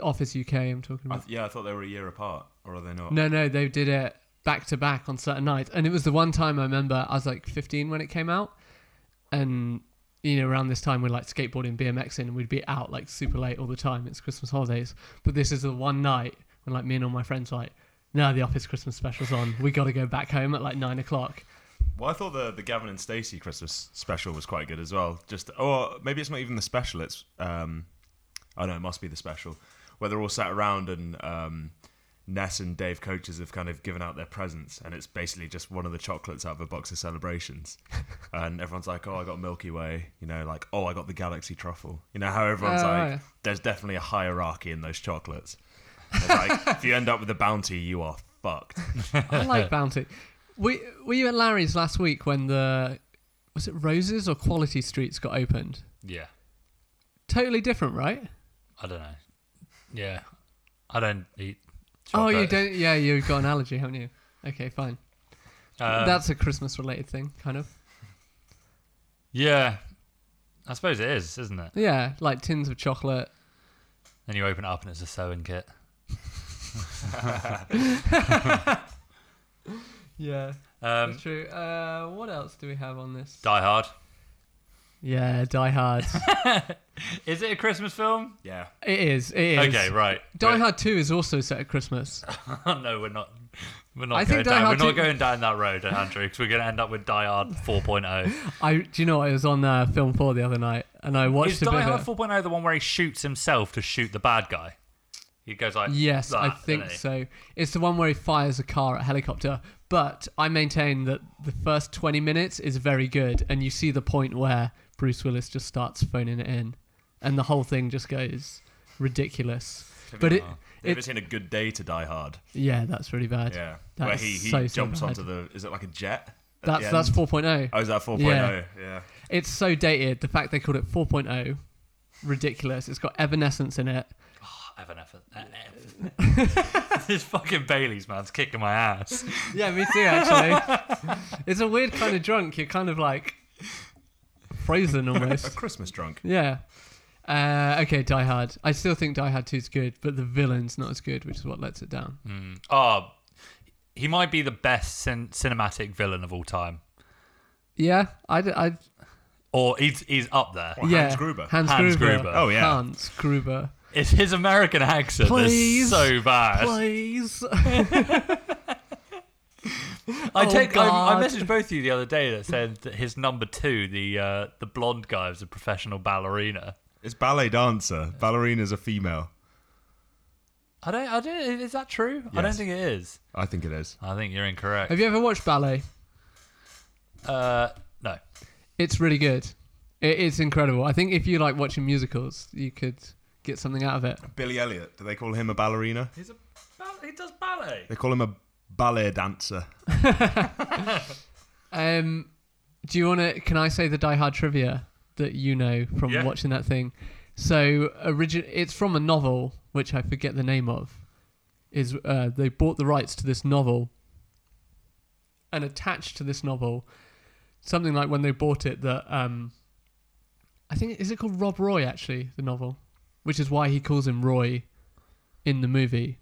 Speaker 3: Office UK, I'm talking
Speaker 2: I
Speaker 3: about.
Speaker 2: th- yeah, I thought they were a year apart, or are they not?
Speaker 3: No, no, they did it back to back on certain nights, and it was the one time I remember I was like 15 when it came out, and you know around this time we're like skateboarding, BMXing, and we'd be out like super late all the time. It's Christmas holidays, but this is the one night when like me and all my friends were like, no, the office Christmas special's on. We got to go back home at like nine o'clock.
Speaker 2: Well, I thought the the Gavin and Stacey Christmas special was quite good as well. Just or maybe it's not even the special. It's um, I don't know. It must be the special where they're all sat around and um, Ness and Dave Coaches have kind of given out their presents, and it's basically just one of the chocolates out of a box
Speaker 3: [LAUGHS]
Speaker 2: of celebrations, and everyone's like, "Oh, I got Milky Way," you know, like, "Oh, I got the Galaxy Truffle," you know, how everyone's
Speaker 3: Oh,
Speaker 2: like,
Speaker 3: yeah.
Speaker 2: "There's definitely a hierarchy in those chocolates." They're
Speaker 3: [LAUGHS]
Speaker 2: like, if you end up with the bounty, you are fucked.
Speaker 3: I like Bounty. Were, were you at Larry's last week when the was it Roses or Quality Streets got opened?
Speaker 1: Yeah.
Speaker 3: Totally different, right?
Speaker 1: I don't know. Yeah. I don't eat.
Speaker 3: Oh, you
Speaker 1: chocolate.
Speaker 3: don't? Yeah, you've got an allergy, haven't you? Okay, fine.
Speaker 1: Um,
Speaker 3: That's a Christmas-related thing, kind of.
Speaker 1: yeah. I suppose it is, isn't it?
Speaker 3: Yeah, like tins of chocolate.
Speaker 1: Then you open it up and it's a sewing kit.
Speaker 3: Yeah,
Speaker 1: Um,
Speaker 3: that's true. Uh, what else do we have on this?
Speaker 1: Die Hard.
Speaker 3: Yeah, Die [LAUGHS] Hard.
Speaker 1: Is it a Christmas film?
Speaker 2: Yeah.
Speaker 3: it is. It is.
Speaker 1: Okay, right.
Speaker 3: Die
Speaker 1: We're-
Speaker 3: Hard Two is also set
Speaker 1: [LAUGHS]
Speaker 3: at Christmas.
Speaker 1: no, we're not. We're not going
Speaker 3: I think Die
Speaker 1: down. We're
Speaker 3: Hard
Speaker 1: not
Speaker 3: two-
Speaker 1: going down that road, Andrew, because we're going to end up with Die
Speaker 3: [LAUGHS]
Speaker 1: Hard oh. 4.0.
Speaker 3: I do you know what? I was on uh, Film Four the other night, and I watched
Speaker 1: Is
Speaker 3: a bit
Speaker 1: Die
Speaker 3: of
Speaker 1: Hard
Speaker 3: it.
Speaker 1: 4.0 the one where he shoots himself to shoot the bad guy? He goes like,
Speaker 3: Yes,
Speaker 1: that,
Speaker 3: I
Speaker 1: doesn't
Speaker 3: think
Speaker 1: he?
Speaker 3: so. It's the one where he fires a car at a helicopter. But I maintain that the first 20 minutes is very good, and you see the point where Bruce Willis just starts phoning it in, and the whole thing just goes ridiculous. But it,
Speaker 2: Have you ever
Speaker 3: it,
Speaker 2: seen a good day to Die Hard?
Speaker 3: yeah, that's really bad.
Speaker 2: Yeah,
Speaker 3: That
Speaker 2: where
Speaker 3: is
Speaker 2: he, he
Speaker 3: so, so
Speaker 2: jumps
Speaker 3: bad.
Speaker 2: onto the is it like a jet? at
Speaker 3: That's
Speaker 2: the
Speaker 3: that's
Speaker 2: end?
Speaker 3: 4.0.
Speaker 2: Oh, is that 4.0?
Speaker 3: Yeah.
Speaker 2: yeah.
Speaker 3: It's so dated. The fact they called it 4.0, ridiculous. It's got Evanescence in it.
Speaker 1: I have an effort. an effort. [LAUGHS] this fucking Bailey's man's kicking my ass.
Speaker 3: Yeah, me too. Actually, [LAUGHS] it's a weird kind of drunk. You're kind of like frozen
Speaker 2: A [LAUGHS]
Speaker 3: almost.
Speaker 2: Christmas drunk.
Speaker 3: Yeah. Uh, okay, Die Hard. I still think Die Hard 2 is good, but the villain's not as good, which is what lets it down.
Speaker 2: Mm.
Speaker 1: Oh, he might be the best cin- cinematic villain of all time,
Speaker 3: Yeah, I, d- I-
Speaker 1: or he's he's up there.
Speaker 2: What? Hans
Speaker 3: yeah.
Speaker 2: Gruber.
Speaker 3: Hans,
Speaker 1: Hans
Speaker 3: Gruber.
Speaker 1: Gruber.
Speaker 2: Oh, yeah.
Speaker 3: Hans Gruber.
Speaker 1: It's his American accent
Speaker 3: Please.
Speaker 1: that's so bad.
Speaker 3: Please. [LAUGHS]
Speaker 1: I
Speaker 3: Oh,
Speaker 1: take. I, I
Speaker 3: God.
Speaker 1: messaged both of you the other day that said that his number two, the uh, the blonde guy, was a professional ballerina.
Speaker 2: It's ballet dancer. Ballerina's a female.
Speaker 1: I don't. I don't. Is that true? I don't
Speaker 2: Yes.
Speaker 1: think it is.
Speaker 2: I think it is.
Speaker 1: I think you're incorrect.
Speaker 3: Have you ever watched ballet?
Speaker 1: uh, no.
Speaker 3: It's really good. It, it's incredible. I think if you like watching musicals, you could get something out of it.
Speaker 2: Billy Elliot. Do they call him a ballerina?
Speaker 1: He's a. He does ballet.
Speaker 2: They call him a ballet dancer.
Speaker 3: Um, do you want to? Can I say the Die Hard trivia that you know from
Speaker 1: Yeah.
Speaker 3: watching that thing? So, origin, it's from a novel which I forget the name of. Is uh, they bought the rights to this novel, and attached to this novel, something like when they bought it that um, I think is it called Rob Roy actually the novel, which is why he calls him Roy, in the movie.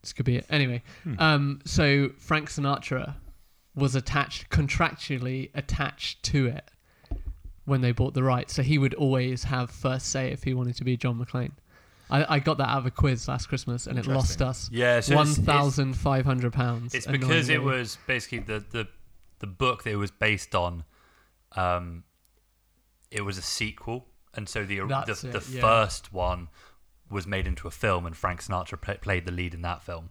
Speaker 3: This could be it. Anyway,
Speaker 1: Hmm.
Speaker 3: um, so Frank Sinatra was attached contractually attached to it when they bought the rights. So he would always have first say if he wanted to be John McClane. I, I got that out of a quiz last Christmas and it lost
Speaker 2: Interesting.
Speaker 3: us
Speaker 1: Yeah, so
Speaker 3: one
Speaker 1: it's- it's-
Speaker 3: thousand five hundred pounds.
Speaker 1: It's because it
Speaker 3: annoyingly.
Speaker 1: was basically the the the book that it was based on. Um, it was a sequel, and so the
Speaker 3: That's
Speaker 1: the,
Speaker 3: it,
Speaker 1: the
Speaker 3: yeah.
Speaker 1: first one was made into a film, and Frank Sinatra pla played the lead in that film.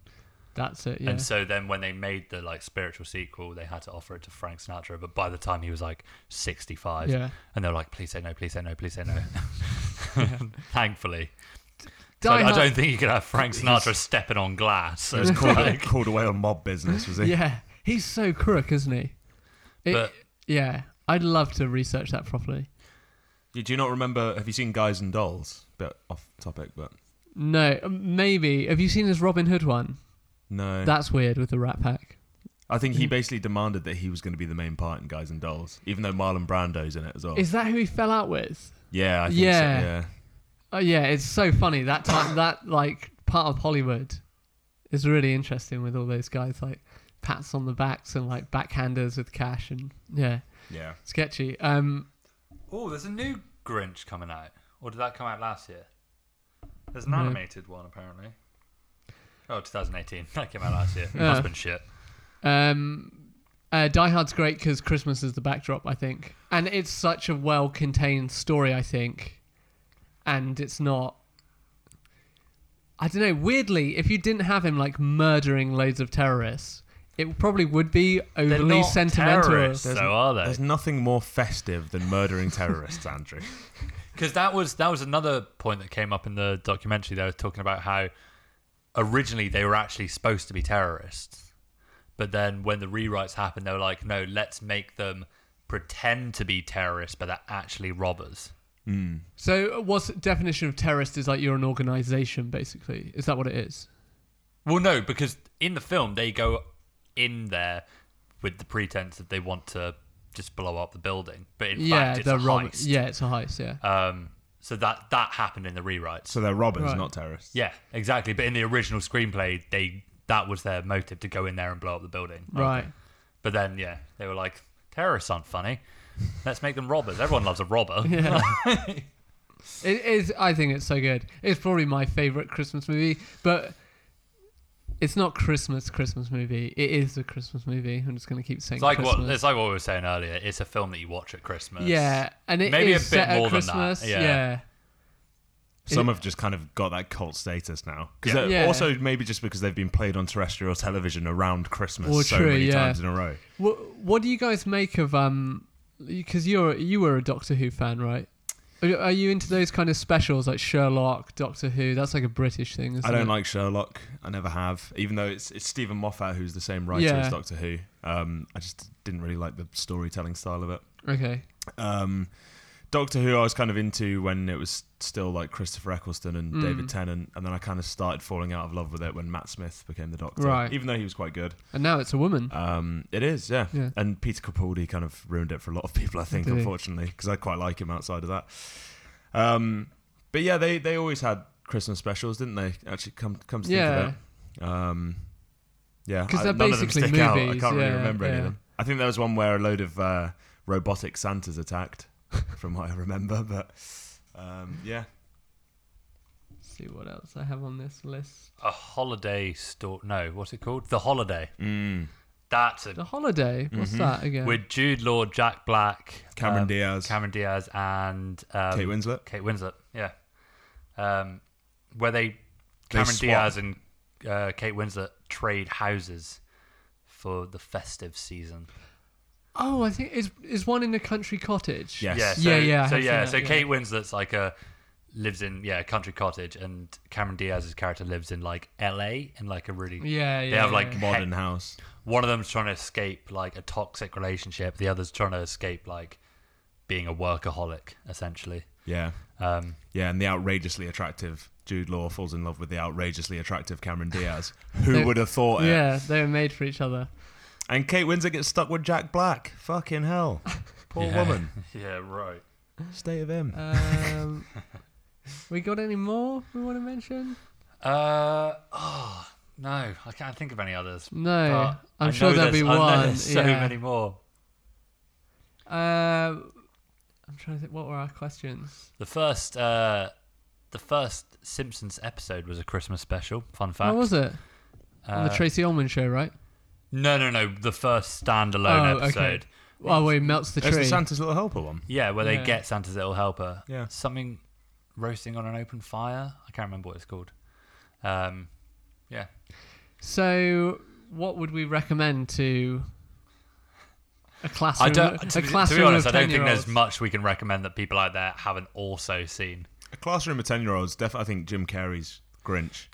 Speaker 3: that's it. Yeah,
Speaker 1: And so then when they made the like spiritual sequel, they had to offer it to Frank Sinatra, but by the time he was like 65,
Speaker 3: Yeah.
Speaker 1: and they were like, please say no, please say no, please say
Speaker 3: [LAUGHS]
Speaker 1: no. [LAUGHS] Thankfully. So
Speaker 3: Die
Speaker 1: I, I
Speaker 3: Hard-
Speaker 1: don't think you could have
Speaker 3: [LAUGHS]
Speaker 1: Frank Sinatra stepping on glass. So
Speaker 2: It was
Speaker 1: it's
Speaker 2: called,
Speaker 1: like-
Speaker 2: called away on mob business, was he?
Speaker 3: Yeah, he's so crook, isn't he? It-
Speaker 1: But-
Speaker 3: yeah, I'd love to research that properly.
Speaker 2: You do not remember? Have you seen Guys and Dolls? Bit off topic, but
Speaker 3: No, um, maybe. Have you seen his Robin Hood one?
Speaker 2: no.
Speaker 3: That's weird with the Rat Pack.
Speaker 2: I think he basically
Speaker 1: Oh.
Speaker 2: demanded that he was going to be the main part in Guys and Dolls, even though Marlon Brando's in it as well.
Speaker 3: Is that who he fell out with?
Speaker 2: Yeah, I think
Speaker 3: Yeah.
Speaker 2: so. Yeah.
Speaker 3: Oh yeah, it's so funny that time that like part of Hollywood is really interesting with all those guys like pats on the backs and like backhanders with cash and yeah,
Speaker 2: Yeah.
Speaker 3: sketchy. Um,
Speaker 1: Oh, there's a new Grinch coming out. Or did that come out last year? There's an
Speaker 3: No.
Speaker 1: animated one apparently. Oh, 2018. [LAUGHS] That came out last year.
Speaker 3: Yeah.
Speaker 1: Must have been shit.
Speaker 3: um, uh, Die Hard's great because Christmas is the backdrop, I think, and it's such a well-contained story, I think, and it's not. I don't know. Weirdly, if you didn't have him like murdering loads of terrorists, it probably would be
Speaker 1: They're
Speaker 3: overly
Speaker 1: not
Speaker 3: sentimental.
Speaker 1: terrorists,
Speaker 2: There's-
Speaker 1: though, are they?
Speaker 2: There's nothing more festive than murdering terrorists, Andrew.
Speaker 1: Because that was that was another point that came up in the documentary. They were talking about how originally they were actually supposed to be terrorists, but then when the rewrites happened, they were like, "No, let's make them pretend to be terrorists, but they're actually robbers."
Speaker 3: So, what's definition of terrorist is like you're an organization, basically. Is that what it is?
Speaker 1: Well, no, because in the film they go in there with the pretense that they want to just blow up the building, but in fact it's a
Speaker 3: rob-
Speaker 1: heist.
Speaker 3: Yeah, it's a heist. Yeah.
Speaker 1: Um, so that that happened in the rewrites.
Speaker 2: So they're robbers,
Speaker 3: Right.
Speaker 2: not terrorists.
Speaker 1: Yeah, exactly. But in the original screenplay, they that was their motive to go in there and blow up the building.
Speaker 3: right.
Speaker 1: But then, yeah, they were like, terrorists aren't funny. Let's make them robbers. Everyone loves a robber.
Speaker 3: [LAUGHS] Yeah. it is. I think it's so good. It's probably my favorite Christmas movie, but it's not Christmas Christmas movie. It is a Christmas movie. I'm just gonna keep saying
Speaker 1: It's like
Speaker 3: Christmas.
Speaker 1: what it's like what we were saying earlier. It's a film that you watch at Christmas.
Speaker 3: yeah, and it is
Speaker 1: Maybe a bit
Speaker 3: set at
Speaker 1: more than that,
Speaker 3: Christmas.
Speaker 1: yeah.
Speaker 3: yeah.
Speaker 2: Some
Speaker 3: It-
Speaker 2: have just kind of got that cult status now. 'Cause
Speaker 1: Yeah.
Speaker 2: they're-
Speaker 3: Yeah.
Speaker 2: Also, maybe just because they've been played on terrestrial television around Christmas
Speaker 3: Well,
Speaker 2: so
Speaker 3: true,
Speaker 2: many
Speaker 3: yeah.
Speaker 2: times in a row.
Speaker 3: What What do you guys make of um? Because you're you were a Doctor Who fan, right? Are you- Are you into those kind of specials like Sherlock, Doctor Who? That's like a British thing. Isn't
Speaker 2: I
Speaker 3: it?
Speaker 2: don't like Sherlock. I never have, even though it's it's Stephen Moffat who's the same writer
Speaker 3: Yeah.
Speaker 2: as Doctor Who. Um, I just didn't really like the storytelling style of it.
Speaker 3: Okay.
Speaker 2: Um, Doctor Who I was kind of into when it was still like Christopher Eccleston and David Tennant, and then I kind of started falling out of love with it when Matt Smith became the Doctor.
Speaker 3: Right.
Speaker 2: Even though he was quite good.
Speaker 3: And now it's a woman.
Speaker 2: Um, it is, yeah.
Speaker 3: Yeah.
Speaker 2: And Peter Capaldi kind of ruined it for a lot of people, I think,
Speaker 3: Did he?
Speaker 2: unfortunately, because I quite like him outside of that. Um, but yeah, they, they always had Christmas specials, didn't they? Actually, come comes to
Speaker 3: Yeah.
Speaker 2: think of it, um, yeah,
Speaker 3: 'Cause
Speaker 2: I-
Speaker 3: they're
Speaker 2: none
Speaker 3: basically
Speaker 2: of them stick out. I
Speaker 3: movies,
Speaker 2: can't
Speaker 3: yeah,
Speaker 2: really remember any
Speaker 3: yeah.
Speaker 2: of them. I think there was one where a load of uh, robotic Santas attacked, [LAUGHS] from what I remember. But um, yeah,
Speaker 3: Let's see what else I have on this list.
Speaker 1: A holiday store. No, what's it called? The Holiday.
Speaker 2: Mm.
Speaker 1: That's a
Speaker 3: The Holiday.
Speaker 2: Mm-hmm.
Speaker 3: What's that again?
Speaker 1: with Jude Law, Jack Black,
Speaker 2: Cameron
Speaker 1: um,
Speaker 2: Diaz,
Speaker 1: Cameron Diaz, and um,
Speaker 2: Kate Winslet.
Speaker 1: Kate Winslet, yeah. Um, where they,
Speaker 2: They
Speaker 1: Cameron
Speaker 2: swap.
Speaker 1: Diaz and uh, Kate Winslet trade houses for the festive season.
Speaker 3: oh, I think is is one in a country cottage.
Speaker 2: Yes.
Speaker 1: Yeah, so,
Speaker 3: Yeah, yeah, I
Speaker 1: So
Speaker 3: have
Speaker 1: yeah,
Speaker 3: seen
Speaker 1: so
Speaker 3: that,
Speaker 1: Kate Winslet's like a lives in yeah a country cottage, and Cameron Diaz's character lives in like L.A. in like a really
Speaker 3: Yeah. Yeah.
Speaker 1: They have, like,
Speaker 3: yeah.
Speaker 2: Modern House.
Speaker 1: one of them's trying to escape like a toxic relationship, the other's trying to escape like being a workaholic essentially.
Speaker 2: Yeah.
Speaker 1: Um,
Speaker 2: Yeah, and the outrageously attractive Jude Law falls in love with the outrageously attractive Cameron
Speaker 3: [LAUGHS]
Speaker 2: Diaz. Who
Speaker 3: They-
Speaker 2: would have thought it?
Speaker 3: Yeah, they were made for each other.
Speaker 2: And Kate Winslet gets stuck with Jack Black.
Speaker 3: [LAUGHS]
Speaker 2: Fucking hell. Poor
Speaker 1: Yeah.
Speaker 2: woman.
Speaker 1: [LAUGHS] yeah, right.
Speaker 2: State of him.
Speaker 1: [LAUGHS]
Speaker 3: Um, we got any more we want to mention?
Speaker 1: Uh oh no, I can't think of any others.
Speaker 3: No,
Speaker 1: But
Speaker 3: I'm
Speaker 1: Uh, I
Speaker 3: sure
Speaker 1: know
Speaker 3: there'll be
Speaker 1: there's- I know
Speaker 3: one.
Speaker 1: there's so
Speaker 3: yeah.
Speaker 1: many more.
Speaker 3: Um, I'm trying to think. What were our questions?
Speaker 1: The first, uh, the first Simpsons episode was a Christmas special. Fun fact.
Speaker 3: What was it? On the
Speaker 1: Uh,
Speaker 3: Tracy Ullman show, right?
Speaker 1: no, no, no. The first standalone
Speaker 3: Oh, okay.
Speaker 1: episode.
Speaker 3: Oh, where he melts the
Speaker 2: That's
Speaker 3: tree.
Speaker 2: the Santa's Little Helper one.
Speaker 1: Yeah, where they
Speaker 3: Yeah.
Speaker 1: get Santa's little helper.
Speaker 2: Yeah.
Speaker 1: Something roasting on an open fire. I can't remember what it's called. Um, yeah.
Speaker 3: so, what would we recommend to a classroom?
Speaker 1: I don't.
Speaker 3: a
Speaker 1: To, be- to
Speaker 3: classroom
Speaker 1: be honest, I
Speaker 3: of
Speaker 1: don't think
Speaker 3: 10-year-olds?
Speaker 1: there's much we can recommend that people out there haven't also seen.
Speaker 2: A classroom of 10 year olds, definitely, I think Jim Carrey's Grinch.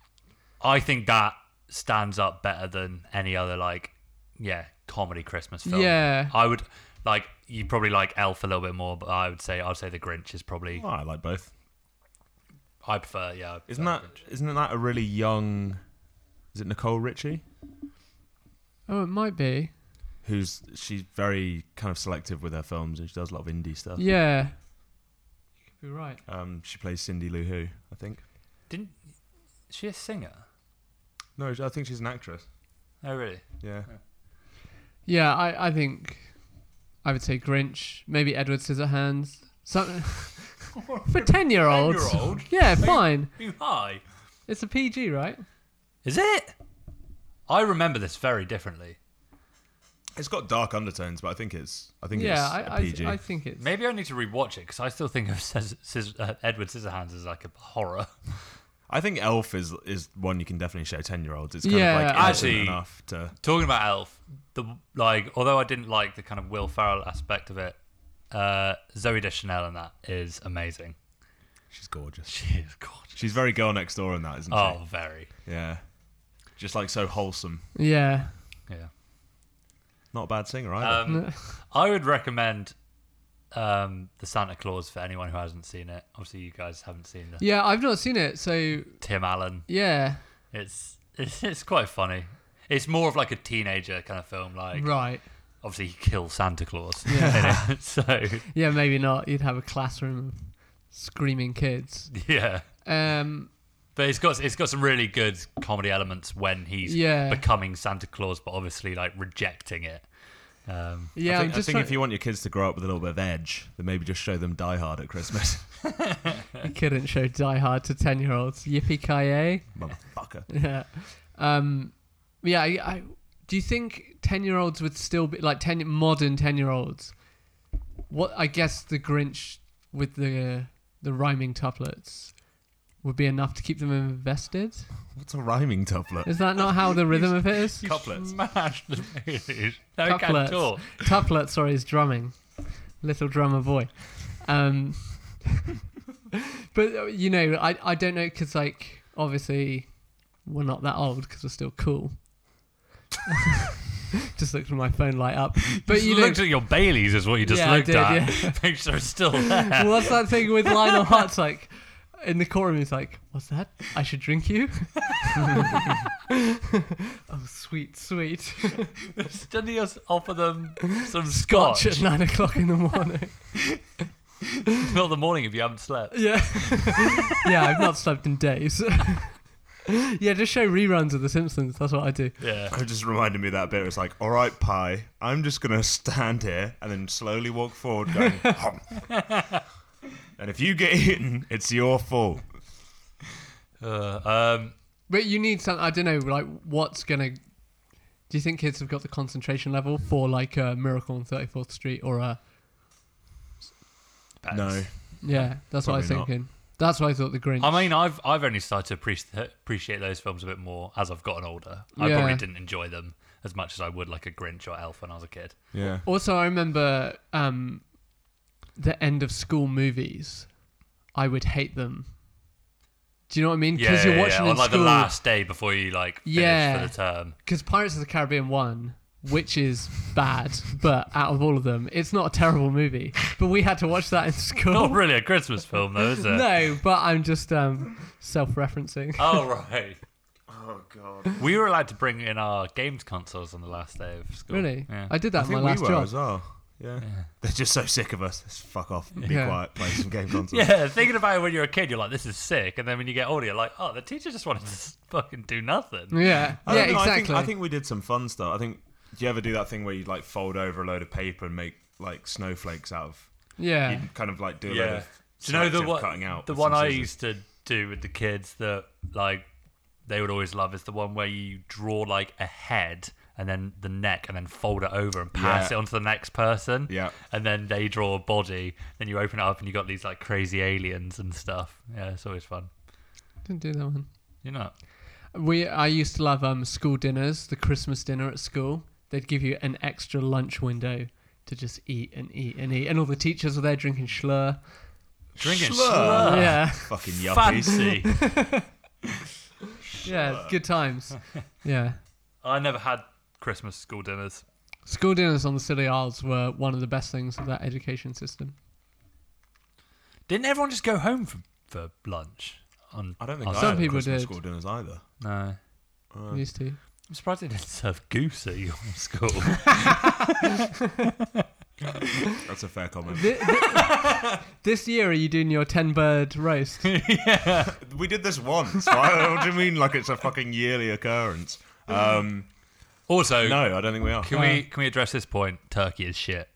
Speaker 1: I think that stands up better than any other like yeah comedy Christmas film.
Speaker 3: Yeah.
Speaker 1: I would like you probably like Elf a little bit more, but I would say I'd say The Grinch is probably
Speaker 2: Oh, I like both.
Speaker 1: I prefer yeah. I
Speaker 2: Isn't
Speaker 1: prefer
Speaker 2: that, isn't that a really young. Is it Nicole Richie?
Speaker 3: Oh, it might be.
Speaker 2: Who's she's very kind of selective with her films and she does a lot of indie stuff.
Speaker 3: Yeah. You're right.
Speaker 2: Um, she plays Cindy Lou Who, I think.
Speaker 1: Didn't is she a singer?
Speaker 2: No, I think she's an actress.
Speaker 1: Oh really?
Speaker 2: Yeah.
Speaker 3: Yeah, I, I think I would say Grinch, maybe Edward Scissorhands.
Speaker 2: [LAUGHS]
Speaker 3: Some, [LAUGHS] for 10 year olds.
Speaker 1: 10-year-old?
Speaker 3: Yeah, fine.
Speaker 1: You high?
Speaker 3: It's a PG, right?
Speaker 1: Is it? I remember this very differently.
Speaker 2: It's got dark undertones, but I think it's I think
Speaker 3: Yeah,
Speaker 2: it's a
Speaker 3: I,
Speaker 2: PG.
Speaker 3: I, I think it's.
Speaker 1: Maybe I need to rewatch it because I still think of [LAUGHS] Scis- Scis- uh, Edward Scissorhands as like a horror.
Speaker 2: I think Elf is is one you can definitely show ten year olds. It's kind
Speaker 3: Yeah,
Speaker 2: of like
Speaker 1: actually-
Speaker 2: actually enough to.
Speaker 1: Talking about Elf, the like, although I didn't like the kind of Will Ferrell aspect of it, uh, Zoe Deschanel in that is
Speaker 3: [LAUGHS]
Speaker 1: amazing.
Speaker 2: She's gorgeous.
Speaker 1: She is gorgeous.
Speaker 2: She's very girl next door in that, isn't
Speaker 1: Oh, very.
Speaker 2: she? Yeah. Just like so wholesome.
Speaker 3: Yeah.
Speaker 1: Yeah.
Speaker 2: Not a bad singer either.
Speaker 1: Um, I would recommend um, the Santa Claus for anyone who hasn't seen it. Obviously, you guys haven't seen the
Speaker 3: Yeah, I've not seen it, so
Speaker 1: Tim Allen.
Speaker 3: yeah.
Speaker 1: It's, it's it's quite funny. It's more of like a teenager kind of film. Like
Speaker 3: Right.
Speaker 1: obviously, he kills Santa Claus.
Speaker 3: Yeah.
Speaker 1: in it. [LAUGHS] so
Speaker 3: Yeah, maybe not. You'd have a classroom of screaming kids.
Speaker 1: yeah.
Speaker 3: Um,
Speaker 1: But it's got it's got some really good comedy elements when he's
Speaker 3: Yeah.
Speaker 1: becoming Santa Claus, but obviously like rejecting it. Um,
Speaker 3: yeah,
Speaker 2: I
Speaker 3: I'm
Speaker 2: think, I
Speaker 3: just
Speaker 2: think if
Speaker 3: trying-
Speaker 2: you want your kids to grow up with a little bit of edge, then maybe just show them Die Hard at Christmas. [LAUGHS]
Speaker 3: you couldn't show Die Hard to 10 year olds. Yippee ki
Speaker 2: Motherfucker.
Speaker 3: [LAUGHS] Yeah. Um, yeah, I, I, do you think 10 year olds would still be like 10 modern 10 year olds? What I guess the Grinch with the the rhyming tuplets would be enough to keep them invested.
Speaker 2: What's a rhyming tuplet?
Speaker 3: Is that not how the rhythm of it is?
Speaker 2: Couplets.
Speaker 1: Smashed the [LAUGHS] movies. No, he can't
Speaker 3: Couplets.
Speaker 1: talk.
Speaker 3: Tuplet, sorry, is drumming. Little drummer boy. Um, [LAUGHS] but, uh, you know, I, I don't know, because, like, obviously, we're not that old because we're still cool. [LAUGHS] just looked at my phone light up. But, you
Speaker 1: You
Speaker 3: know,
Speaker 1: looked at your Baileys, is what you just
Speaker 3: Yeah, I
Speaker 1: looked
Speaker 3: did,
Speaker 1: at. [LAUGHS] Make sure it's still [LAUGHS] there.
Speaker 3: what's that thing with Lionel Hart's, like, in the courtroom, he's like, what's that? I should
Speaker 1: [LAUGHS]
Speaker 3: drink you? [LAUGHS] oh, sweet, sweet.
Speaker 1: Studios offer
Speaker 3: [LAUGHS]
Speaker 1: them some
Speaker 3: Gotch
Speaker 1: scotch
Speaker 3: at nine o'clock in the morning.
Speaker 1: until the morning if you haven't
Speaker 3: [LAUGHS]
Speaker 1: slept. [LAUGHS]
Speaker 3: Yeah. yeah, I've not slept in days. [LAUGHS] yeah, just show reruns of The Simpsons. That's what I do.
Speaker 1: Yeah.
Speaker 2: It just reminded me of that bit. It's like, all right, pie, I'm just going to stand here and then slowly walk forward going,
Speaker 3: [LAUGHS]
Speaker 2: hum. And if you get eaten, it's your fault.
Speaker 1: Uh, um,
Speaker 3: But you need some. I don't know, like, what's going to. Do you think kids have got the concentration level for, like, a Miracle on 34th Street or a.
Speaker 1: that's-
Speaker 2: No.
Speaker 3: Yeah, that's what I was
Speaker 2: Probably not.
Speaker 3: thinking. That's why I thought The Grinch.
Speaker 1: I mean, I've I've only started to appreciate appreciate those films a bit more as I've gotten older. I
Speaker 3: Yeah.
Speaker 1: probably didn't enjoy them as much as I would like a Grinch or Elf when I was a kid.
Speaker 2: Yeah.
Speaker 3: Also, I remember um, the end of school movies. I would hate them. Do you know what I mean?
Speaker 1: Yeah,
Speaker 3: Because
Speaker 1: yeah,
Speaker 3: you're watching
Speaker 1: yeah.
Speaker 3: in
Speaker 1: on like
Speaker 3: school.
Speaker 1: the last day before you like finish
Speaker 3: Yeah.
Speaker 1: for the term. [LAUGHS]
Speaker 3: because Pirates of the Caribbean one, which is bad, but out of all of them, it's not a terrible movie. But we had to watch that in
Speaker 1: Not
Speaker 3: school.
Speaker 1: really a Christmas film though, is it?
Speaker 3: [LAUGHS] No, but I'm just um, self-referencing.
Speaker 1: Oh right. Oh god. We were allowed to bring in our games consoles on the last day of school.
Speaker 3: Really,
Speaker 1: Yeah. [LAUGHS]
Speaker 3: I did that
Speaker 2: I
Speaker 3: in my
Speaker 2: think
Speaker 3: last
Speaker 2: we were
Speaker 3: job.
Speaker 2: as well. Yeah. They're just so sick of us. Let's fuck off. Be
Speaker 3: Yeah.
Speaker 2: quiet. Play
Speaker 3: [LAUGHS]
Speaker 2: some game console.
Speaker 1: yeah, thinking about it when you're a kid, you're like, "This is sick," and then when you get older, you're like, "Oh, the teacher just wanted to [LAUGHS] s- fucking do nothing."
Speaker 3: Yeah,
Speaker 2: I
Speaker 3: yeah,
Speaker 2: don't know, I think-
Speaker 3: exactly.
Speaker 2: I think, we did some fun stuff. I think. Do you ever do that thing where you like fold over a load of paper and make like snowflakes out of?
Speaker 3: yeah,
Speaker 2: You'd kind of like do a load
Speaker 1: Yeah.
Speaker 2: of.
Speaker 1: Do you know the
Speaker 2: selective
Speaker 1: one?
Speaker 2: cutting out
Speaker 1: the
Speaker 2: with
Speaker 1: one
Speaker 2: some
Speaker 1: I
Speaker 2: scissors.
Speaker 1: used to do with the kids that like they would always love is the one where you draw like a head and then the neck and then fold it over and pass
Speaker 2: Yeah.
Speaker 1: it on to the next person.
Speaker 2: Yeah.
Speaker 1: And then they draw a body. Then you open it up and you got these like crazy aliens and stuff. Yeah, it's always fun.
Speaker 3: didn't do that one.
Speaker 1: You know.
Speaker 3: We I used to love um, school dinners, the Christmas dinner at school. They'd give you an extra lunch window to just eat and eat and eat, and all the teachers were there drinking schlur.
Speaker 1: Drinking
Speaker 2: Schlur.
Speaker 1: Schlur.
Speaker 3: yeah.
Speaker 2: Fucking yuppies.
Speaker 1: Fancy.
Speaker 3: Yeah, good times.
Speaker 2: [LAUGHS]
Speaker 3: Yeah.
Speaker 1: I never had Christmas school dinners.
Speaker 3: School dinners on the Scilly Isles were one of the best things of that education system.
Speaker 1: Didn't everyone just go home for, for lunch? On
Speaker 2: I don't think
Speaker 1: on
Speaker 2: I
Speaker 3: Oh, Some
Speaker 2: had
Speaker 3: people
Speaker 2: Christmas
Speaker 3: did.
Speaker 2: school dinners either.
Speaker 1: No. [LAUGHS]
Speaker 3: We used to.
Speaker 1: I'm surprised they didn't serve goose at your school.
Speaker 2: That's a fair comment.
Speaker 3: Th- th- [LAUGHS] this year, are you doing your ten bird
Speaker 2: [LAUGHS]
Speaker 3: roast?
Speaker 2: [LAUGHS] We did this once. Why, [LAUGHS] what do you mean? Like it's a fucking yearly occurrence? Um,
Speaker 1: Also,
Speaker 2: no, I don't think we are.
Speaker 1: can we can we address this point? Turkey is shit.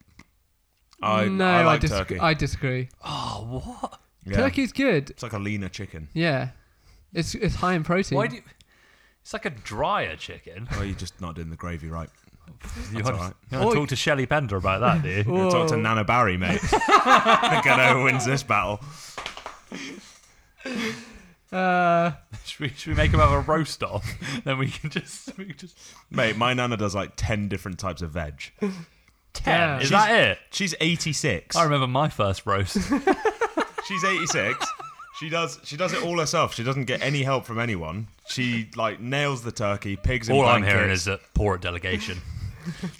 Speaker 2: I,
Speaker 3: no,
Speaker 2: I like
Speaker 3: dis-
Speaker 2: turkey.
Speaker 3: I disagree.
Speaker 1: Oh, what?
Speaker 2: Yeah.
Speaker 3: Turkey's good.
Speaker 2: It's like a leaner chicken.
Speaker 3: Yeah, it's it's high in protein.
Speaker 1: Why do you? It's like a drier chicken.
Speaker 2: Oh, you're just not doing the gravy right.
Speaker 1: You
Speaker 2: That's
Speaker 1: want,
Speaker 2: all right.
Speaker 1: you want
Speaker 3: Oi.
Speaker 1: to talk to Shelley Bender about that, do
Speaker 2: [LAUGHS]
Speaker 1: you?
Speaker 3: Whoa.
Speaker 2: Talk to Nana Barry, mate.
Speaker 3: [LAUGHS]
Speaker 2: I think I know who wins this battle.
Speaker 3: Uh,
Speaker 1: should, we, should we make him have a roast off? [LAUGHS] Then we can just we can just
Speaker 2: Mate, my Nana does like 10 different types of veg.
Speaker 3: yeah.
Speaker 1: Is that it?
Speaker 2: She's 86.
Speaker 1: I remember my first roast.
Speaker 2: She's 86. She does. She does it all herself. She doesn't get any help from anyone. She like nails the turkey, pigs in
Speaker 1: [LAUGHS] All I'm
Speaker 2: blankets,
Speaker 1: hearing is that poor at delegation.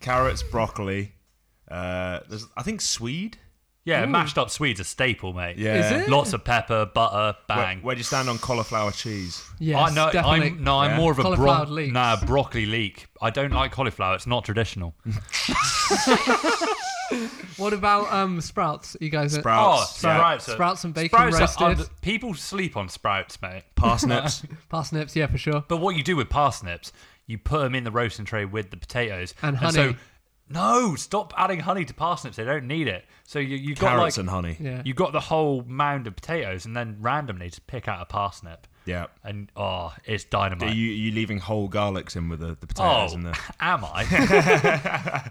Speaker 2: carrots, broccoli. Uh, there's, I think Swede.
Speaker 1: Yeah, mashed up Swede's a staple, mate.
Speaker 2: Yeah.
Speaker 3: Is it?
Speaker 1: Lots of pepper, butter,
Speaker 2: Where,
Speaker 1: bang.
Speaker 2: where do you stand on cauliflower cheese?
Speaker 3: Yes,
Speaker 1: I know.
Speaker 3: definitely.
Speaker 1: I'm no. I'm
Speaker 2: Yeah.
Speaker 1: more of a
Speaker 3: Cauliflower
Speaker 1: bro-
Speaker 3: leeks.
Speaker 1: nah broccoli leek. I don't like cauliflower. It's not traditional.
Speaker 3: What about um sprouts? You guys, are-
Speaker 1: Oh,
Speaker 2: Sprouts, yeah.
Speaker 1: sprouts. are-
Speaker 3: Sprouts and bacon
Speaker 1: sprouts are
Speaker 3: roasted.
Speaker 1: under- people sleep on sprouts, mate.
Speaker 2: [LAUGHS] parsnips.
Speaker 3: parsnips, yeah, for sure.
Speaker 1: But what you do with parsnips, you put them in the roasting tray with the potatoes
Speaker 3: And
Speaker 1: so,
Speaker 3: honey.
Speaker 1: no, stop adding honey to parsnips. They don't need it. So you you got
Speaker 2: carrots
Speaker 1: like
Speaker 2: and honey.
Speaker 3: Yeah,
Speaker 1: you got the whole mound of potatoes, and then randomly just pick out a parsnip.
Speaker 2: Yeah.
Speaker 1: And oh, it's
Speaker 2: Are
Speaker 1: dynamite.
Speaker 2: you you leaving whole garlics in with the,
Speaker 1: oh,
Speaker 2: the potatoes and the
Speaker 1: [LAUGHS] am I?
Speaker 2: [LAUGHS]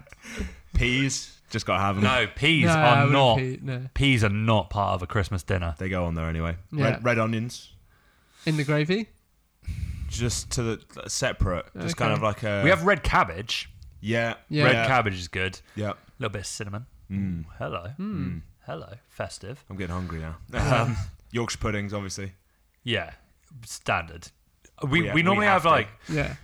Speaker 2: peas? Just gotta have them.
Speaker 1: No, peas
Speaker 3: No, I
Speaker 1: are
Speaker 3: wouldn't
Speaker 1: not.
Speaker 3: pea- no.
Speaker 1: Peas are not part of a Christmas dinner.
Speaker 2: They go on there anyway.
Speaker 3: Yeah.
Speaker 2: Red, red onions,
Speaker 3: in the gravy.
Speaker 2: just to the separate, just kind
Speaker 3: Okay.
Speaker 2: of like a.
Speaker 1: We have red cabbage.
Speaker 2: yeah,
Speaker 3: Yeah.
Speaker 1: Red cabbage is good. A
Speaker 2: Yeah,
Speaker 1: little bit of cinnamon.
Speaker 2: Mm.
Speaker 1: Ooh, hello.
Speaker 3: Hmm.
Speaker 1: Hello. Festive.
Speaker 2: I'm getting hungry [LAUGHS] now. Um, Yorkshire puddings, obviously.
Speaker 1: Yeah. Standard. We,
Speaker 2: We
Speaker 1: we,
Speaker 2: ha- we
Speaker 1: normally have,
Speaker 2: have to.
Speaker 1: like
Speaker 2: [LAUGHS]
Speaker 3: Yeah,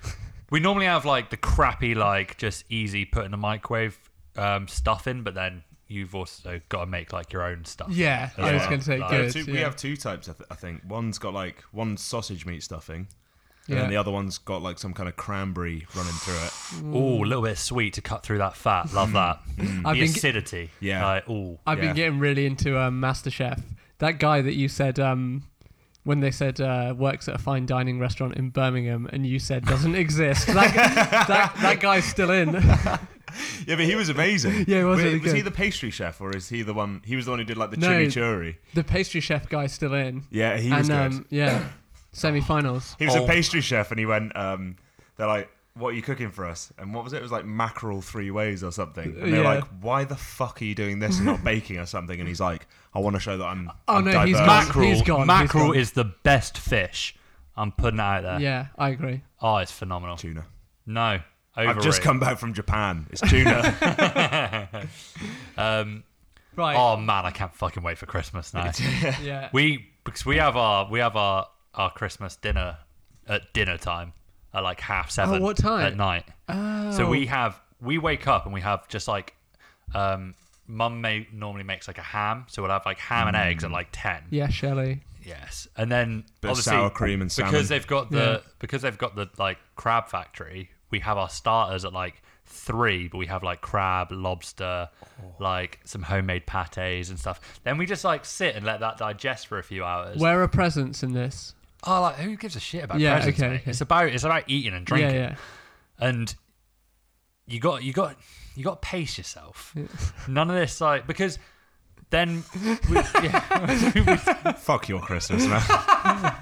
Speaker 1: we normally have like the crappy like just easy put in the microwave um, stuff in, but then you've also got to make like your own stuff.
Speaker 3: yeah.
Speaker 1: Yeah.
Speaker 3: I was gonna say
Speaker 1: Like,
Speaker 2: We
Speaker 3: good.
Speaker 2: have two,
Speaker 3: yeah.
Speaker 2: We have two types, I, th- I think. One's got like one sausage meat stuffing, and
Speaker 3: yeah.
Speaker 2: then the other one's got like some kind of cranberry running through it. [LAUGHS]
Speaker 1: Ooh, a little bit of sweet to cut through that fat. Love that. the
Speaker 3: I've been-
Speaker 1: acidity.
Speaker 2: Mm. Yeah.
Speaker 1: Like, ooh.
Speaker 3: I've
Speaker 2: Yeah.
Speaker 3: been getting really into um, MasterChef. That guy that you said um, when they said uh, works at a fine dining restaurant in Birmingham, and you
Speaker 1: [LAUGHS]
Speaker 3: said doesn't exist. That, guy- that, that guy's still in.
Speaker 2: Yeah, but he was amazing.
Speaker 3: Yeah, he was
Speaker 2: Wait,
Speaker 3: really
Speaker 2: Was he
Speaker 3: good.
Speaker 2: the pastry chef, or is he the one? He was the one who did like the
Speaker 3: No.
Speaker 2: chimichurri.
Speaker 3: the pastry chef guy's still in.
Speaker 2: Yeah, he was
Speaker 3: and
Speaker 2: good.
Speaker 3: um,
Speaker 1: [COUGHS]
Speaker 3: yeah, semi-finals.
Speaker 2: He was
Speaker 1: Oh.
Speaker 2: a pastry chef, and he went. Um, they're like, "What are you cooking for us?" And what was it? It was like mackerel three ways or something. And they're
Speaker 3: Yeah.
Speaker 2: like, "Why the fuck are you doing this and not [LAUGHS] baking or something?" And he's like, "I want to show that I'm."
Speaker 3: Oh,
Speaker 2: I'm
Speaker 3: no, he's
Speaker 2: diverse."
Speaker 3: gone.
Speaker 1: mackerel,
Speaker 3: He's gone, he's
Speaker 1: mackerel
Speaker 3: gone.
Speaker 1: is the best fish. I'm putting it out there.
Speaker 3: Yeah, I agree.
Speaker 1: Oh, it's phenomenal.
Speaker 2: tuna.
Speaker 1: No,
Speaker 2: I've just
Speaker 1: overrated.
Speaker 2: come back from Japan. It's
Speaker 3: [LAUGHS]
Speaker 2: tuna.
Speaker 3: Right.
Speaker 1: Oh man, I can't fucking wait for Christmas
Speaker 2: [LAUGHS]
Speaker 1: now.
Speaker 3: yeah.
Speaker 1: we because we have our we have our our Christmas dinner at dinner time at like half seven.
Speaker 3: Oh, what time? Oh.
Speaker 1: At night. So we have we wake up and we have just like um mum may normally makes like a ham, so we'll have like ham and
Speaker 3: Mm.
Speaker 1: eggs at like ten.
Speaker 3: yeah, Shelley.
Speaker 1: Yes, and then
Speaker 2: Bit of
Speaker 1: obviously
Speaker 2: sour cream and salmon.
Speaker 1: because they've got the because they've got the like crab factory. We have our starters at like three, but we have like crab, lobster,
Speaker 3: Oh.
Speaker 1: like some homemade pates and stuff. Then we just like sit and let that digest for a few hours.
Speaker 3: Where are presents in this?
Speaker 1: oh, like who gives a shit about
Speaker 3: Yeah,
Speaker 1: presents?
Speaker 3: okay,
Speaker 1: mate?
Speaker 3: okay.
Speaker 1: It's about it's about eating and drinking,
Speaker 3: Yeah, yeah.
Speaker 1: and you got you got you got to pace yourself. None of this like because then we,
Speaker 3: [LAUGHS]
Speaker 1: yeah, we
Speaker 2: fuck your Christmas, man.
Speaker 3: [LAUGHS]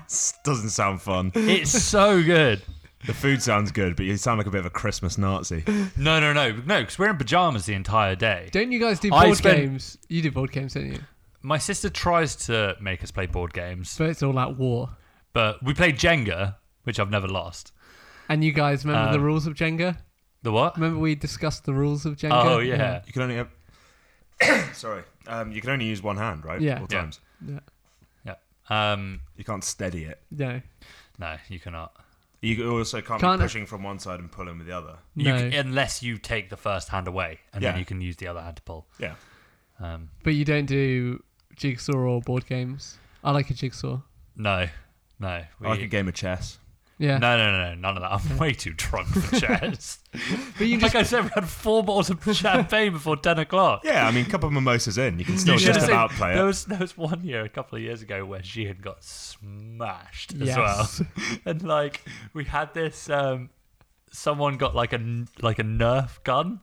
Speaker 2: Doesn't sound fun.
Speaker 1: It's so good.
Speaker 2: The food sounds good, but you sound like a bit of a Christmas Nazi.
Speaker 1: No, no, no, no, because we're in pajamas the entire day.
Speaker 3: Don't you guys do
Speaker 1: I
Speaker 3: board
Speaker 1: spent-
Speaker 3: games? You do board games, don't you?
Speaker 1: My sister tries to make us play board games,
Speaker 3: But it's all at war.
Speaker 1: but we played Jenga, which I've never lost.
Speaker 3: And you guys remember
Speaker 1: Uh,
Speaker 3: the rules of Jenga?
Speaker 1: The what?
Speaker 3: Remember we discussed the rules of Jenga?
Speaker 1: Oh yeah.
Speaker 2: You can only have. [COUGHS] Sorry, um, you can only use one hand, right?
Speaker 3: Yeah.
Speaker 2: All
Speaker 1: Yeah.
Speaker 2: times.
Speaker 3: Yeah.
Speaker 1: yeah, Um,
Speaker 2: You can't steady it.
Speaker 3: No.
Speaker 1: no, you cannot.
Speaker 2: You also can't,
Speaker 3: Can't-
Speaker 2: be pushing from one side and pulling with the other.
Speaker 1: You
Speaker 3: No.
Speaker 1: c- unless you take the first hand away, and
Speaker 2: Yeah.
Speaker 1: then you can use the other hand to pull.
Speaker 2: Yeah.
Speaker 1: Um,
Speaker 3: But you don't do jigsaw or board games. I like a jigsaw.
Speaker 1: no, no. We,
Speaker 2: I like a game of chess.
Speaker 3: Yeah.
Speaker 1: No, no, no, no, none of that. I'm [LAUGHS] way too drunk
Speaker 2: [LAUGHS]
Speaker 1: for chess.
Speaker 3: But you
Speaker 1: like I said, we had four bottles of champagne before 10 o'clock.
Speaker 2: Yeah, I mean, a couple of mimosas in, you can still
Speaker 1: should
Speaker 2: just
Speaker 1: have
Speaker 2: about
Speaker 1: seen-
Speaker 2: play it.
Speaker 1: There was, there was one year, a couple of years ago, where she had got smashed [LAUGHS] as
Speaker 3: Yes.
Speaker 1: well, [LAUGHS] and like we had this. Um, someone got like a n- like a Nerf gun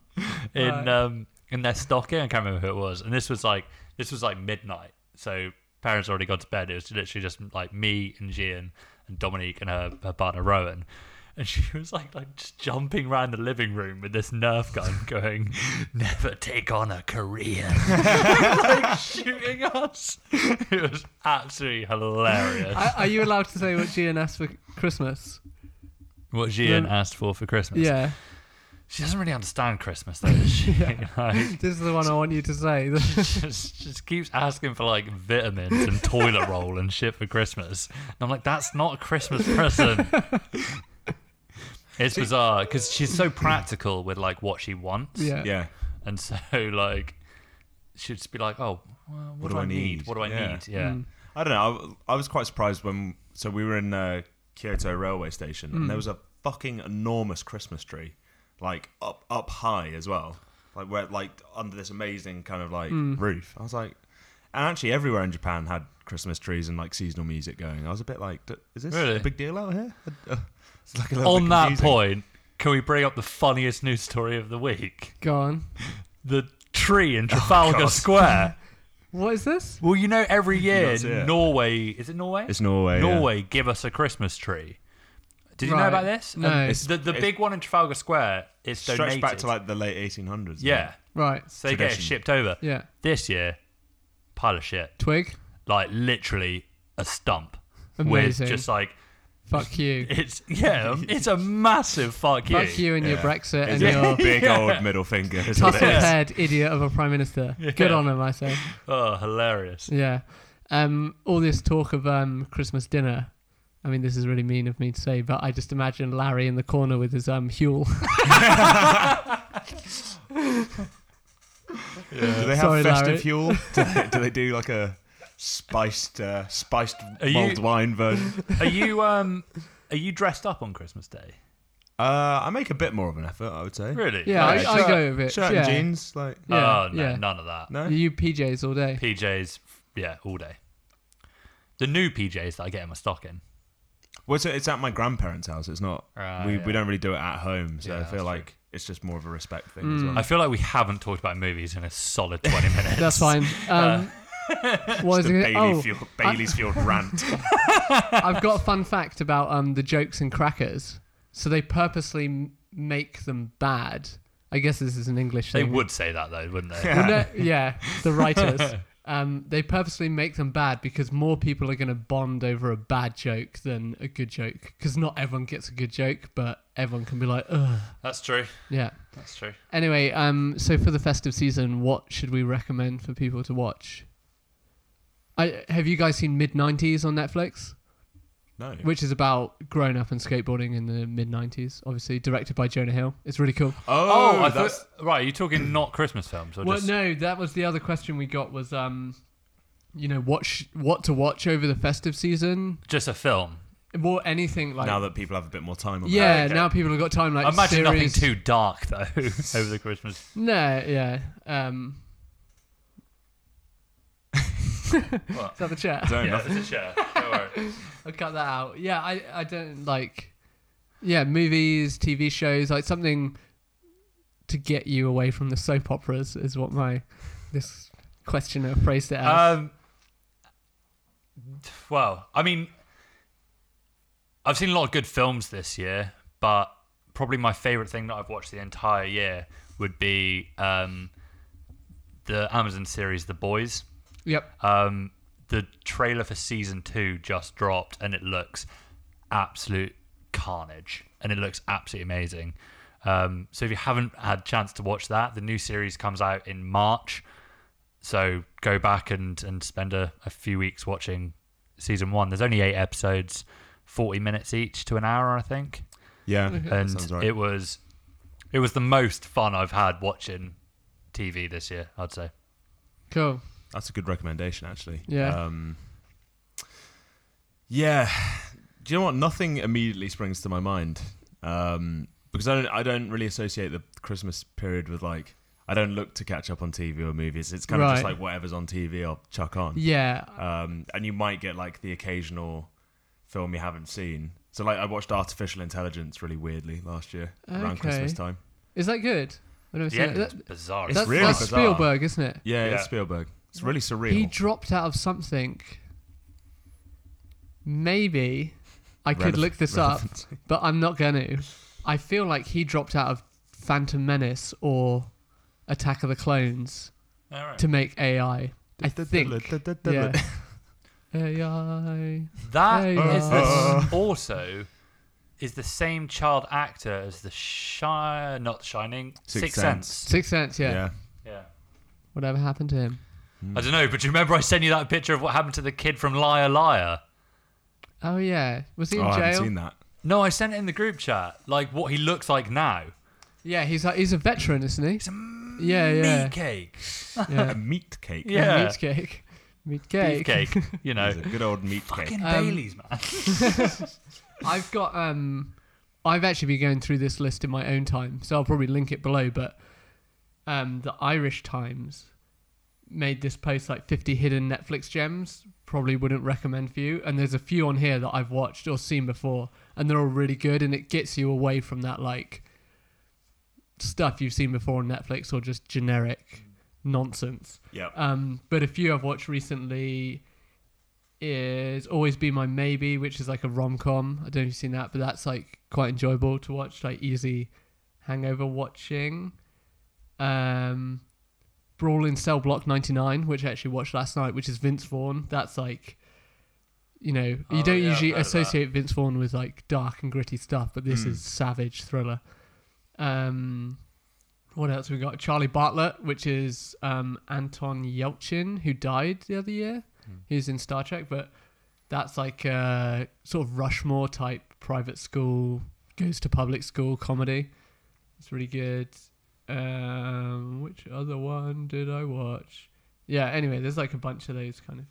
Speaker 1: in
Speaker 3: Right.
Speaker 1: um, in their stocking. I can't remember who it was, and this was like this was like midnight, so parents already gone to bed. It was literally just like me and Gian and Dominique and her, her partner Rowan. And [LAUGHS] she was like, like just jumping around the living room with this Nerf gun, [LAUGHS] going, "Never take on a [LAUGHS] Korean." shooting us. It was absolutely hilarious.
Speaker 3: Are, are you allowed to say what Gian asked for Christmas?
Speaker 1: what Gian
Speaker 3: Then-
Speaker 1: asked for for Christmas.
Speaker 3: Yeah,
Speaker 1: She doesn't really understand Christmas though, does
Speaker 3: [LAUGHS]
Speaker 1: she? [LAUGHS] Like,
Speaker 3: this is the one I want you to say. [LAUGHS]
Speaker 1: just, just keeps asking for like vitamins and toilet roll and shit for Christmas. And I'm like, that's not a Christmas present.
Speaker 3: [LAUGHS]
Speaker 1: it's bizarre because she's so practical with like what she wants.
Speaker 3: yeah.
Speaker 2: Yeah.
Speaker 1: And so like she'd just be like, oh, well, what, do, I need? What do I
Speaker 2: Yeah.
Speaker 1: need? Yeah.
Speaker 3: Mm.
Speaker 2: I don't know. I w- I, was quite surprised when. So we were in uh, Kyoto railway station, and
Speaker 1: Hmm.
Speaker 2: there was a fucking enormous Christmas tree, like up up high as well, like where like under this amazing kind of like
Speaker 1: Hmm.
Speaker 2: roof. I was like, and actually everywhere in Japan had Christmas trees and like seasonal music going. I was a bit like, D- is this
Speaker 1: Really?
Speaker 2: a big deal out here? [LAUGHS] it's like a little
Speaker 1: On
Speaker 2: bit
Speaker 1: that
Speaker 2: confusing.
Speaker 1: point, can we bring up the funniest news story of the week?
Speaker 3: Go on.
Speaker 1: The tree in Trafalgar
Speaker 2: God.
Speaker 1: [LAUGHS] Square.
Speaker 3: What is this?
Speaker 1: Well, you know, every year
Speaker 2: That's it.
Speaker 1: Norway is it Norway?
Speaker 2: It's Norway. yeah.
Speaker 1: Norway give us a Christmas tree. Did you know
Speaker 3: Right.
Speaker 1: about this?
Speaker 3: No.
Speaker 1: Um,
Speaker 3: It's-
Speaker 1: the the
Speaker 2: it's-
Speaker 1: big one in Trafalgar Square is
Speaker 2: Stretched
Speaker 1: donated.
Speaker 2: back to like the late 1800s.
Speaker 1: yeah,
Speaker 3: Right.
Speaker 1: so they get it
Speaker 2: Tradition.
Speaker 1: shipped over.
Speaker 3: Yeah.
Speaker 1: This year, pile of shit.
Speaker 3: Twig.
Speaker 1: Like literally a stump
Speaker 3: Amazing.
Speaker 1: with just like
Speaker 3: Fuck you.
Speaker 1: it's [LAUGHS]
Speaker 2: [LAUGHS]
Speaker 1: yeah, it's a massive fuck you.
Speaker 3: Fuck you and your
Speaker 2: Yeah.
Speaker 3: Brexit
Speaker 1: [LAUGHS]
Speaker 3: and
Speaker 2: It's a
Speaker 3: your
Speaker 2: big old middle finger. is what it
Speaker 3: puzzled
Speaker 2: is.
Speaker 3: head idiot of a prime minister. Good on him, I say.
Speaker 1: Oh,
Speaker 3: [LAUGHS]
Speaker 1: hilarious.
Speaker 3: Yeah. Um, all this talk of um, Christmas dinner. I mean, this is really mean of me to say, but I just imagine Larry in the corner with his um Huel. [LAUGHS]
Speaker 1: Oh,
Speaker 3: [LAUGHS]
Speaker 2: Do they have
Speaker 3: Sorry, Larry. [LAUGHS]
Speaker 2: festive fuel? Do they, do they do like a spiced uh, spiced
Speaker 1: Are you-
Speaker 2: mulled wine version?
Speaker 1: Are you um are you dressed up on Christmas Day?
Speaker 2: Uh, I make a bit more of an effort, I would say.
Speaker 1: Really?
Speaker 3: Yeah, I,
Speaker 1: Like,
Speaker 3: I
Speaker 2: Shirt-
Speaker 3: go with it.
Speaker 2: Shirt
Speaker 3: yeah.
Speaker 2: and jeans, like
Speaker 3: Yeah,
Speaker 1: oh no,
Speaker 3: yeah.
Speaker 1: none of that.
Speaker 2: no.
Speaker 3: You PJs all day.
Speaker 1: PJs, yeah, all day. The new PJs that I get in my stocking.
Speaker 2: Well, so it's at my grandparents' house. It's not.
Speaker 1: Ah,
Speaker 2: we
Speaker 1: yeah.
Speaker 2: we don't really do it at home, so
Speaker 1: Yeah,
Speaker 2: I
Speaker 1: that's true.
Speaker 2: feel like it's just more of a respect thing
Speaker 3: Hmm.
Speaker 2: as well.
Speaker 1: I feel like we haven't talked about movies in a solid
Speaker 3: [LAUGHS]
Speaker 1: 20 minutes. [LAUGHS]
Speaker 3: That's fine. Um,
Speaker 1: Uh,
Speaker 3: [LAUGHS] what was
Speaker 2: The
Speaker 3: I
Speaker 2: Bailey
Speaker 3: gonna- oh,
Speaker 2: Fuel, Bailey's Fuel
Speaker 3: [LAUGHS]
Speaker 2: rant.
Speaker 3: I've got a fun fact about um, the jokes in crackers. So they purposely m- make them bad. I guess this is an English
Speaker 1: They
Speaker 3: thing.
Speaker 1: would say that though, wouldn't they?
Speaker 3: Well, no, yeah, the writers. Um, they purposely make them bad because more people are going to bond over a bad joke than a good joke. Because not everyone gets a good joke, but everyone can be like, ugh.
Speaker 1: That's true.
Speaker 3: Yeah.
Speaker 1: That's true.
Speaker 3: Anyway, um, so for the festive season, what should we recommend for people to watch? I, have you guys seen Mid 90s on Netflix?
Speaker 2: No.
Speaker 3: Which is about growing up and skateboarding in the mid 90s, obviously, directed by Jonah Hill. It's really cool.
Speaker 2: Oh,
Speaker 1: Oh, I
Speaker 2: that's
Speaker 1: thought, right. You're talking not Christmas films or
Speaker 3: Well,
Speaker 1: just
Speaker 3: no, that was the other question we got was, um, you know, what sh- what to watch over the festive season?
Speaker 1: just a film.
Speaker 3: Well, anything like
Speaker 2: now that people have a bit more time. on
Speaker 3: yeah,
Speaker 2: that.
Speaker 3: now people have got time like
Speaker 1: I imagine nothing
Speaker 3: series.
Speaker 1: too dark though [LAUGHS] over the Christmas.
Speaker 3: No, yeah. Um,
Speaker 1: What?
Speaker 3: [LAUGHS] is that the chat?
Speaker 2: Don't know.
Speaker 1: it's a chair. Don't worry.
Speaker 3: I'll cut that out. Yeah, I I don't like, yeah, movies, TV shows, like something to get you away from the soap operas is what my this questioner phrased it as.
Speaker 1: Um, well, I mean, I've seen a lot of good films this year, but probably my favorite thing that I've watched the entire year would be um, the Amazon series The Boys.
Speaker 3: yep.
Speaker 1: Um, the trailer for season two just dropped, and it looks absolute carnage, and it looks absolutely amazing. Um, so if you haven't had chance to watch that, the new series comes out in March. So go back and and spend a, a few weeks watching season one. There's only eight episodes, forty minutes each to an hour, I think
Speaker 3: [LAUGHS]
Speaker 2: Yeah, that
Speaker 1: and
Speaker 2: sounds right.
Speaker 1: it was it was the most fun I've had watching TV this year. I'd say.
Speaker 3: Cool.
Speaker 2: That's a good recommendation, actually.
Speaker 3: Yeah.
Speaker 2: Um, yeah. Do you know what? Nothing immediately springs to my mind um, because I don't. I don't really associate the Christmas period with like. I don't look to catch up on TV or movies. It's kind of just
Speaker 3: Right.
Speaker 2: like whatever's on TV, I'll chuck on.
Speaker 3: Yeah,
Speaker 2: Um, and you might get like the occasional film you haven't seen. So like I watched Artificial Intelligence really weirdly last year around
Speaker 3: Okay.
Speaker 2: Christmas time.
Speaker 3: is that good? I've never
Speaker 1: The
Speaker 3: seen it.
Speaker 1: end is
Speaker 3: That-
Speaker 1: bizarre.
Speaker 2: It's
Speaker 3: that's,
Speaker 2: really
Speaker 3: that's
Speaker 2: bizarre.
Speaker 3: Spielberg, isn't it?
Speaker 2: Yeah,
Speaker 1: Yeah.
Speaker 2: it's Spielberg. It's really surreal.
Speaker 3: He dropped out of something. Maybe I could
Speaker 2: Relevant-
Speaker 3: look this
Speaker 2: relevant. [LAUGHS]
Speaker 3: up, but I'm not going to. I feel like he dropped out of Phantom Menace or Attack of the Clones
Speaker 1: All right.
Speaker 3: to make AI. I
Speaker 2: [LAUGHS]
Speaker 3: think. Yeah. AI.
Speaker 1: That
Speaker 3: Hey,
Speaker 1: is the
Speaker 2: uh.
Speaker 1: s also is the same child actor as the Shire, not Shining,
Speaker 2: Sixth
Speaker 1: Sixth Sense.
Speaker 3: Sixth Sense, yeah.
Speaker 2: yeah.
Speaker 1: Yeah.
Speaker 3: Whatever happened to him?
Speaker 1: I don't know, but do you remember I sent you that picture of what happened to the kid from Liar Liar?
Speaker 3: Oh, yeah. Was he in
Speaker 2: Oh, I
Speaker 3: jail?
Speaker 2: haven't seen that.
Speaker 1: No, I sent it in the group chat, like what he looks like now.
Speaker 3: Yeah, he's a, he's a veteran, isn't he?
Speaker 1: It's a
Speaker 3: Yeah, yeah.
Speaker 1: meat cake.
Speaker 2: A [LAUGHS]
Speaker 3: Yeah.
Speaker 2: meat cake.
Speaker 1: Yeah.
Speaker 3: Meat [LAUGHS] cake. Meat cake.
Speaker 1: Beefcake, you know.
Speaker 2: It's a good old meat cake.
Speaker 1: Fucking
Speaker 3: Um,
Speaker 1: Bailey's, man.
Speaker 3: I've got um I've actually been going through this list in my own time, so I'll probably link it below, but um the Irish Times made this post like 50 hidden Netflix gems, probably wouldn't recommend for you, and there's a few on here that I've watched or seen before, and they're all really good and it gets you away from that like stuff you've seen before on Netflix or just generic nonsense.
Speaker 2: Yeah.
Speaker 3: Um, but a few I've watched recently is Always Be My Maybe, which is like a rom com. I don't know if you've seen that, but that's like quite enjoyable to watch, like easy hangover watching. Um, Brawl in Cell Block 99, which I actually watched last night, which is Vince Vaughn. That's like, you know, you
Speaker 1: Oh,
Speaker 3: don't
Speaker 1: yeah, I've
Speaker 3: usually
Speaker 1: heard of that. Hmm.
Speaker 3: associate Vince Vaughn with like dark and gritty stuff, but this is savage thriller. Um, what else we got? Charlie Bartlett, which is um, Anton Yelchin, who died the other year.
Speaker 1: Hmm.
Speaker 3: He was in Star Trek, but that's like a sort of Rushmore type private school goes to public school comedy. It's really good. Um, which other one did I watch? Yeah. Anyway, there's like a bunch of those kind of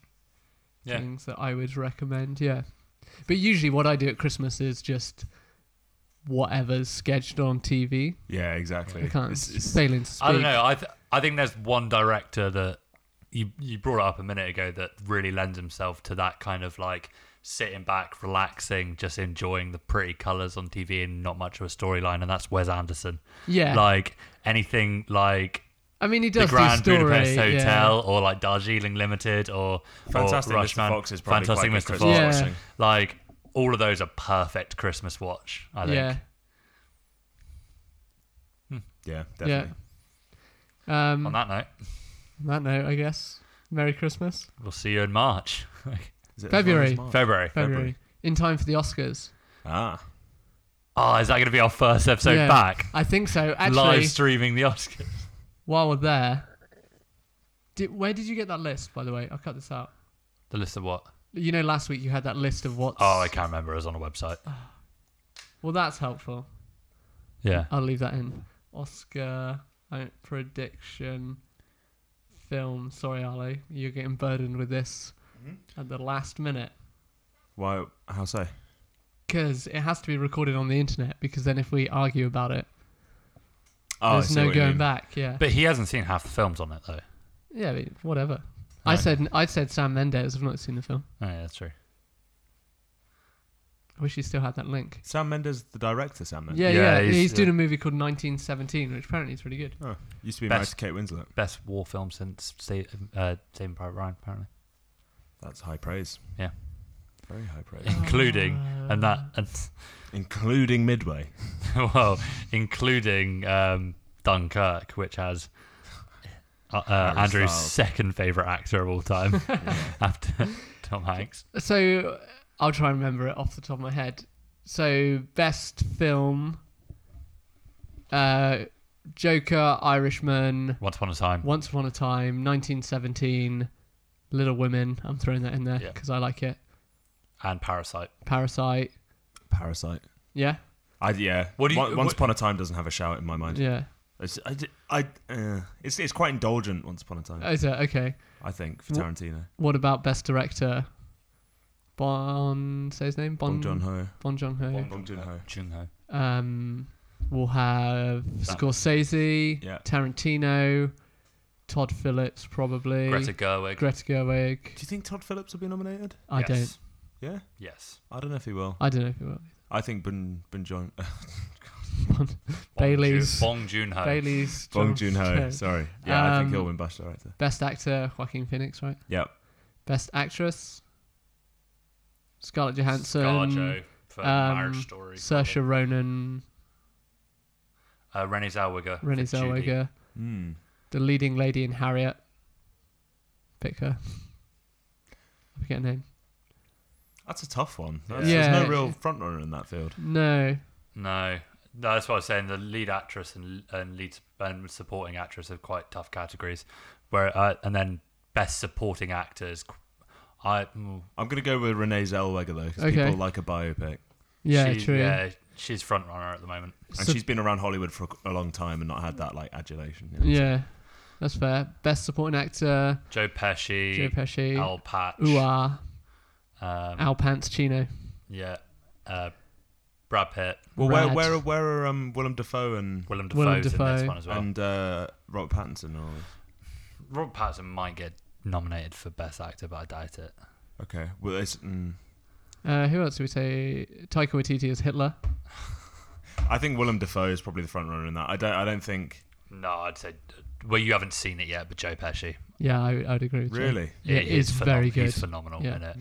Speaker 1: Yeah.
Speaker 3: things that I would recommend. Yeah. But usually, what I do at Christmas is just whatever's scheduled on TV.
Speaker 2: yeah, exactly.
Speaker 3: I can't
Speaker 2: It's- it's-
Speaker 3: fail to speak.
Speaker 1: I don't know. I th- I think there's one director that you you brought up a minute ago that really lends himself to that kind of like sitting back, relaxing, just enjoying the pretty colors on TV and not much of a storyline, and that's Wes Anderson.
Speaker 3: Yeah.
Speaker 1: Like anything like
Speaker 3: I mean, he
Speaker 1: the
Speaker 3: does
Speaker 1: Grand
Speaker 3: do story.
Speaker 1: Budapest
Speaker 3: yeah.
Speaker 1: Hotel or like Darjeeling Limited or
Speaker 2: Fantastic
Speaker 1: or
Speaker 2: Mr.
Speaker 1: Rushman.
Speaker 2: Fox is probably
Speaker 1: Fantastic
Speaker 2: quite
Speaker 1: Mr.
Speaker 2: good
Speaker 1: Fox.
Speaker 3: Christmas Yeah.
Speaker 2: watching.
Speaker 1: Like all of those are perfect Christmas watch. I think.
Speaker 3: Yeah.
Speaker 2: Yeah, definitely.
Speaker 3: Yeah.
Speaker 1: On
Speaker 3: Um, on
Speaker 1: that note,
Speaker 3: that note, I guess. Merry Christmas.
Speaker 1: we'll see you in March, [LAUGHS]
Speaker 2: Is it as
Speaker 3: February.
Speaker 2: long as March?
Speaker 1: February.
Speaker 3: February.
Speaker 2: February.
Speaker 3: In time for the Oscars.
Speaker 2: Ah.
Speaker 1: Oh, is that going to be our first episode
Speaker 3: Yeah,
Speaker 1: back?
Speaker 3: I think so. Actually,
Speaker 1: Live streaming the Oscars.
Speaker 3: while we're there, did, where did you get that list, by the way? I'll cut this out.
Speaker 1: The list of what?
Speaker 3: You know, last week you had that list of what's.
Speaker 1: Oh, I can't remember. It was on a website.
Speaker 3: Well, that's helpful.
Speaker 1: Yeah.
Speaker 3: I'll leave that in. Oscar uh, prediction film. Sorry, Ali. You're getting burdened with this
Speaker 2: Mm-hmm.
Speaker 3: at the last minute.
Speaker 2: Why? How so?
Speaker 3: Because it has to be recorded on the internet, because then if we argue about it,
Speaker 2: Oh, I
Speaker 3: there's
Speaker 2: see
Speaker 3: no
Speaker 2: what you
Speaker 3: going
Speaker 2: mean.
Speaker 3: back. Yeah.
Speaker 1: But he hasn't seen half the films on it, though.
Speaker 3: yeah, but whatever. I said I said Sam Mendes. I've not seen the film.
Speaker 1: Oh, yeah, that's true.
Speaker 3: I wish he still had that link.
Speaker 2: Sam Mendes, the director. Sam Mendes.
Speaker 3: Yeah, yeah.
Speaker 1: Yeah,
Speaker 3: He's,
Speaker 1: he's-
Speaker 3: doing a movie called 1917, which apparently is really good.
Speaker 2: Oh, used to be married
Speaker 1: Best.
Speaker 2: to Kate Winslet.
Speaker 1: Best war film since Sa- uh, Saving Private Ryan,
Speaker 3: [LAUGHS]
Speaker 1: apparently.
Speaker 2: That's high praise.
Speaker 1: Yeah.
Speaker 2: Very high praise.
Speaker 1: including, and that, and, [LAUGHS]
Speaker 2: Including Midway.
Speaker 1: well, including um, Dunkirk, which has uh, uh,
Speaker 2: Harry
Speaker 1: Andrew's
Speaker 2: Styles.
Speaker 1: second favourite actor of all time [LAUGHS] after Tom Hanks.
Speaker 3: So I'll try and remember it off the top of my head. So best film, uh, Joker, Irishman,
Speaker 1: Once Upon a Time.
Speaker 3: Once Upon a Time, 1917, Little Women. I'm throwing that in there
Speaker 1: Yeah.
Speaker 3: because I like it.
Speaker 1: And Parasite.
Speaker 3: Parasite.
Speaker 2: Parasite.
Speaker 3: Yeah,
Speaker 2: I, yeah.
Speaker 1: What do you-
Speaker 2: Once
Speaker 1: what-
Speaker 2: Upon a Time doesn't have a shout in my mind.
Speaker 3: yeah.
Speaker 2: It's, I, d- I- uh, it's, it's quite indulgent, Once Upon a Time,
Speaker 3: Is it Oh, okay?
Speaker 2: I think, for
Speaker 3: Wh-
Speaker 2: Tarantino.
Speaker 3: What about best director? Bon, say his name. Bon,
Speaker 2: Bong Joon Ho.
Speaker 3: Bon Joon Ho.
Speaker 2: Bong Joon Ho.
Speaker 5: Junho.
Speaker 3: Um, we'll have Scorsese,
Speaker 2: Yeah.
Speaker 3: Tarantino, Todd Phillips, probably
Speaker 1: Greta Gerwig.
Speaker 3: Greta Gerwig.
Speaker 2: Do you think Todd Phillips will be nominated?
Speaker 3: I
Speaker 1: yes.
Speaker 3: don't.
Speaker 2: Yeah,
Speaker 1: Yes.
Speaker 2: I don't know if he will.
Speaker 3: I don't know if it will.
Speaker 2: I think uh, Bong Bong Joon
Speaker 3: Bon, Bailey's.
Speaker 1: Bong Joon Ho.
Speaker 3: Bailey's.
Speaker 2: Bong
Speaker 3: John-
Speaker 2: Joon Ho.
Speaker 3: Joan.
Speaker 2: Sorry. Yeah, I think he'll
Speaker 3: Um,
Speaker 2: win Best Director.
Speaker 3: Best actor, Joaquin Phoenix, right?
Speaker 2: Yep.
Speaker 3: Best actress, Scarlett Johansson.
Speaker 1: Scarjo for
Speaker 3: um,
Speaker 1: Marriage Story.
Speaker 3: Saoirse Ronan,
Speaker 1: Uh, Renée Zellweger. for
Speaker 3: Renée
Speaker 1: Judy.
Speaker 3: Zellweger,
Speaker 2: Mm.
Speaker 3: the leading lady in Harriet. Pick her. I forget her name.
Speaker 2: That's a tough one. That's,
Speaker 3: Yeah.
Speaker 2: There's no real front runner in that field.
Speaker 3: No,
Speaker 1: No. No, that's what I was saying. The lead actress and and lead and supporting actress are quite tough categories. Where uh, and then best supporting actors, I mm,
Speaker 2: I'm gonna go with Renee Zellweger though, because
Speaker 3: Okay.
Speaker 2: people like a biopic,
Speaker 3: yeah,
Speaker 1: she-
Speaker 3: true.
Speaker 1: Yeah, she's front runner at the moment.
Speaker 2: and
Speaker 3: Sup-
Speaker 2: she's been around Hollywood for a long time and not had that like adulation. you know?
Speaker 3: yeah, that's fair. Best supporting actor,
Speaker 1: Joe Pesci,
Speaker 3: Joe Pesci, uh,
Speaker 1: Al Patch,
Speaker 3: Uah,
Speaker 1: um,
Speaker 3: Al Pacino.
Speaker 1: yeah, uh, Brad Pitt,
Speaker 2: Well, where
Speaker 3: Rad.
Speaker 2: where are, where are um, Willem Dafoe and
Speaker 1: Willem
Speaker 3: Willem
Speaker 1: Dafoe's in this
Speaker 3: Dafoe.
Speaker 1: one as well.
Speaker 2: and uh, Robert Pattinson? Or
Speaker 1: Robert Pattinson might get nominated for best actor, but I doubt it.
Speaker 2: okay, well, it's, mm,
Speaker 3: Uh, who else do we say? Taika Waititi as Hitler.
Speaker 2: I think Willem Dafoe is probably the front runner in that. I don't I don't think
Speaker 1: No, I'd say. Well, you haven't seen it yet, but Joe Pesci.
Speaker 3: Yeah, I, I'd agree. With you.
Speaker 2: really.
Speaker 3: Yeah,
Speaker 1: He
Speaker 3: it's
Speaker 1: is phenom-
Speaker 3: very good.
Speaker 1: He's phenomenal
Speaker 3: Yeah.
Speaker 1: in it.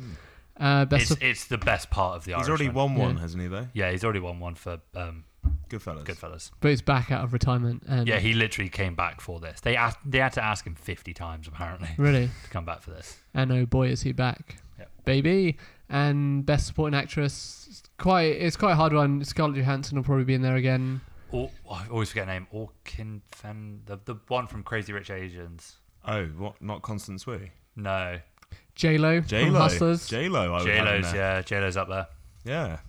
Speaker 3: Uh, best
Speaker 1: It's,
Speaker 3: sup-
Speaker 1: it's the best part of the
Speaker 2: He's already
Speaker 1: Irishman.
Speaker 2: won one,
Speaker 3: Yeah.
Speaker 2: hasn't he? Though
Speaker 1: Yeah, he's already won one for um,
Speaker 2: Goodfellas.
Speaker 1: Goodfellas.
Speaker 3: but it's back out of retirement. And
Speaker 1: Yeah, he literally came back for this. They asked, they had to ask him fifty times apparently [LAUGHS]
Speaker 3: really.
Speaker 1: to come back for this.
Speaker 3: And oh boy, is he back,
Speaker 1: Yep.
Speaker 3: baby! And best supporting actress. it's Quite, it's quite a hard one. Scarlett Johansson will probably be in there again.
Speaker 1: Or, oh, I always forget her name. Orkin Fen, the the one from Crazy Rich Asians.
Speaker 2: Oh, what? Not Constance Wu.
Speaker 1: No,
Speaker 3: J Lo
Speaker 2: J
Speaker 3: from
Speaker 2: Lo.
Speaker 3: Hustlers.
Speaker 2: J Lo. I would
Speaker 1: J
Speaker 2: have in
Speaker 1: Lo's.
Speaker 2: there.
Speaker 1: Yeah, J Lo's up there.
Speaker 2: Yeah.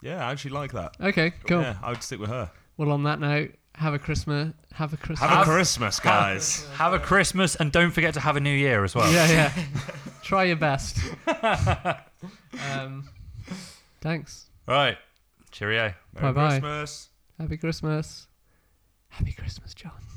Speaker 2: Yeah, I actually like that.
Speaker 3: okay, cool.
Speaker 2: Yeah, I would stick with her.
Speaker 3: Well, on that note, have a Christmas. Have a Christmas.
Speaker 2: Have, a Christmas, [LAUGHS] guys.
Speaker 1: Have a Christmas and don't forget to have a New Year as well.
Speaker 3: yeah, yeah. Try your best. um, thanks.
Speaker 1: Right. Cheerio.
Speaker 2: Merry
Speaker 3: Bye-bye.
Speaker 2: Christmas.
Speaker 3: Happy Christmas. Happy Christmas, John.